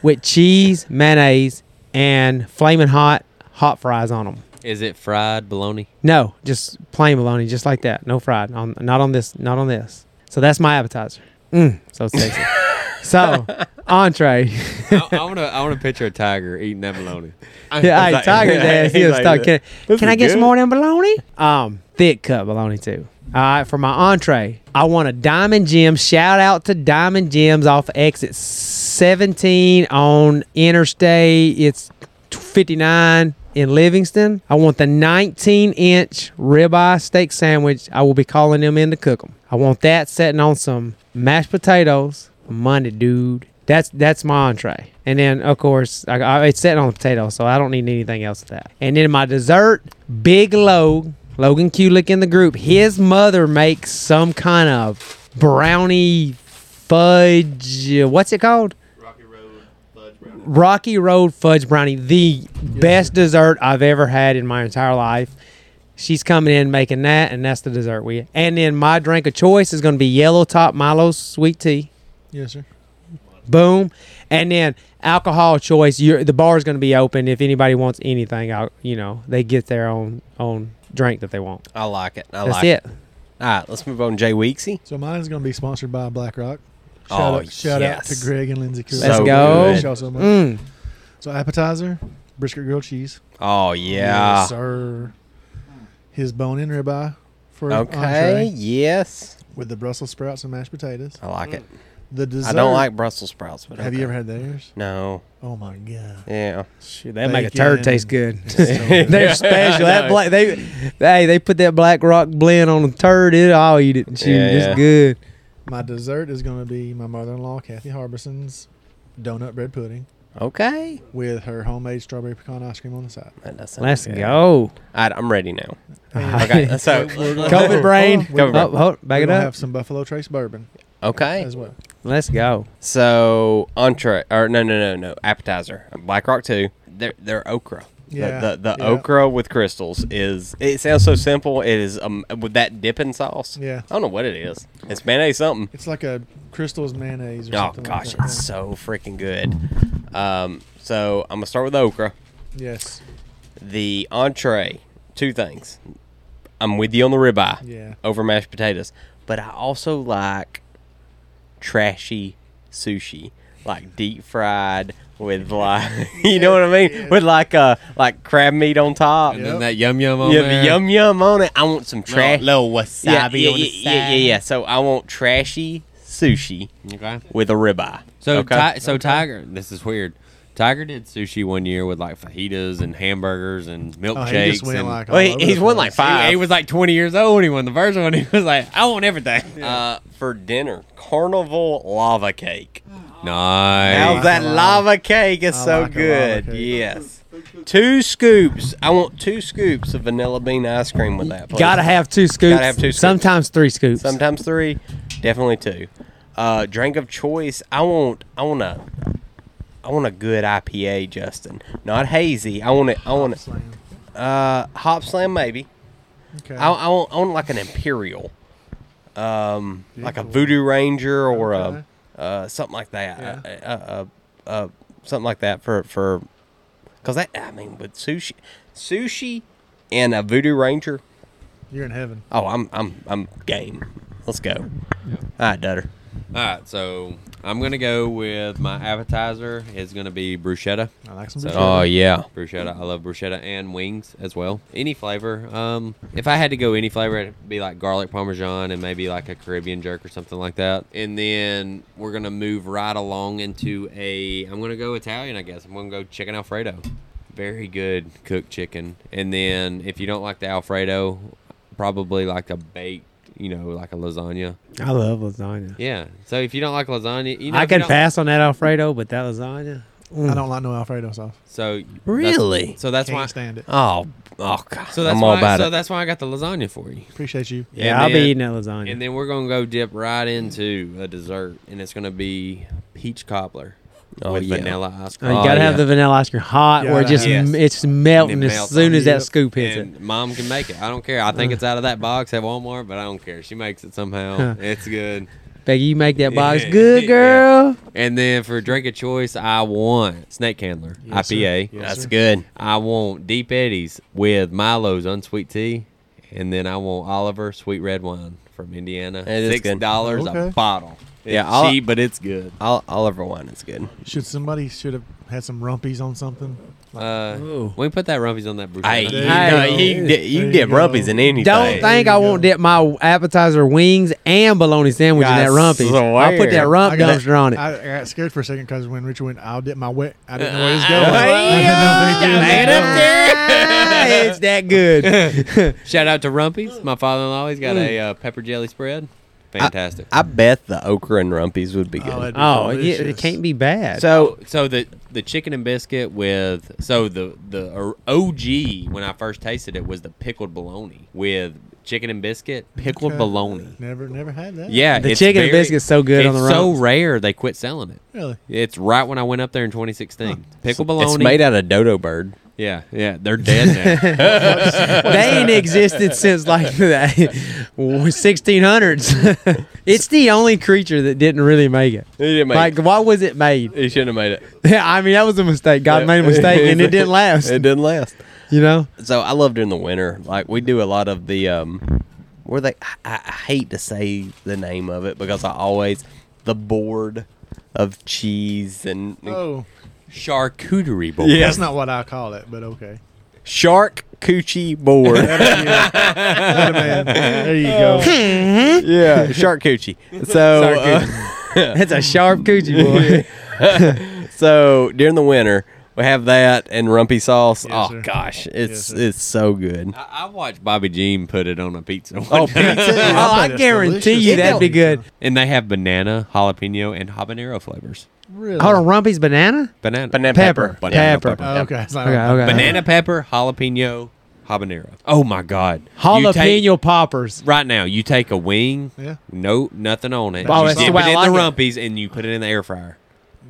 [SPEAKER 3] with cheese, mayonnaise, and flaming hot hot fries on them.
[SPEAKER 4] Is it fried bologna?
[SPEAKER 3] No, just plain bologna, just like that. No fried. On, not on this. Not on this. So that's my appetizer. Mm, so sexy. so entree.
[SPEAKER 4] I, I want to. I want to picture a tiger eating that bologna.
[SPEAKER 3] yeah, hey, Tiger's ass. He was
[SPEAKER 1] Like
[SPEAKER 3] stuck. Can,
[SPEAKER 1] that.
[SPEAKER 3] can I
[SPEAKER 1] is
[SPEAKER 3] get some
[SPEAKER 1] good.
[SPEAKER 3] more of them bologna? Um, thick cut bologna too. All right, for my entree, I want a Diamond Jim. Shout out to Diamond Jim's off exit 17 on Interstate. It's 59 in Livingston. I want the 19 inch ribeye steak sandwich. I will be calling them in to cook them. I want that sitting on some mashed potatoes. Monday, dude. That's that's my entree, and then of course I, I, it's sitting on the potato, so I don't need anything else to that. And then my dessert, Big Log, Logan Kulick in the group. His mother makes some kind of brownie fudge. uh, What's it called? Rocky Road Fudge Brownie, the best dessert I've ever had in my entire life. She's coming in making that, and that's the dessert we. And then my drink of choice is going to be Yellow Top Milo Sweet Tea.
[SPEAKER 2] Yes, sir.
[SPEAKER 3] Boom, and then alcohol choice. You're, the bar is going to be open if anybody wants anything. I'll, you know, they get their own own drink that they want.
[SPEAKER 1] I like it. I
[SPEAKER 3] That's
[SPEAKER 1] like
[SPEAKER 3] it.
[SPEAKER 1] All right. Let's move on. to Jay Weeksy.
[SPEAKER 2] So mine's going to be sponsored by BlackRock. Shout,
[SPEAKER 1] Oh,
[SPEAKER 2] out, shout out
[SPEAKER 1] yes.
[SPEAKER 2] to Greg and Lindsay. Cooley.
[SPEAKER 3] Let's
[SPEAKER 1] So
[SPEAKER 3] go.
[SPEAKER 1] good.
[SPEAKER 2] Y'all so much.
[SPEAKER 3] Mm.
[SPEAKER 2] So appetizer, brisket grilled cheese.
[SPEAKER 1] Oh yeah.
[SPEAKER 2] Yes, sir. His bone-in ribeye for
[SPEAKER 1] okay.
[SPEAKER 2] entree
[SPEAKER 1] Yes.
[SPEAKER 2] with the Brussels sprouts and mashed potatoes.
[SPEAKER 1] I like it.
[SPEAKER 2] The dessert.
[SPEAKER 1] I don't like Brussels sprouts, but
[SPEAKER 2] Have
[SPEAKER 1] okay.
[SPEAKER 2] you ever had theirs?
[SPEAKER 1] No.
[SPEAKER 2] Oh my god.
[SPEAKER 1] Yeah.
[SPEAKER 3] Shoot, that make a
[SPEAKER 2] Bacon
[SPEAKER 3] turd
[SPEAKER 2] and-
[SPEAKER 3] taste good.
[SPEAKER 2] It's so good.
[SPEAKER 3] They're
[SPEAKER 1] Yeah,
[SPEAKER 3] special.
[SPEAKER 1] I
[SPEAKER 3] That
[SPEAKER 1] know.
[SPEAKER 3] black they hey they put that black rock blend on a turd. It I'll eat it. Shoot,
[SPEAKER 1] Yeah, yeah.
[SPEAKER 3] it's good.
[SPEAKER 2] my dessert is going to be my mother-in-law Kathy Harbison's donut bread pudding
[SPEAKER 1] Okay.
[SPEAKER 2] with her homemade strawberry pecan ice cream on the side.
[SPEAKER 1] That does sound
[SPEAKER 3] Let's
[SPEAKER 1] good. All
[SPEAKER 3] go.
[SPEAKER 1] right, I'm ready now.
[SPEAKER 2] And
[SPEAKER 1] Okay. So,
[SPEAKER 3] COVID brain.
[SPEAKER 2] We're gonna-
[SPEAKER 3] Oh, hold, back
[SPEAKER 2] we're
[SPEAKER 3] it
[SPEAKER 2] gonna
[SPEAKER 3] up.
[SPEAKER 2] Have some Buffalo Trace bourbon
[SPEAKER 1] okay.
[SPEAKER 2] as well.
[SPEAKER 3] Let's go.
[SPEAKER 1] So entree or no no no no appetizer. Black Rock two. They're they're okra. The-
[SPEAKER 2] Yeah,
[SPEAKER 1] The the,
[SPEAKER 2] yeah.
[SPEAKER 1] okra with crystals is it sounds so simple. It is um with that dipping sauce.
[SPEAKER 2] Yeah.
[SPEAKER 1] I don't know what it is. It's mayonnaise something.
[SPEAKER 2] It's like a crystals mayonnaise. Or
[SPEAKER 1] Oh
[SPEAKER 2] something like
[SPEAKER 1] gosh,
[SPEAKER 2] that.
[SPEAKER 1] it's so freaking good. Um, so I'm gonna start with okra.
[SPEAKER 2] yes,
[SPEAKER 1] The entree, two things. I'm with you on the ribeye
[SPEAKER 2] yeah.
[SPEAKER 1] over mashed potatoes, but I also like trashy sushi, like deep fried with like you know what I mean, with like uh like crab meat on top.
[SPEAKER 4] And
[SPEAKER 2] Yep.
[SPEAKER 4] then that yum yum on
[SPEAKER 1] Yeah,
[SPEAKER 4] there.
[SPEAKER 1] the yum yum on it. I want some trash.
[SPEAKER 5] Little wasabi
[SPEAKER 1] yeah, yeah,
[SPEAKER 5] on
[SPEAKER 1] yeah,
[SPEAKER 5] the
[SPEAKER 1] yeah, yeah, yeah. So I want trashy sushi
[SPEAKER 4] Okay.
[SPEAKER 1] with a ribeye.
[SPEAKER 4] So
[SPEAKER 1] okay?
[SPEAKER 4] ti- so Tiger, this is weird. Tiger did sushi one year with like fajitas and hamburgers and
[SPEAKER 2] Oh, he
[SPEAKER 4] milkshakes.
[SPEAKER 2] just went
[SPEAKER 4] and
[SPEAKER 2] like.
[SPEAKER 1] Well,
[SPEAKER 2] all
[SPEAKER 1] he-
[SPEAKER 2] over the
[SPEAKER 1] he's won,
[SPEAKER 2] place.
[SPEAKER 1] like, five.
[SPEAKER 4] He, he was like 20 years old when he won the first one. He was like, I want everything.
[SPEAKER 1] uh, for dinner, carnival lava cake. How's
[SPEAKER 4] Nice.
[SPEAKER 1] that
[SPEAKER 2] I like a
[SPEAKER 1] lava cake? It's
[SPEAKER 2] I
[SPEAKER 1] so
[SPEAKER 2] like a lava
[SPEAKER 1] good.
[SPEAKER 2] cake.
[SPEAKER 1] Yes. Two scoops. I want two scoops of vanilla bean ice cream with that. Please.
[SPEAKER 3] Gotta have two scoops.
[SPEAKER 1] have two scoops.
[SPEAKER 3] Sometimes three scoops.
[SPEAKER 1] Sometimes three, definitely two. Uh, drink of choice. I want. I want a. I want a good IPA, Justin. Not hazy. I want it. I want it.
[SPEAKER 2] Slam.
[SPEAKER 1] Uh, Hop Slam maybe.
[SPEAKER 2] Okay.
[SPEAKER 1] I, I, want, I want like an imperial, um, like a Voodoo Ranger or
[SPEAKER 2] Okay.
[SPEAKER 1] a uh, something like that. Uh, uh, uh, uh, something like that for for because that I mean with sushi, sushi and a Voodoo Ranger.
[SPEAKER 2] You're in heaven.
[SPEAKER 1] Oh, I'm I'm I'm game. Let's go. All right, Dutter.
[SPEAKER 4] All right, so I'm going to go with my appetizer. It's going to be bruschetta.
[SPEAKER 2] I like some.
[SPEAKER 4] So- uh,
[SPEAKER 2] bruschetta.
[SPEAKER 1] Oh yeah.
[SPEAKER 4] Bruschetta. I love bruschetta and wings as well. Any flavor. Um, if I had to go any flavor, it'd be like garlic parmesan and maybe like a Caribbean jerk or something like that. And then we're gonna move right along into a. I'm gonna go Italian, I guess. I'm gonna go chicken alfredo. Very good cooked chicken. And then if you don't like the alfredo, probably like a baked. You know, like a lasagna.
[SPEAKER 3] I love lasagna.
[SPEAKER 4] Yeah. So if you don't like lasagna, you know,
[SPEAKER 3] I
[SPEAKER 4] if you
[SPEAKER 3] can
[SPEAKER 4] don't-
[SPEAKER 3] pass on that Alfredo, but that lasagna.
[SPEAKER 2] I don't like no Alfredo sauce.
[SPEAKER 4] So that's-
[SPEAKER 1] Really?
[SPEAKER 4] So that's
[SPEAKER 2] Can't
[SPEAKER 4] why.
[SPEAKER 2] stand it.
[SPEAKER 1] Oh oh god.
[SPEAKER 4] So that's
[SPEAKER 1] I'm all
[SPEAKER 4] why.
[SPEAKER 1] about
[SPEAKER 4] so
[SPEAKER 1] it.
[SPEAKER 4] that's why I got the lasagna for you.
[SPEAKER 2] Appreciate you.
[SPEAKER 3] Yeah,
[SPEAKER 4] And
[SPEAKER 3] I'll be
[SPEAKER 4] then-
[SPEAKER 3] eating that lasagna.
[SPEAKER 4] And then we're gonna go dip right into a dessert, and it's gonna be peach cobbler
[SPEAKER 1] Oh,
[SPEAKER 4] with
[SPEAKER 1] yeah.
[SPEAKER 4] vanilla ice
[SPEAKER 3] Uh,
[SPEAKER 4] cream.
[SPEAKER 3] you gotta have the vanilla ice cream hot,
[SPEAKER 2] You
[SPEAKER 3] where it
[SPEAKER 2] gotta
[SPEAKER 3] just
[SPEAKER 4] have-
[SPEAKER 3] m- it's melting
[SPEAKER 4] It
[SPEAKER 3] as
[SPEAKER 4] melts.
[SPEAKER 3] soon as that
[SPEAKER 2] Yep.
[SPEAKER 3] scoop hits it.
[SPEAKER 4] And mom can make it. I don't care. I think it's out of that box at Walmart, but I don't care. She makes it somehow. it's good.
[SPEAKER 3] Becky, you make that box
[SPEAKER 4] Yeah.
[SPEAKER 3] good,
[SPEAKER 4] Yeah.
[SPEAKER 3] girl.
[SPEAKER 4] And then for drink of choice, I want snake handler
[SPEAKER 2] Yes, sir.
[SPEAKER 4] IPA.
[SPEAKER 2] Yes,
[SPEAKER 1] that's
[SPEAKER 2] sir.
[SPEAKER 1] good.
[SPEAKER 4] I want deep eddies with Milo's unsweet tea, and then I want Oliver sweet red wine from Indiana.
[SPEAKER 1] It is
[SPEAKER 4] Six
[SPEAKER 1] good.
[SPEAKER 4] dollars a
[SPEAKER 2] Okay.
[SPEAKER 4] bottle.
[SPEAKER 1] Yeah,
[SPEAKER 4] It's
[SPEAKER 1] I'll-
[SPEAKER 4] cheap, but it's good.
[SPEAKER 1] I'll, Oliver wine is good.
[SPEAKER 2] Should somebody should have had some rumpies on something?
[SPEAKER 4] Uh,
[SPEAKER 3] Ooh.
[SPEAKER 4] we put that rumpies on that
[SPEAKER 1] Hey,
[SPEAKER 4] bruschetta.
[SPEAKER 1] you,
[SPEAKER 3] Hey.
[SPEAKER 1] know, you, di- you
[SPEAKER 2] There
[SPEAKER 1] dip
[SPEAKER 2] you go.
[SPEAKER 1] rumpies in anything.
[SPEAKER 3] Don't
[SPEAKER 2] There
[SPEAKER 3] think
[SPEAKER 2] you
[SPEAKER 3] I won't
[SPEAKER 2] go.
[SPEAKER 3] dip my appetizer wings and bologna sandwich
[SPEAKER 1] I
[SPEAKER 3] in that rumpy. I'll put that
[SPEAKER 1] swear.
[SPEAKER 3] rump
[SPEAKER 2] got-
[SPEAKER 3] dumpster on it.
[SPEAKER 2] I, I got scared for a second because when Richard went, I'll dip my wet. I didn't know where he was going.
[SPEAKER 3] uh,
[SPEAKER 2] I didn't know if he was going.
[SPEAKER 3] Ah, it's that good.
[SPEAKER 4] Shout out to Rumpies, my father-in-law. He's got
[SPEAKER 3] Mm.
[SPEAKER 4] a uh, pepper jelly spread. Fantastic.
[SPEAKER 1] I bet the okra and rumpies would be good.
[SPEAKER 2] that'd be
[SPEAKER 3] Oh, yeah, it
[SPEAKER 2] delicious.
[SPEAKER 3] can't be bad.
[SPEAKER 1] so
[SPEAKER 4] so the the chicken and biscuit with so the the or- OG when I first tasted it was the pickled bologna with chicken and biscuit pickled
[SPEAKER 2] Okay.
[SPEAKER 4] bologna.
[SPEAKER 2] Never, never had that.
[SPEAKER 4] Yeah,
[SPEAKER 3] The
[SPEAKER 4] it's
[SPEAKER 3] chicken and
[SPEAKER 4] very-
[SPEAKER 3] biscuit's so good
[SPEAKER 4] it's
[SPEAKER 3] on the
[SPEAKER 4] so
[SPEAKER 3] rumps.
[SPEAKER 4] rare they quit selling it.
[SPEAKER 2] really.
[SPEAKER 4] It's right when I went up there in 2016. Pickled bologna.
[SPEAKER 1] it's made out of dodo bird.
[SPEAKER 4] Yeah, yeah, they're dead now.
[SPEAKER 3] they ain't existed since like the 1600s. it's the only creature that didn't really make it.
[SPEAKER 1] He didn't
[SPEAKER 3] Like, why was it made?
[SPEAKER 1] He shouldn't have made it.
[SPEAKER 3] Yeah, I mean, that was a mistake. God made a mistake, and it didn't last.
[SPEAKER 1] It didn't last.
[SPEAKER 3] You know,
[SPEAKER 1] So I love during the winter. Like we do a lot of the um, where they. I- I, I hate to say the name of it because I always the board of cheese and
[SPEAKER 2] Oh,
[SPEAKER 4] Charcuterie board.
[SPEAKER 1] Yeah.
[SPEAKER 2] that's not what I call it, but okay.
[SPEAKER 1] shark coochie board.
[SPEAKER 2] There you go.
[SPEAKER 3] Oh,
[SPEAKER 1] yeah, shark coochie. So. uh,
[SPEAKER 3] That's a sharp coochie boy.
[SPEAKER 1] So during the winter, we have that and rumpy sauce.
[SPEAKER 2] Yes,
[SPEAKER 1] oh
[SPEAKER 2] sir.
[SPEAKER 1] gosh, it's
[SPEAKER 2] Yes, sir.
[SPEAKER 1] it's so good.
[SPEAKER 4] I, I watched Bobby Jean put it on a pizza,
[SPEAKER 1] Oh,
[SPEAKER 4] oh,
[SPEAKER 1] pizza.
[SPEAKER 3] oh, I guarantee you that'd be good.
[SPEAKER 4] and they have banana, jalapeno, and habanero flavors.
[SPEAKER 2] Really?
[SPEAKER 3] Hold on, Rumpy's banana?
[SPEAKER 4] Banana,
[SPEAKER 1] Banana
[SPEAKER 3] Pepper.
[SPEAKER 1] pepper.
[SPEAKER 4] Banana
[SPEAKER 3] Pepper.
[SPEAKER 4] pepper.
[SPEAKER 2] Oh, okay. It's not-
[SPEAKER 3] Okay, okay.
[SPEAKER 4] banana pepper, jalapeno, habanero. Oh my god, You
[SPEAKER 3] Jalapeno
[SPEAKER 4] take-
[SPEAKER 3] poppers.
[SPEAKER 4] right now, you take a wing,
[SPEAKER 2] Yeah.
[SPEAKER 4] no nothing on it.
[SPEAKER 3] Oh,
[SPEAKER 4] you
[SPEAKER 3] that's the
[SPEAKER 4] dip
[SPEAKER 3] way
[SPEAKER 4] it
[SPEAKER 3] I
[SPEAKER 4] in the
[SPEAKER 3] like
[SPEAKER 4] rumpies, and you put it in the air fryer.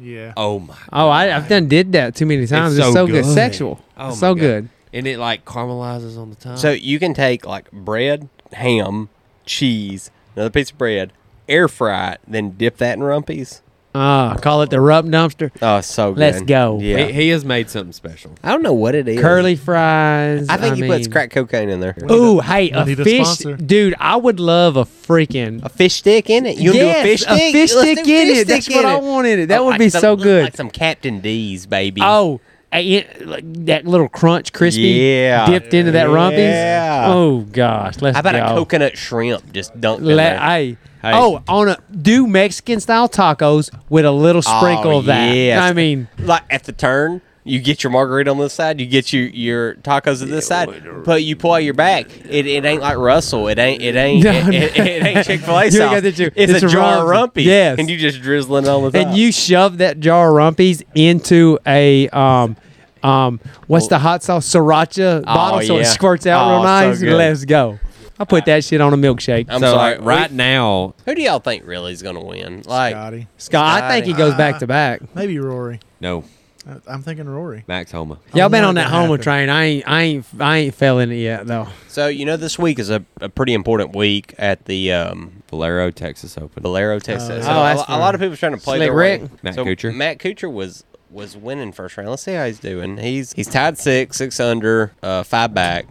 [SPEAKER 2] Yeah.
[SPEAKER 4] Oh my,
[SPEAKER 3] Oh, I, I've done did that too many times. It's,
[SPEAKER 4] so
[SPEAKER 3] so good.
[SPEAKER 4] good.
[SPEAKER 3] Sexual.
[SPEAKER 4] oh
[SPEAKER 3] It's
[SPEAKER 4] my
[SPEAKER 3] so
[SPEAKER 4] God.
[SPEAKER 3] good.
[SPEAKER 4] and it like caramelizes on the tongue.
[SPEAKER 1] So you can take like bread, ham, cheese, another piece of bread, air fry it, then dip that in rumpies.
[SPEAKER 3] Ah, call it the rump dumpster.
[SPEAKER 1] Oh, it's so good.
[SPEAKER 3] Let's go.
[SPEAKER 1] Yeah.
[SPEAKER 4] he, he has made something special.
[SPEAKER 1] I don't know what it is.
[SPEAKER 3] Curly fries.
[SPEAKER 1] I think he puts
[SPEAKER 3] mean-
[SPEAKER 1] crack cocaine in there.
[SPEAKER 3] Ooh, hey,
[SPEAKER 2] We
[SPEAKER 3] a
[SPEAKER 2] need a
[SPEAKER 3] fish,
[SPEAKER 2] sponsor.
[SPEAKER 3] dude. I would love a freaking
[SPEAKER 1] A fish stick in it. You
[SPEAKER 3] yes,
[SPEAKER 1] do a fish stick?
[SPEAKER 3] a
[SPEAKER 1] Let's
[SPEAKER 3] fish
[SPEAKER 1] do
[SPEAKER 3] stick in
[SPEAKER 1] fish
[SPEAKER 3] it. That's
[SPEAKER 1] stick
[SPEAKER 3] what
[SPEAKER 1] in
[SPEAKER 3] I
[SPEAKER 1] it.
[SPEAKER 3] wanted. It. That
[SPEAKER 1] Oh,
[SPEAKER 3] would
[SPEAKER 1] like
[SPEAKER 3] be
[SPEAKER 1] some-
[SPEAKER 3] so good.
[SPEAKER 1] Like some Captain D's, baby.
[SPEAKER 3] oh, I- it- like that little crunch, crispy,
[SPEAKER 1] Yeah.
[SPEAKER 3] dipped into that rumpies.
[SPEAKER 1] Yeah.
[SPEAKER 3] Oh gosh, let's
[SPEAKER 1] how about
[SPEAKER 3] go.
[SPEAKER 1] a coconut shrimp just dunked in
[SPEAKER 3] Let,
[SPEAKER 1] there?
[SPEAKER 3] hey. Oh, on a do Mexican style tacos with a little sprinkle
[SPEAKER 1] Oh,
[SPEAKER 3] of that.
[SPEAKER 1] yes.
[SPEAKER 3] I mean,
[SPEAKER 1] like at the turn, you get your margarita on this side, you get your your tacos on this side, but you pull out your back. It, it ain't like Russell. It ain't it ain't
[SPEAKER 3] No,
[SPEAKER 1] it,
[SPEAKER 3] no.
[SPEAKER 1] it, it ain't Chick Fil A
[SPEAKER 3] You
[SPEAKER 1] sauce.
[SPEAKER 3] got the ju-
[SPEAKER 1] It's,
[SPEAKER 3] it's
[SPEAKER 1] a,
[SPEAKER 3] a
[SPEAKER 1] jar of rumpy.
[SPEAKER 3] rumpy. Yes.
[SPEAKER 1] and you just drizzling on the top.
[SPEAKER 3] and you shove that jar of rumpies into a um um what's the hot sauce sriracha bottle so it
[SPEAKER 1] yeah.
[SPEAKER 3] squirts out real
[SPEAKER 1] Oh, so
[SPEAKER 3] nice.
[SPEAKER 1] good.
[SPEAKER 3] Let's go. I put that shit on a milkshake.
[SPEAKER 1] I'm
[SPEAKER 4] so
[SPEAKER 1] sorry.
[SPEAKER 4] like, right now,
[SPEAKER 1] Who do y'all think really is gonna win? Like
[SPEAKER 2] Scotty.
[SPEAKER 3] Scott, I think he goes back to back.
[SPEAKER 2] Maybe Rory.
[SPEAKER 4] no,
[SPEAKER 2] I- I'm thinking Rory.
[SPEAKER 4] Max Homa.
[SPEAKER 3] Y'all been
[SPEAKER 2] not
[SPEAKER 3] on that
[SPEAKER 2] gonna
[SPEAKER 3] homer
[SPEAKER 2] happen.
[SPEAKER 3] train. I ain't, I ain't, I ain't failing it yet though.
[SPEAKER 1] so, you know, this week is a, a pretty important week at the um,
[SPEAKER 4] Valero, Texas Open.
[SPEAKER 1] Valero, Texas. so
[SPEAKER 2] Oh,
[SPEAKER 3] yeah. Oh,
[SPEAKER 1] a,
[SPEAKER 3] that's
[SPEAKER 1] a lot of people trying to play
[SPEAKER 3] Slick
[SPEAKER 1] their
[SPEAKER 3] Rick.
[SPEAKER 1] way.
[SPEAKER 4] Matt
[SPEAKER 1] so
[SPEAKER 4] Kuchar.
[SPEAKER 1] Matt Kuchar was was winning first round. Let's see how he's doing. He's he's tied six, six under, uh, five back.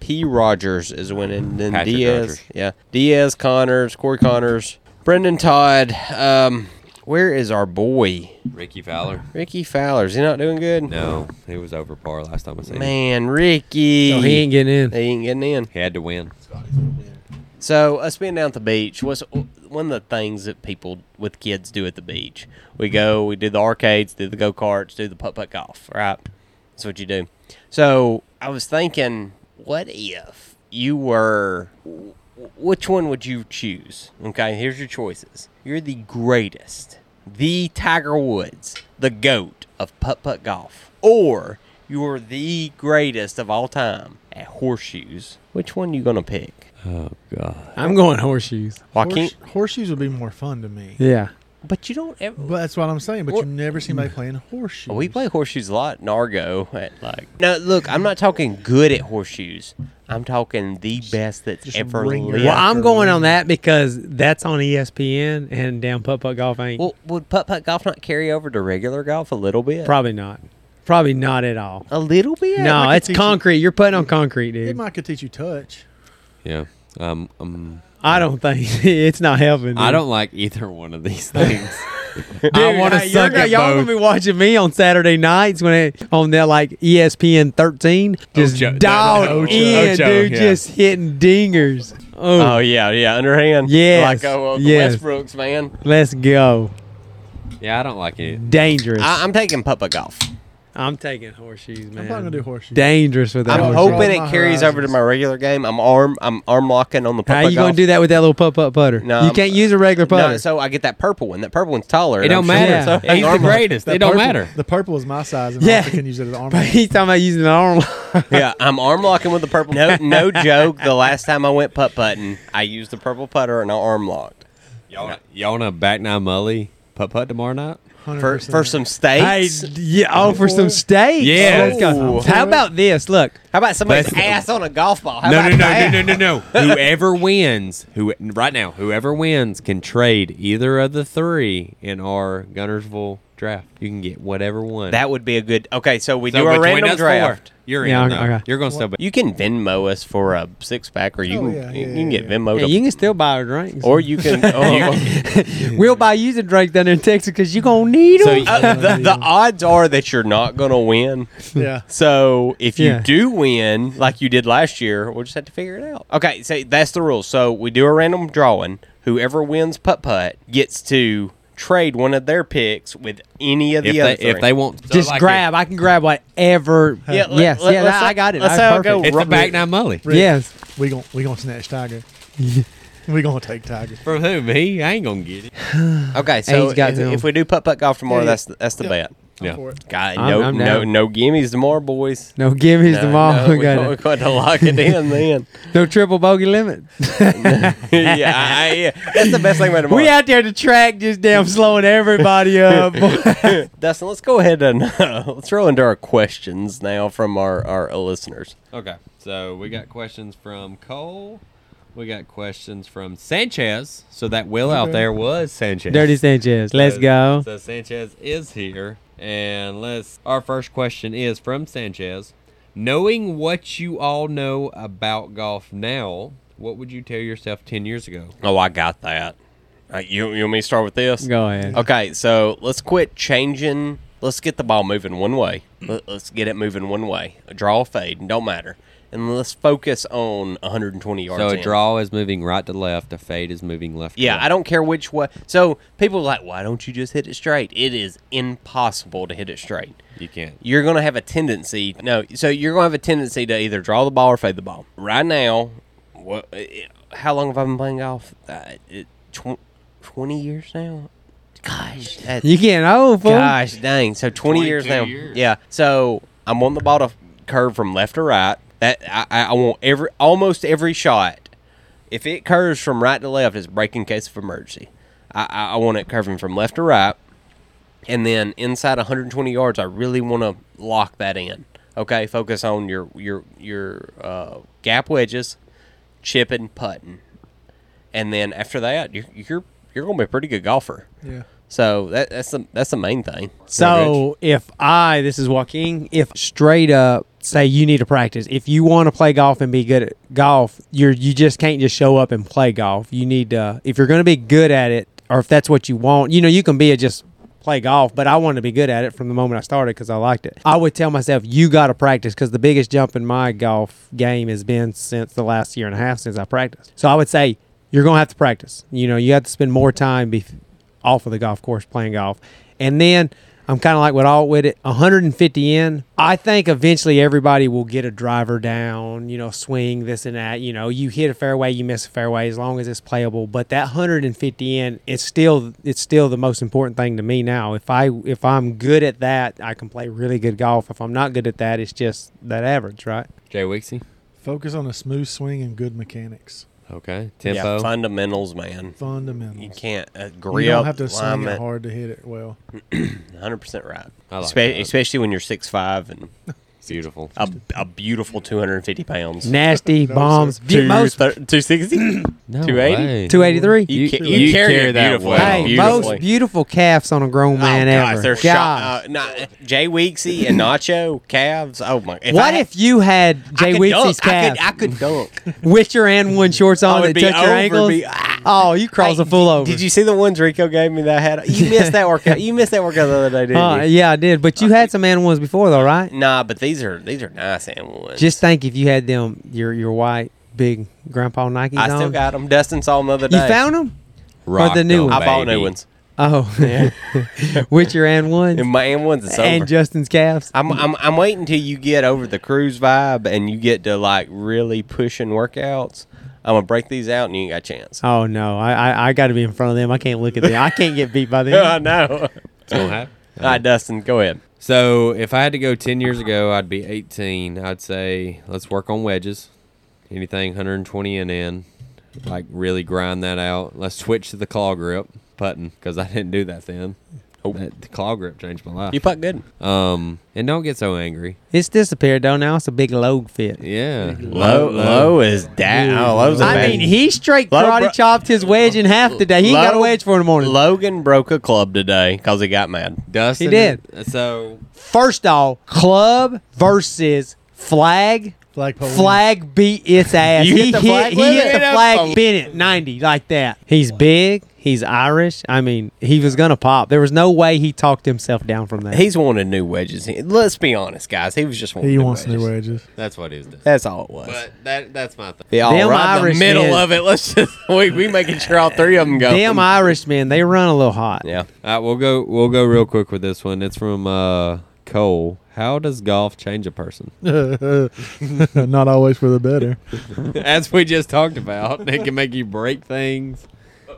[SPEAKER 1] P. Rogers is winning. Then
[SPEAKER 4] Patrick
[SPEAKER 1] Diaz,
[SPEAKER 4] Rogers.
[SPEAKER 1] yeah, Diaz, Connors, Corey Connors, Brendan Todd. Um, where is our boy
[SPEAKER 4] Ricky Fowler.
[SPEAKER 1] Ricky Fowler? Is he not doing good?
[SPEAKER 4] No, he was over par last time I seen him.
[SPEAKER 1] man, Ricky.
[SPEAKER 3] So he ain't getting in.
[SPEAKER 1] He ain't getting in.
[SPEAKER 4] He had to win.
[SPEAKER 1] So us being down at the beach was one of the things that people with kids do at the beach. We go, we do the arcades, do the go karts, do the putt putt golf. Right, that's what you do. So I was thinking, what if you were? wh- Which one would you choose? Okay, here's your choices. You're the greatest, the Tiger Woods, the goat of putt putt golf, or you're the greatest of all time at horseshoes. Which one you gonna pick?
[SPEAKER 4] Oh God.
[SPEAKER 3] I'm going horseshoes.
[SPEAKER 1] Why
[SPEAKER 2] Horse-
[SPEAKER 1] can't?
[SPEAKER 2] horseshoes would be more fun to me.
[SPEAKER 3] Yeah.
[SPEAKER 1] But you don't ever.
[SPEAKER 2] But that's what I'm saying. But
[SPEAKER 1] Or-
[SPEAKER 2] you never see anybody playing horseshoes.
[SPEAKER 1] Oh, we play horseshoes a lot. Nargo at like. No, look, I'm not talking good at horseshoes. I'm talking the best that's
[SPEAKER 2] Just
[SPEAKER 1] ever
[SPEAKER 2] ring your-
[SPEAKER 1] lived.
[SPEAKER 3] Well,
[SPEAKER 2] Yeah,
[SPEAKER 3] I'm
[SPEAKER 2] for
[SPEAKER 3] going
[SPEAKER 2] real.
[SPEAKER 3] on that because that's on E ESPN and down putt putt golf ain't.
[SPEAKER 1] Well, would putt putt golf not carry over to regular golf a little bit?
[SPEAKER 3] probably not. Probably not at all.
[SPEAKER 1] a little bit.
[SPEAKER 3] no,
[SPEAKER 2] like
[SPEAKER 3] it's
[SPEAKER 2] a teacher-
[SPEAKER 3] concrete. You're putting on concrete,
[SPEAKER 2] It
[SPEAKER 3] dude.
[SPEAKER 2] might could teach you touch.
[SPEAKER 4] Yeah. Um. um
[SPEAKER 3] I don't think it's not helping.
[SPEAKER 4] I
[SPEAKER 3] dude.
[SPEAKER 4] don't like either one of these things.
[SPEAKER 3] Dude,
[SPEAKER 4] I want to
[SPEAKER 3] hey,
[SPEAKER 4] suck
[SPEAKER 3] y'all,
[SPEAKER 4] at
[SPEAKER 3] y'all gonna
[SPEAKER 4] both.
[SPEAKER 3] be watching me on Saturday nights when it, on that like E ESPN 13,
[SPEAKER 1] Oh,
[SPEAKER 3] just
[SPEAKER 4] Ocho-
[SPEAKER 3] dialed
[SPEAKER 4] Ocho-
[SPEAKER 3] in,
[SPEAKER 4] Ocho,
[SPEAKER 3] dude,
[SPEAKER 4] yeah.
[SPEAKER 3] just hitting dingers. Oh,
[SPEAKER 1] Oh yeah, yeah, underhand.
[SPEAKER 3] Yes,
[SPEAKER 1] like oh, uh, the
[SPEAKER 3] yes.
[SPEAKER 1] Westbrook's man.
[SPEAKER 3] let's go,
[SPEAKER 4] yeah, I don't like it.
[SPEAKER 3] dangerous. I,
[SPEAKER 1] I, I'm taking putt putt golf.
[SPEAKER 3] am taking horseshoes, man.
[SPEAKER 2] I'm not gonna do horseshoes.
[SPEAKER 3] Dangerous with that.
[SPEAKER 1] I'm
[SPEAKER 2] would
[SPEAKER 3] horseshoe.
[SPEAKER 1] hoping
[SPEAKER 2] broaden
[SPEAKER 1] it
[SPEAKER 2] my
[SPEAKER 1] carries over to
[SPEAKER 2] horizons.
[SPEAKER 1] my regular game. I'm arm, I'm arm locking on the putt
[SPEAKER 3] How
[SPEAKER 1] putt golf.
[SPEAKER 3] you gonna do that with that little putt putt putter?
[SPEAKER 1] No,
[SPEAKER 3] you
[SPEAKER 1] I'm-
[SPEAKER 3] can't use a regular putter.
[SPEAKER 1] No, so I get that purple one. That purple one's taller.
[SPEAKER 4] It
[SPEAKER 1] and
[SPEAKER 4] don't
[SPEAKER 1] I'm shorter,
[SPEAKER 3] matter.
[SPEAKER 1] so-
[SPEAKER 4] He's the greatest. It don't
[SPEAKER 2] purple-
[SPEAKER 4] matter.
[SPEAKER 2] The purple is my size, and
[SPEAKER 3] Yeah.
[SPEAKER 2] I can use it as an arm.
[SPEAKER 3] but he's talking about using an arm. lock.
[SPEAKER 1] yeah, I'm arm locking with the purple. No, no joke. The last time I went putt putting, I used the purple putter and I arm locked
[SPEAKER 4] Y'all, y'all want to back nine mully putt putt tomorrow night?
[SPEAKER 1] for
[SPEAKER 2] 100%.
[SPEAKER 1] for some
[SPEAKER 3] hey,
[SPEAKER 1] steaks.
[SPEAKER 3] yeah, oh, for some steaks.
[SPEAKER 4] Yeah.
[SPEAKER 3] Let's go.
[SPEAKER 1] Ooh.
[SPEAKER 3] How about this? Look,
[SPEAKER 1] How about somebody's
[SPEAKER 4] Let's-
[SPEAKER 1] ass on a golf ball? How
[SPEAKER 4] no,
[SPEAKER 1] about
[SPEAKER 4] no, no,
[SPEAKER 1] that?
[SPEAKER 4] no, no, no, no. whoever wins, who right now, whoever wins can trade either of the three in our Gunnersville draft. You can get whatever one.
[SPEAKER 1] That would be a good. Okay, so we
[SPEAKER 4] so
[SPEAKER 1] do a
[SPEAKER 4] between
[SPEAKER 1] random
[SPEAKER 4] us
[SPEAKER 1] draft.
[SPEAKER 4] Four, you're in.
[SPEAKER 3] Yeah,
[SPEAKER 4] though.
[SPEAKER 3] okay, okay.
[SPEAKER 4] You're gonna still be.
[SPEAKER 1] You can Venmo us for a six pack, or you
[SPEAKER 2] Oh,
[SPEAKER 1] can
[SPEAKER 2] yeah,
[SPEAKER 1] you
[SPEAKER 2] yeah,
[SPEAKER 1] can
[SPEAKER 2] yeah,
[SPEAKER 1] get
[SPEAKER 2] yeah.
[SPEAKER 1] Venmo.
[SPEAKER 3] hey, you can still buy her drinks.
[SPEAKER 1] or you can. Oh,
[SPEAKER 3] We'll buy you the drink down there in Texas because you're going to need
[SPEAKER 4] So
[SPEAKER 3] them.
[SPEAKER 4] you-
[SPEAKER 1] uh, the, the odds are that you're not gonna win.
[SPEAKER 2] yeah.
[SPEAKER 1] So if you
[SPEAKER 3] Yeah.
[SPEAKER 1] do win, like you did last year, we'll just have to figure it out. Okay, so that's the rule. So we do a random drawing. Whoever wins putt putt gets to trade one of their picks with any of the
[SPEAKER 4] If
[SPEAKER 1] other
[SPEAKER 4] they, if
[SPEAKER 1] three.
[SPEAKER 4] they want,
[SPEAKER 3] Just grab. I can grab whatever.
[SPEAKER 1] Yeah, let-
[SPEAKER 3] yes.
[SPEAKER 1] let-
[SPEAKER 3] yeah.
[SPEAKER 1] let's-
[SPEAKER 3] I got it.
[SPEAKER 1] let's
[SPEAKER 3] That's
[SPEAKER 1] all go
[SPEAKER 3] perfect.
[SPEAKER 4] It's a
[SPEAKER 1] Rubber-
[SPEAKER 4] back nine mully.
[SPEAKER 2] Rick,
[SPEAKER 3] Yes.
[SPEAKER 2] we gon' we gonna snatch Tiger. we gonna take Tiger.
[SPEAKER 4] From who? Me? I ain't gonna get it.
[SPEAKER 1] okay, so
[SPEAKER 3] he's got
[SPEAKER 1] if,
[SPEAKER 3] them.
[SPEAKER 1] if we do putt putt golf tomorrow,
[SPEAKER 2] Yeah, yeah.
[SPEAKER 1] that's the- that's the
[SPEAKER 2] Yeah.
[SPEAKER 1] bet.
[SPEAKER 2] I'm
[SPEAKER 4] Yeah.
[SPEAKER 2] for it.
[SPEAKER 1] God,
[SPEAKER 3] I'm-
[SPEAKER 1] no,
[SPEAKER 3] I'm
[SPEAKER 1] no,
[SPEAKER 3] down.
[SPEAKER 1] no gimmies tomorrow, boys.
[SPEAKER 3] No gimmies
[SPEAKER 1] no,
[SPEAKER 3] tomorrow.
[SPEAKER 1] no,
[SPEAKER 3] we
[SPEAKER 1] we
[SPEAKER 3] got
[SPEAKER 1] we
[SPEAKER 3] it.
[SPEAKER 1] got to lock it in then.
[SPEAKER 3] No triple bogey limit.
[SPEAKER 1] yeah, I, yeah, that's the best thing about tomorrow.
[SPEAKER 3] we out there to track, just damn slowing everybody up.
[SPEAKER 1] Dustin, let's go ahead and uh, let's roll into our questions now from our, our listeners.
[SPEAKER 4] Okay. So we got questions from Cole. We got questions from Sanchez. So that will out there was Sanchez.
[SPEAKER 3] Dirty Sanchez. Let's
[SPEAKER 4] So-
[SPEAKER 3] go.
[SPEAKER 4] So Sanchez is here, and let's. Our first question is from Sanchez. Knowing what you all know about golf now, what would you tell yourself ten years ago?
[SPEAKER 1] Oh, I got that. Uh, you you want me to start with this?
[SPEAKER 3] Go ahead.
[SPEAKER 1] Okay, so let's quit changing. Let's get the ball moving one way. Let, us get it moving one way. A draw, fade, don't matter. And let's focus on 120 yards.
[SPEAKER 4] So a
[SPEAKER 1] in.
[SPEAKER 4] draw is moving right to left. A fade is moving left.
[SPEAKER 1] Yeah,
[SPEAKER 4] to
[SPEAKER 1] I don't care which way. So people are like, why don't you just hit it straight? It is impossible to hit it straight.
[SPEAKER 4] You can't.
[SPEAKER 1] You're going to have a tendency. No, so you're going to have a tendency to either draw the ball or fade the ball. Right now, what? eh, How long have I been playing golf? Uh, it, tw- Twenty years now. Gosh, that,
[SPEAKER 3] You getting old, fool.
[SPEAKER 1] Gosh dang! So twenty years
[SPEAKER 4] 22
[SPEAKER 1] now.
[SPEAKER 4] years.
[SPEAKER 1] Yeah. So I'm on the ball to curve from left to right. That I, I I want every almost every shot. If it curves from right to left, it's break in case of emergency. I, I, I want it curving from left to right, and then inside 120 yards, I really want to lock that in. Okay, focus on your your your uh, gap wedges, chipping, putting, and then after that, you're you're you're gonna be a pretty good golfer.
[SPEAKER 2] Yeah.
[SPEAKER 1] So that, that's the that's the main thing.
[SPEAKER 3] So if I, this is Joaquin, if straight up say you need to practice, if you want to play golf and be good at golf, you're you just can't just show up and play golf. You need to if you're going to be good at it, or if that's what you want, you know, you can be a just play golf. But I wanted to be good at it from the moment I started because I liked it. I would tell myself you got to practice because the biggest jump in my golf game has been since the last year and a half since I practiced. So I would say you're going to have to practice. You know, you have to spend more time bef- off of the golf course playing golf. And then I'm kind of like with all with it 150 in. I think eventually everybody will get a driver down, you know, swing this and that. You know, you hit a fairway, you miss a fairway, as long as it's playable. But that 150 in, it's still it's still the most important thing to me now. If I if I'm good at that, I can play really good golf. If I'm not good at that, it's just that average, right?
[SPEAKER 4] Jay Wixie.
[SPEAKER 2] Focus on a smooth swing and good mechanics.
[SPEAKER 4] Okay.
[SPEAKER 1] Yeah,
[SPEAKER 4] Tempo.
[SPEAKER 1] fundamentals, man.
[SPEAKER 2] Fundamentals.
[SPEAKER 1] You can't uh, agree
[SPEAKER 2] You don't
[SPEAKER 1] up
[SPEAKER 2] have to swing it
[SPEAKER 1] alignment.
[SPEAKER 2] hard to hit it well.
[SPEAKER 1] Hundred percent right.
[SPEAKER 4] I like
[SPEAKER 1] Espe-
[SPEAKER 4] that.
[SPEAKER 1] especially when you're six five and
[SPEAKER 4] Beautiful.
[SPEAKER 1] a, a beautiful two hundred and fifty pounds.
[SPEAKER 3] Nasty
[SPEAKER 2] No,
[SPEAKER 3] bombs,
[SPEAKER 2] sir.
[SPEAKER 3] Dude, most
[SPEAKER 1] two sixty.
[SPEAKER 4] No
[SPEAKER 1] 280?
[SPEAKER 4] way.
[SPEAKER 3] 283.
[SPEAKER 1] You, ca-
[SPEAKER 4] You
[SPEAKER 1] you carry,
[SPEAKER 4] carry it
[SPEAKER 1] it
[SPEAKER 4] that
[SPEAKER 1] beautifully.
[SPEAKER 4] well.
[SPEAKER 3] Hey,
[SPEAKER 1] beautifully.
[SPEAKER 3] most beautiful calves on a grown man
[SPEAKER 1] oh, gosh,
[SPEAKER 3] ever.
[SPEAKER 1] They're
[SPEAKER 3] Gosh.
[SPEAKER 1] shot. Uh, nah, Jay Weeksy and Nacho calves. Oh my! If
[SPEAKER 3] what
[SPEAKER 1] I,
[SPEAKER 3] if you had
[SPEAKER 1] I
[SPEAKER 3] Jay
[SPEAKER 1] could
[SPEAKER 3] Wixie's
[SPEAKER 1] dunk. I
[SPEAKER 3] calf
[SPEAKER 1] could, I could dunk.
[SPEAKER 3] with your and one shorts on
[SPEAKER 1] would
[SPEAKER 3] that
[SPEAKER 1] be
[SPEAKER 3] touch
[SPEAKER 1] over,
[SPEAKER 3] your ankles?
[SPEAKER 1] be- ah.
[SPEAKER 3] oh, you cross
[SPEAKER 1] Hey,
[SPEAKER 3] a full over.
[SPEAKER 1] Did you see the ones Rico gave me that I had? You missed that workout. You missed that workout the other day, didn't
[SPEAKER 3] Uh,
[SPEAKER 1] you?
[SPEAKER 3] yeah, I did. But you had some and ones before, though, right?
[SPEAKER 1] Nah, but these are these are nice and ones.
[SPEAKER 3] Just think if you had them, your your white big grandpa Nikes
[SPEAKER 1] I still
[SPEAKER 3] on.
[SPEAKER 1] got them. Dustin saw them the other
[SPEAKER 3] you
[SPEAKER 1] day.
[SPEAKER 3] found them?
[SPEAKER 4] Rock
[SPEAKER 3] the new
[SPEAKER 4] them,
[SPEAKER 3] one.
[SPEAKER 1] I bought
[SPEAKER 4] baby.
[SPEAKER 1] new ones.
[SPEAKER 3] Oh, with your and ones
[SPEAKER 1] And my M ones is over.
[SPEAKER 3] and Justin's calves.
[SPEAKER 1] I'm, I'm I'm waiting till you get over the cruise vibe and you get to like really pushing workouts. I'm gonna break these out and you ain't got a chance.
[SPEAKER 3] Oh no, I I, I got to be in front of them. I can't look at them. I can't get beat by
[SPEAKER 1] I
[SPEAKER 3] them.
[SPEAKER 1] know. All
[SPEAKER 4] It's gonna happen.
[SPEAKER 1] right, Dustin, go ahead.
[SPEAKER 4] So if I had to go ten years ago, I'd be eighteen. I'd say let's work on wedges. Anything 120 and in, like really grind that out. Let's switch to the claw grip putting because I didn't do that then. That the claw grip changed my life.
[SPEAKER 1] Oh. You putt good.
[SPEAKER 4] Um, and don't get so angry.
[SPEAKER 3] It's disappeared though. Now it's a big log fit.
[SPEAKER 4] Yeah,
[SPEAKER 1] Low low is down. Oh, low's a
[SPEAKER 3] I
[SPEAKER 1] bad-
[SPEAKER 3] mean, he straight
[SPEAKER 1] Low
[SPEAKER 3] karate
[SPEAKER 1] bro-
[SPEAKER 3] chopped his wedge in half today. He ain't got a
[SPEAKER 1] Low-
[SPEAKER 3] wedge for in the morning.
[SPEAKER 1] Logan broke a club today because he got mad.
[SPEAKER 4] Dustin
[SPEAKER 3] He did.
[SPEAKER 4] So
[SPEAKER 3] First off, club versus flag
[SPEAKER 2] flagpole.
[SPEAKER 3] Flag beat its ass.
[SPEAKER 1] You
[SPEAKER 3] he
[SPEAKER 1] hit the
[SPEAKER 3] hit,
[SPEAKER 1] flag
[SPEAKER 3] he
[SPEAKER 1] with
[SPEAKER 3] hit
[SPEAKER 1] it?
[SPEAKER 3] the
[SPEAKER 1] Hit a
[SPEAKER 3] flag
[SPEAKER 1] fl-
[SPEAKER 3] Bennett 90 like that. He's big. He's Irish. I mean, he was gonna pop. There was no way he talked himself down from that.
[SPEAKER 1] He's wanted new wedges. He- Let's be honest, guys. He was just wanting
[SPEAKER 2] He
[SPEAKER 1] new
[SPEAKER 2] wants
[SPEAKER 1] wedges.
[SPEAKER 2] new wedges.
[SPEAKER 4] That's what he's doing.
[SPEAKER 1] That's all it was.
[SPEAKER 4] But that that's my thing.
[SPEAKER 1] they all
[SPEAKER 3] Them
[SPEAKER 1] right in the
[SPEAKER 3] Irish
[SPEAKER 1] middle
[SPEAKER 3] men-
[SPEAKER 1] of it. Let's just we we making sure all three of them go.
[SPEAKER 3] Damn Irish men, they run a little hot.
[SPEAKER 1] Yeah.
[SPEAKER 4] All right, we'll go we'll go real quick with this one. It's from uh, Cole. How does golf change a person?
[SPEAKER 2] Not always for the better.
[SPEAKER 4] As we just talked about, it can make you break things,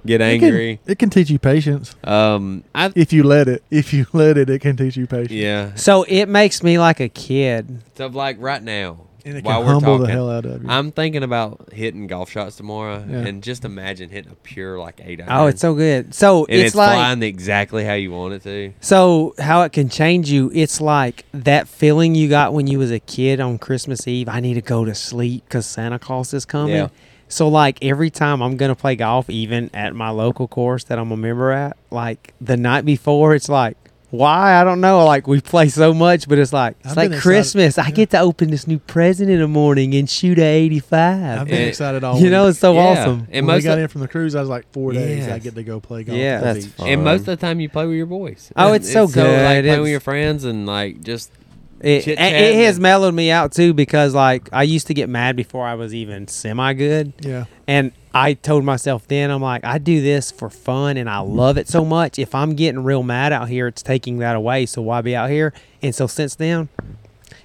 [SPEAKER 4] get
[SPEAKER 2] It can-
[SPEAKER 4] angry.
[SPEAKER 2] It can, teach you patience
[SPEAKER 4] Um, I
[SPEAKER 2] if you let it. If you let it, it can teach you patience.
[SPEAKER 4] yeah.
[SPEAKER 3] So it makes me like a kid.
[SPEAKER 4] So like right now,
[SPEAKER 2] And it
[SPEAKER 4] while
[SPEAKER 2] can
[SPEAKER 4] we're
[SPEAKER 2] humble the
[SPEAKER 4] talking,
[SPEAKER 2] hell out of you.
[SPEAKER 4] I'm thinking about hitting golf shots tomorrow,
[SPEAKER 2] Yeah.
[SPEAKER 4] and just imagine hitting a pure like eight iron.
[SPEAKER 3] Oh, it's so good. So
[SPEAKER 4] and
[SPEAKER 3] it's,
[SPEAKER 4] it's,
[SPEAKER 3] like
[SPEAKER 4] flying exactly how you want it to.
[SPEAKER 3] so how it can change you. It's like that feeling you got when you was a kid on Christmas Eve. I need to go to sleep because Santa Claus is coming.
[SPEAKER 1] Yeah.
[SPEAKER 3] So like every time I'm gonna play golf, even at my local course that I'm a member at, like the night before, it's like. Why I don't know. Like we play so much, but it's like it's
[SPEAKER 2] I've been
[SPEAKER 3] like
[SPEAKER 2] excited-
[SPEAKER 3] Christmas. I
[SPEAKER 2] yeah.
[SPEAKER 3] get to open this new present in the morning and shoot a
[SPEAKER 2] I've
[SPEAKER 3] eighty-five.
[SPEAKER 2] been
[SPEAKER 4] it-
[SPEAKER 2] excited all
[SPEAKER 3] You know,
[SPEAKER 2] week.
[SPEAKER 3] it's so
[SPEAKER 4] Yeah.
[SPEAKER 3] awesome.
[SPEAKER 2] when
[SPEAKER 4] And
[SPEAKER 2] we
[SPEAKER 4] most
[SPEAKER 2] got
[SPEAKER 4] of,
[SPEAKER 2] in from the cruise, I was like four days. I
[SPEAKER 3] Yes.
[SPEAKER 2] get to go play golf.
[SPEAKER 3] Yeah.
[SPEAKER 2] at the
[SPEAKER 1] That's
[SPEAKER 2] beach.
[SPEAKER 1] fun.
[SPEAKER 4] and most of the time you play with your boys.
[SPEAKER 3] Oh,
[SPEAKER 4] And
[SPEAKER 3] it's so
[SPEAKER 4] like
[SPEAKER 3] good.
[SPEAKER 4] playing with
[SPEAKER 3] It's-
[SPEAKER 4] your friends and like just
[SPEAKER 3] It,
[SPEAKER 4] chit
[SPEAKER 3] and
[SPEAKER 4] chat
[SPEAKER 3] it has
[SPEAKER 4] and-
[SPEAKER 3] mellowed me out too because like I used to get mad before I was even semi good,
[SPEAKER 2] Yeah,
[SPEAKER 3] and I told myself then I'm like I do this for fun and I love it so much. If I'm getting real mad out here, it's taking that away. So why be out here? And so since then,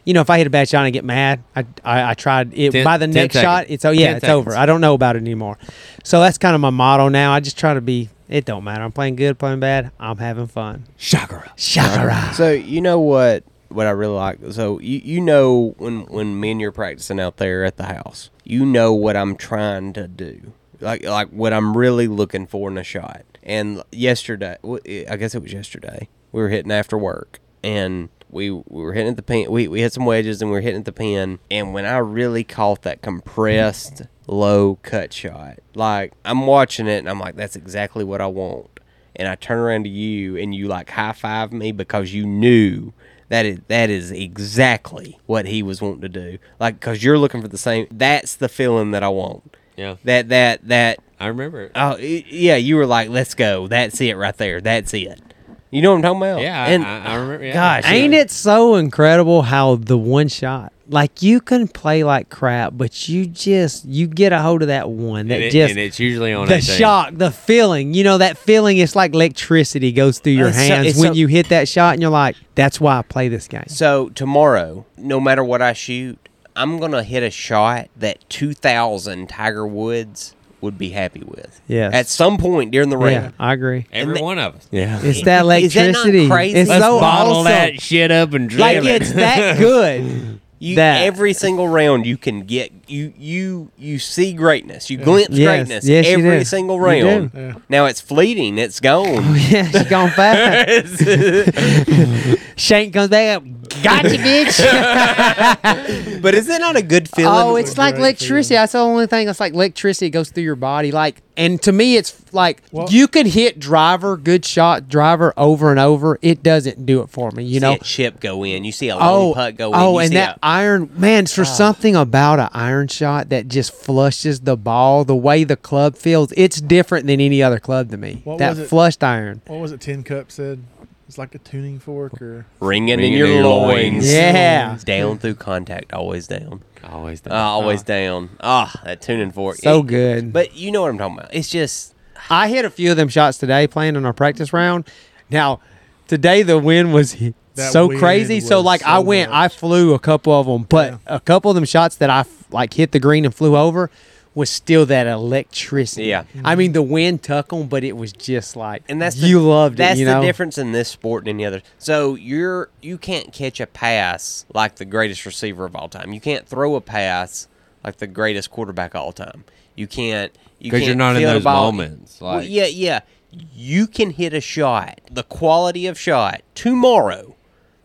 [SPEAKER 3] you know, if I hit a bad shot and get mad, I I, I tried it
[SPEAKER 4] Ten-
[SPEAKER 3] by the
[SPEAKER 4] ten
[SPEAKER 3] next
[SPEAKER 4] seconds.
[SPEAKER 3] shot. It's oh yeah,
[SPEAKER 4] Ten
[SPEAKER 3] it's
[SPEAKER 4] seconds.
[SPEAKER 3] over. I don't know about it anymore. So that's kind of my motto now. I just try to be. It don't matter. I'm playing good, playing bad. I'm having fun.
[SPEAKER 4] chakra.
[SPEAKER 3] Shakara.
[SPEAKER 1] So you know what what I really like. So you you know when when me and you're practicing out there at the house, you know what I'm trying to do, like like what I'm really looking for in a shot. And yesterday, w- I guess it was yesterday, we were hitting after work, and we we were hitting at the pin. We we had some wedges, and we were hitting at the pin. And when I really caught that compressed low cut shot, like I'm watching it, and I'm like, that's exactly what I want and I turn around to you and you like high five me because you knew that is that is exactly what he was wanting to do. Like because you're looking for the same. That's the feeling that I want.
[SPEAKER 4] Yeah,
[SPEAKER 1] That that that.
[SPEAKER 4] I remember it.
[SPEAKER 1] Oh y- yeah, you were like, let's go. That's it right there. That's it. You know what I'm talking about?
[SPEAKER 4] Yeah, I-
[SPEAKER 1] And
[SPEAKER 4] I, I remember. Yeah.
[SPEAKER 1] gosh,
[SPEAKER 3] Ain't it so incredible how the one shot, like you can play like crap, but you just you get a hold of that one that
[SPEAKER 4] And, it,
[SPEAKER 3] just
[SPEAKER 4] and it's usually on
[SPEAKER 3] the
[SPEAKER 4] 18.
[SPEAKER 3] shock, the feeling. You know that feeling. It's like electricity goes through your
[SPEAKER 1] It's so-
[SPEAKER 3] hands
[SPEAKER 1] it's
[SPEAKER 3] when
[SPEAKER 1] so-
[SPEAKER 3] you hit that shot, and you're like, "That's why I play this game."
[SPEAKER 1] So tomorrow, no matter what I shoot, I'm gonna hit a shot that 2,000 Tiger Woods would be happy with.
[SPEAKER 3] Yes.
[SPEAKER 1] At some point during the round.
[SPEAKER 3] yeah, I agree.
[SPEAKER 4] Every
[SPEAKER 1] And the-
[SPEAKER 4] one of us. Yeah.
[SPEAKER 1] Is
[SPEAKER 3] It's that
[SPEAKER 1] that not
[SPEAKER 3] electricity.
[SPEAKER 1] crazy?
[SPEAKER 3] It's
[SPEAKER 1] Let's
[SPEAKER 3] so
[SPEAKER 4] Bottle
[SPEAKER 3] awesome.
[SPEAKER 4] that shit up and drill
[SPEAKER 3] like
[SPEAKER 4] it.
[SPEAKER 3] it's that good.
[SPEAKER 1] You,
[SPEAKER 3] That-
[SPEAKER 1] every single round you can get you you you see greatness. You glimpse
[SPEAKER 3] Yes,
[SPEAKER 1] greatness
[SPEAKER 3] yes, you
[SPEAKER 1] every
[SPEAKER 3] do.
[SPEAKER 1] single
[SPEAKER 3] You do. Oh,
[SPEAKER 1] round.
[SPEAKER 2] Yeah.
[SPEAKER 1] Now it's fleeting, it's gone.
[SPEAKER 3] yeah, she's gone fast. Shank comes back up. Gotcha, bitch.
[SPEAKER 1] but is it not a good feeling?
[SPEAKER 3] Oh, it's like
[SPEAKER 2] great
[SPEAKER 3] electricity. That's the only thing. That's like electricity goes through your body. Like, and to me, it's like
[SPEAKER 2] Well-
[SPEAKER 3] you can hit driver, good shot driver over and over. It doesn't do it for me, you
[SPEAKER 1] you see
[SPEAKER 3] know.
[SPEAKER 1] a chip go in, you see a long
[SPEAKER 3] Oh,
[SPEAKER 1] putt go in.
[SPEAKER 3] oh,
[SPEAKER 1] you
[SPEAKER 3] and
[SPEAKER 1] see
[SPEAKER 3] that
[SPEAKER 1] a-
[SPEAKER 3] iron man.
[SPEAKER 2] Ah.
[SPEAKER 3] it's For something about an iron shot that just flushes the ball, the way the club feels, it's different than any other club to me.
[SPEAKER 2] What
[SPEAKER 3] that
[SPEAKER 2] was it?
[SPEAKER 3] flushed iron.
[SPEAKER 2] What was it? Tin Cup said it's like a tuning fork or
[SPEAKER 1] ringing,
[SPEAKER 4] Ringing
[SPEAKER 1] in your,
[SPEAKER 4] in your
[SPEAKER 1] loins.
[SPEAKER 4] loins.
[SPEAKER 3] Yeah.
[SPEAKER 1] Down through contact, always down.
[SPEAKER 4] always
[SPEAKER 1] Uh, always down. Ah, that tuning fork.
[SPEAKER 3] So
[SPEAKER 1] It-
[SPEAKER 3] good.
[SPEAKER 1] But you know what I'm talking about. It's just
[SPEAKER 3] I hit a few of them shots today playing in our practice round. Now, today the wind was
[SPEAKER 2] That
[SPEAKER 3] so
[SPEAKER 2] wind
[SPEAKER 3] crazy. So
[SPEAKER 2] was
[SPEAKER 3] like I
[SPEAKER 2] so
[SPEAKER 3] went,
[SPEAKER 2] much.
[SPEAKER 3] I flew a couple of them, but a couple of them shots that I f- like hit the green and flew over was still that electricity.
[SPEAKER 1] Yeah.
[SPEAKER 3] I mean the wind took them, but it was just like
[SPEAKER 1] and that's the,
[SPEAKER 3] you loved
[SPEAKER 1] That's
[SPEAKER 3] it. You
[SPEAKER 1] the
[SPEAKER 3] know?
[SPEAKER 1] difference in this sport and any other. So you're you can't catch a pass like the greatest receiver of all time. You can't throw a pass like the greatest quarterback of all time. You can't you
[SPEAKER 4] Because you're
[SPEAKER 1] can't
[SPEAKER 4] not in
[SPEAKER 1] field a
[SPEAKER 4] those
[SPEAKER 1] ball.
[SPEAKER 4] moments. Like,
[SPEAKER 1] Well, yeah, yeah. You can hit a shot. The quality of shot tomorrow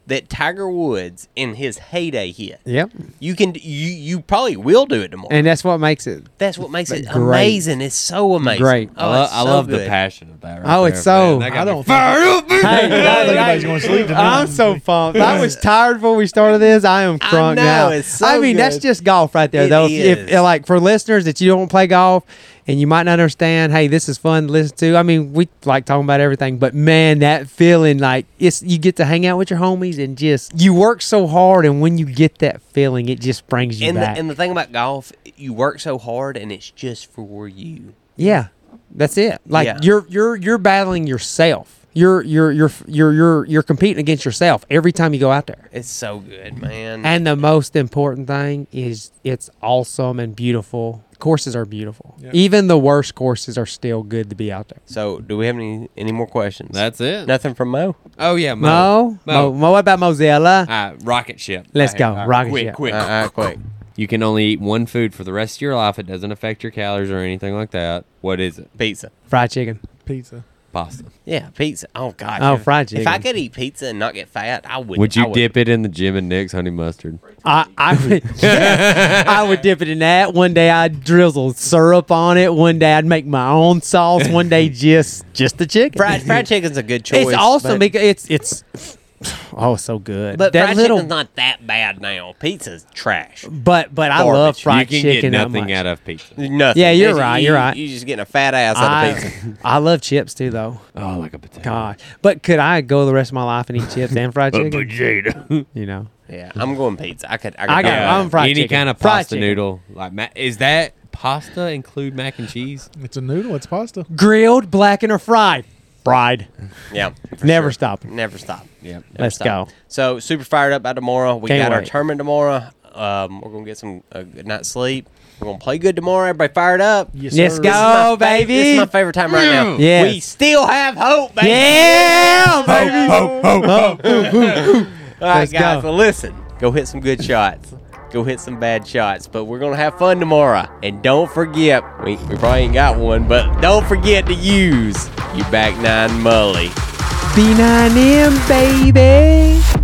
[SPEAKER 1] that Tiger Woods in his heyday hit.
[SPEAKER 3] Yep.
[SPEAKER 1] You can you you probably will do it tomorrow.
[SPEAKER 3] And that's what makes it.
[SPEAKER 1] that's what makes it
[SPEAKER 3] Great.
[SPEAKER 1] amazing. It's so amazing.
[SPEAKER 3] Great.
[SPEAKER 1] Oh,
[SPEAKER 4] I, lo-
[SPEAKER 1] it's
[SPEAKER 4] I
[SPEAKER 1] so
[SPEAKER 4] love the
[SPEAKER 1] good.
[SPEAKER 4] passion of that. Right
[SPEAKER 3] Oh, it's
[SPEAKER 4] there,
[SPEAKER 3] so-
[SPEAKER 4] Man. That got
[SPEAKER 2] I
[SPEAKER 4] me
[SPEAKER 2] don't think-
[SPEAKER 4] fired up. man.
[SPEAKER 3] Hey,
[SPEAKER 2] don't think
[SPEAKER 3] hey,
[SPEAKER 2] anybody's
[SPEAKER 3] hey.
[SPEAKER 2] gonna sleep tonight.
[SPEAKER 3] I'm so pumped. I was tired before we started this. I am
[SPEAKER 1] I
[SPEAKER 3] crunk
[SPEAKER 1] know,
[SPEAKER 3] now.
[SPEAKER 1] it's so
[SPEAKER 3] I mean, that's
[SPEAKER 1] good.
[SPEAKER 3] just golf right there,
[SPEAKER 1] It
[SPEAKER 3] though. If,
[SPEAKER 1] is.
[SPEAKER 3] if like for listeners that you don't play golf and you might not understand, hey, this is fun to listen to. I mean, we like talking about everything, but man, that feeling like it's you get to hang out with your homies and just you work so hard, and when you get that feeling, it just brings you
[SPEAKER 1] And the,
[SPEAKER 3] back.
[SPEAKER 1] and the thing about golf, you work so hard, and it's just for you.
[SPEAKER 3] Yeah, that's it. Like
[SPEAKER 1] Yeah.
[SPEAKER 3] you're you're you're battling yourself. You're you're you're you're you're you're competing against yourself every time you go out there.
[SPEAKER 1] It's so good, man.
[SPEAKER 3] And the most important thing is it's awesome and beautiful. Courses are beautiful.
[SPEAKER 2] Yeah.
[SPEAKER 3] Even the worst courses are still good to be out there.
[SPEAKER 1] so, do we have any any more questions?
[SPEAKER 4] That's it.
[SPEAKER 1] Nothing from Mo.
[SPEAKER 4] oh yeah,
[SPEAKER 3] Mo,
[SPEAKER 4] Mo.
[SPEAKER 3] Mo, Mo, what about Mozilla?
[SPEAKER 4] All right, rocket ship.
[SPEAKER 3] Let's
[SPEAKER 4] All
[SPEAKER 3] go,
[SPEAKER 4] all
[SPEAKER 3] rocket
[SPEAKER 4] quick,
[SPEAKER 3] ship.
[SPEAKER 4] Quick,
[SPEAKER 1] Uh, uh, quick.
[SPEAKER 4] You can only eat one food for the rest of your life. It doesn't affect your calories or anything like that. What is it?
[SPEAKER 1] Pizza.
[SPEAKER 3] fried chicken.
[SPEAKER 2] Pizza.
[SPEAKER 4] Pasta.
[SPEAKER 1] Yeah, pizza. Oh God.
[SPEAKER 3] Oh,
[SPEAKER 1] if-
[SPEAKER 3] fried
[SPEAKER 1] If I
[SPEAKER 3] chicken.
[SPEAKER 1] could eat pizza and not get fat, I would.
[SPEAKER 4] Would
[SPEAKER 1] I
[SPEAKER 4] you dip it in the Jim and Nick's honey mustard?
[SPEAKER 3] I I would, yeah, I would dip it in that. One day I'd drizzle syrup on it. One day I'd make my own sauce. One day just just the chicken.
[SPEAKER 1] Fried fried chicken's a good choice.
[SPEAKER 3] It's awesome
[SPEAKER 1] but,
[SPEAKER 3] because it's it's oh so good.
[SPEAKER 1] but
[SPEAKER 3] that
[SPEAKER 1] fried
[SPEAKER 3] little,
[SPEAKER 1] chicken's not that bad now. Pizza's trash.
[SPEAKER 3] but but I
[SPEAKER 1] garbage.
[SPEAKER 3] love fried
[SPEAKER 4] you can
[SPEAKER 3] chicken.
[SPEAKER 4] get nothing
[SPEAKER 3] that much.
[SPEAKER 4] out of pizza.
[SPEAKER 1] Nothing.
[SPEAKER 3] Yeah, you're
[SPEAKER 1] It's-
[SPEAKER 3] right,
[SPEAKER 1] you-
[SPEAKER 3] you're right.
[SPEAKER 1] You're just getting a fat ass out of
[SPEAKER 3] I,
[SPEAKER 1] pizza.
[SPEAKER 3] I love chips too though.
[SPEAKER 4] Oh, like a potato.
[SPEAKER 3] God, but could I go the rest of my life and eat chips and fried chicken? you know,
[SPEAKER 1] Yeah, I'm going pizza. I could. I, could
[SPEAKER 3] I
[SPEAKER 1] do
[SPEAKER 3] got-
[SPEAKER 1] that.
[SPEAKER 3] I'm fried
[SPEAKER 4] Any
[SPEAKER 3] chicken.
[SPEAKER 4] kind of
[SPEAKER 3] Fried
[SPEAKER 4] pasta
[SPEAKER 3] chicken.
[SPEAKER 4] noodle. Like ma- is that pasta include mac and cheese?
[SPEAKER 2] It's a noodle. It's pasta.
[SPEAKER 3] grilled, blackened, or fried? Fried.
[SPEAKER 1] Yeah. for
[SPEAKER 3] Never
[SPEAKER 1] sure.
[SPEAKER 3] stop.
[SPEAKER 1] Never stop.
[SPEAKER 4] Yep.
[SPEAKER 1] Never
[SPEAKER 3] Let's
[SPEAKER 1] stop.
[SPEAKER 3] go.
[SPEAKER 1] So super fired up by tomorrow. We
[SPEAKER 3] Can't
[SPEAKER 1] got our
[SPEAKER 3] wait.
[SPEAKER 1] tournament tomorrow. Um, we're gonna get some a good night's sleep. We're gonna play good tomorrow. Everybody fired up.
[SPEAKER 3] Let's
[SPEAKER 1] This
[SPEAKER 2] sir.
[SPEAKER 3] go.
[SPEAKER 1] is my
[SPEAKER 3] Oh,
[SPEAKER 1] fav- This
[SPEAKER 3] baby.
[SPEAKER 1] is my favorite time right now.
[SPEAKER 3] Yeah.
[SPEAKER 1] We still have hope, baby.
[SPEAKER 3] Yeah, baby.
[SPEAKER 1] All right,
[SPEAKER 3] Let's
[SPEAKER 1] guys.
[SPEAKER 3] go.
[SPEAKER 1] Well, listen, go hit some good shots. Go hit some bad shots, but we're gonna have fun tomorrow. And don't forget, we, we probably ain't got one, but don't forget to use your back nine mully.
[SPEAKER 3] B9M, baby.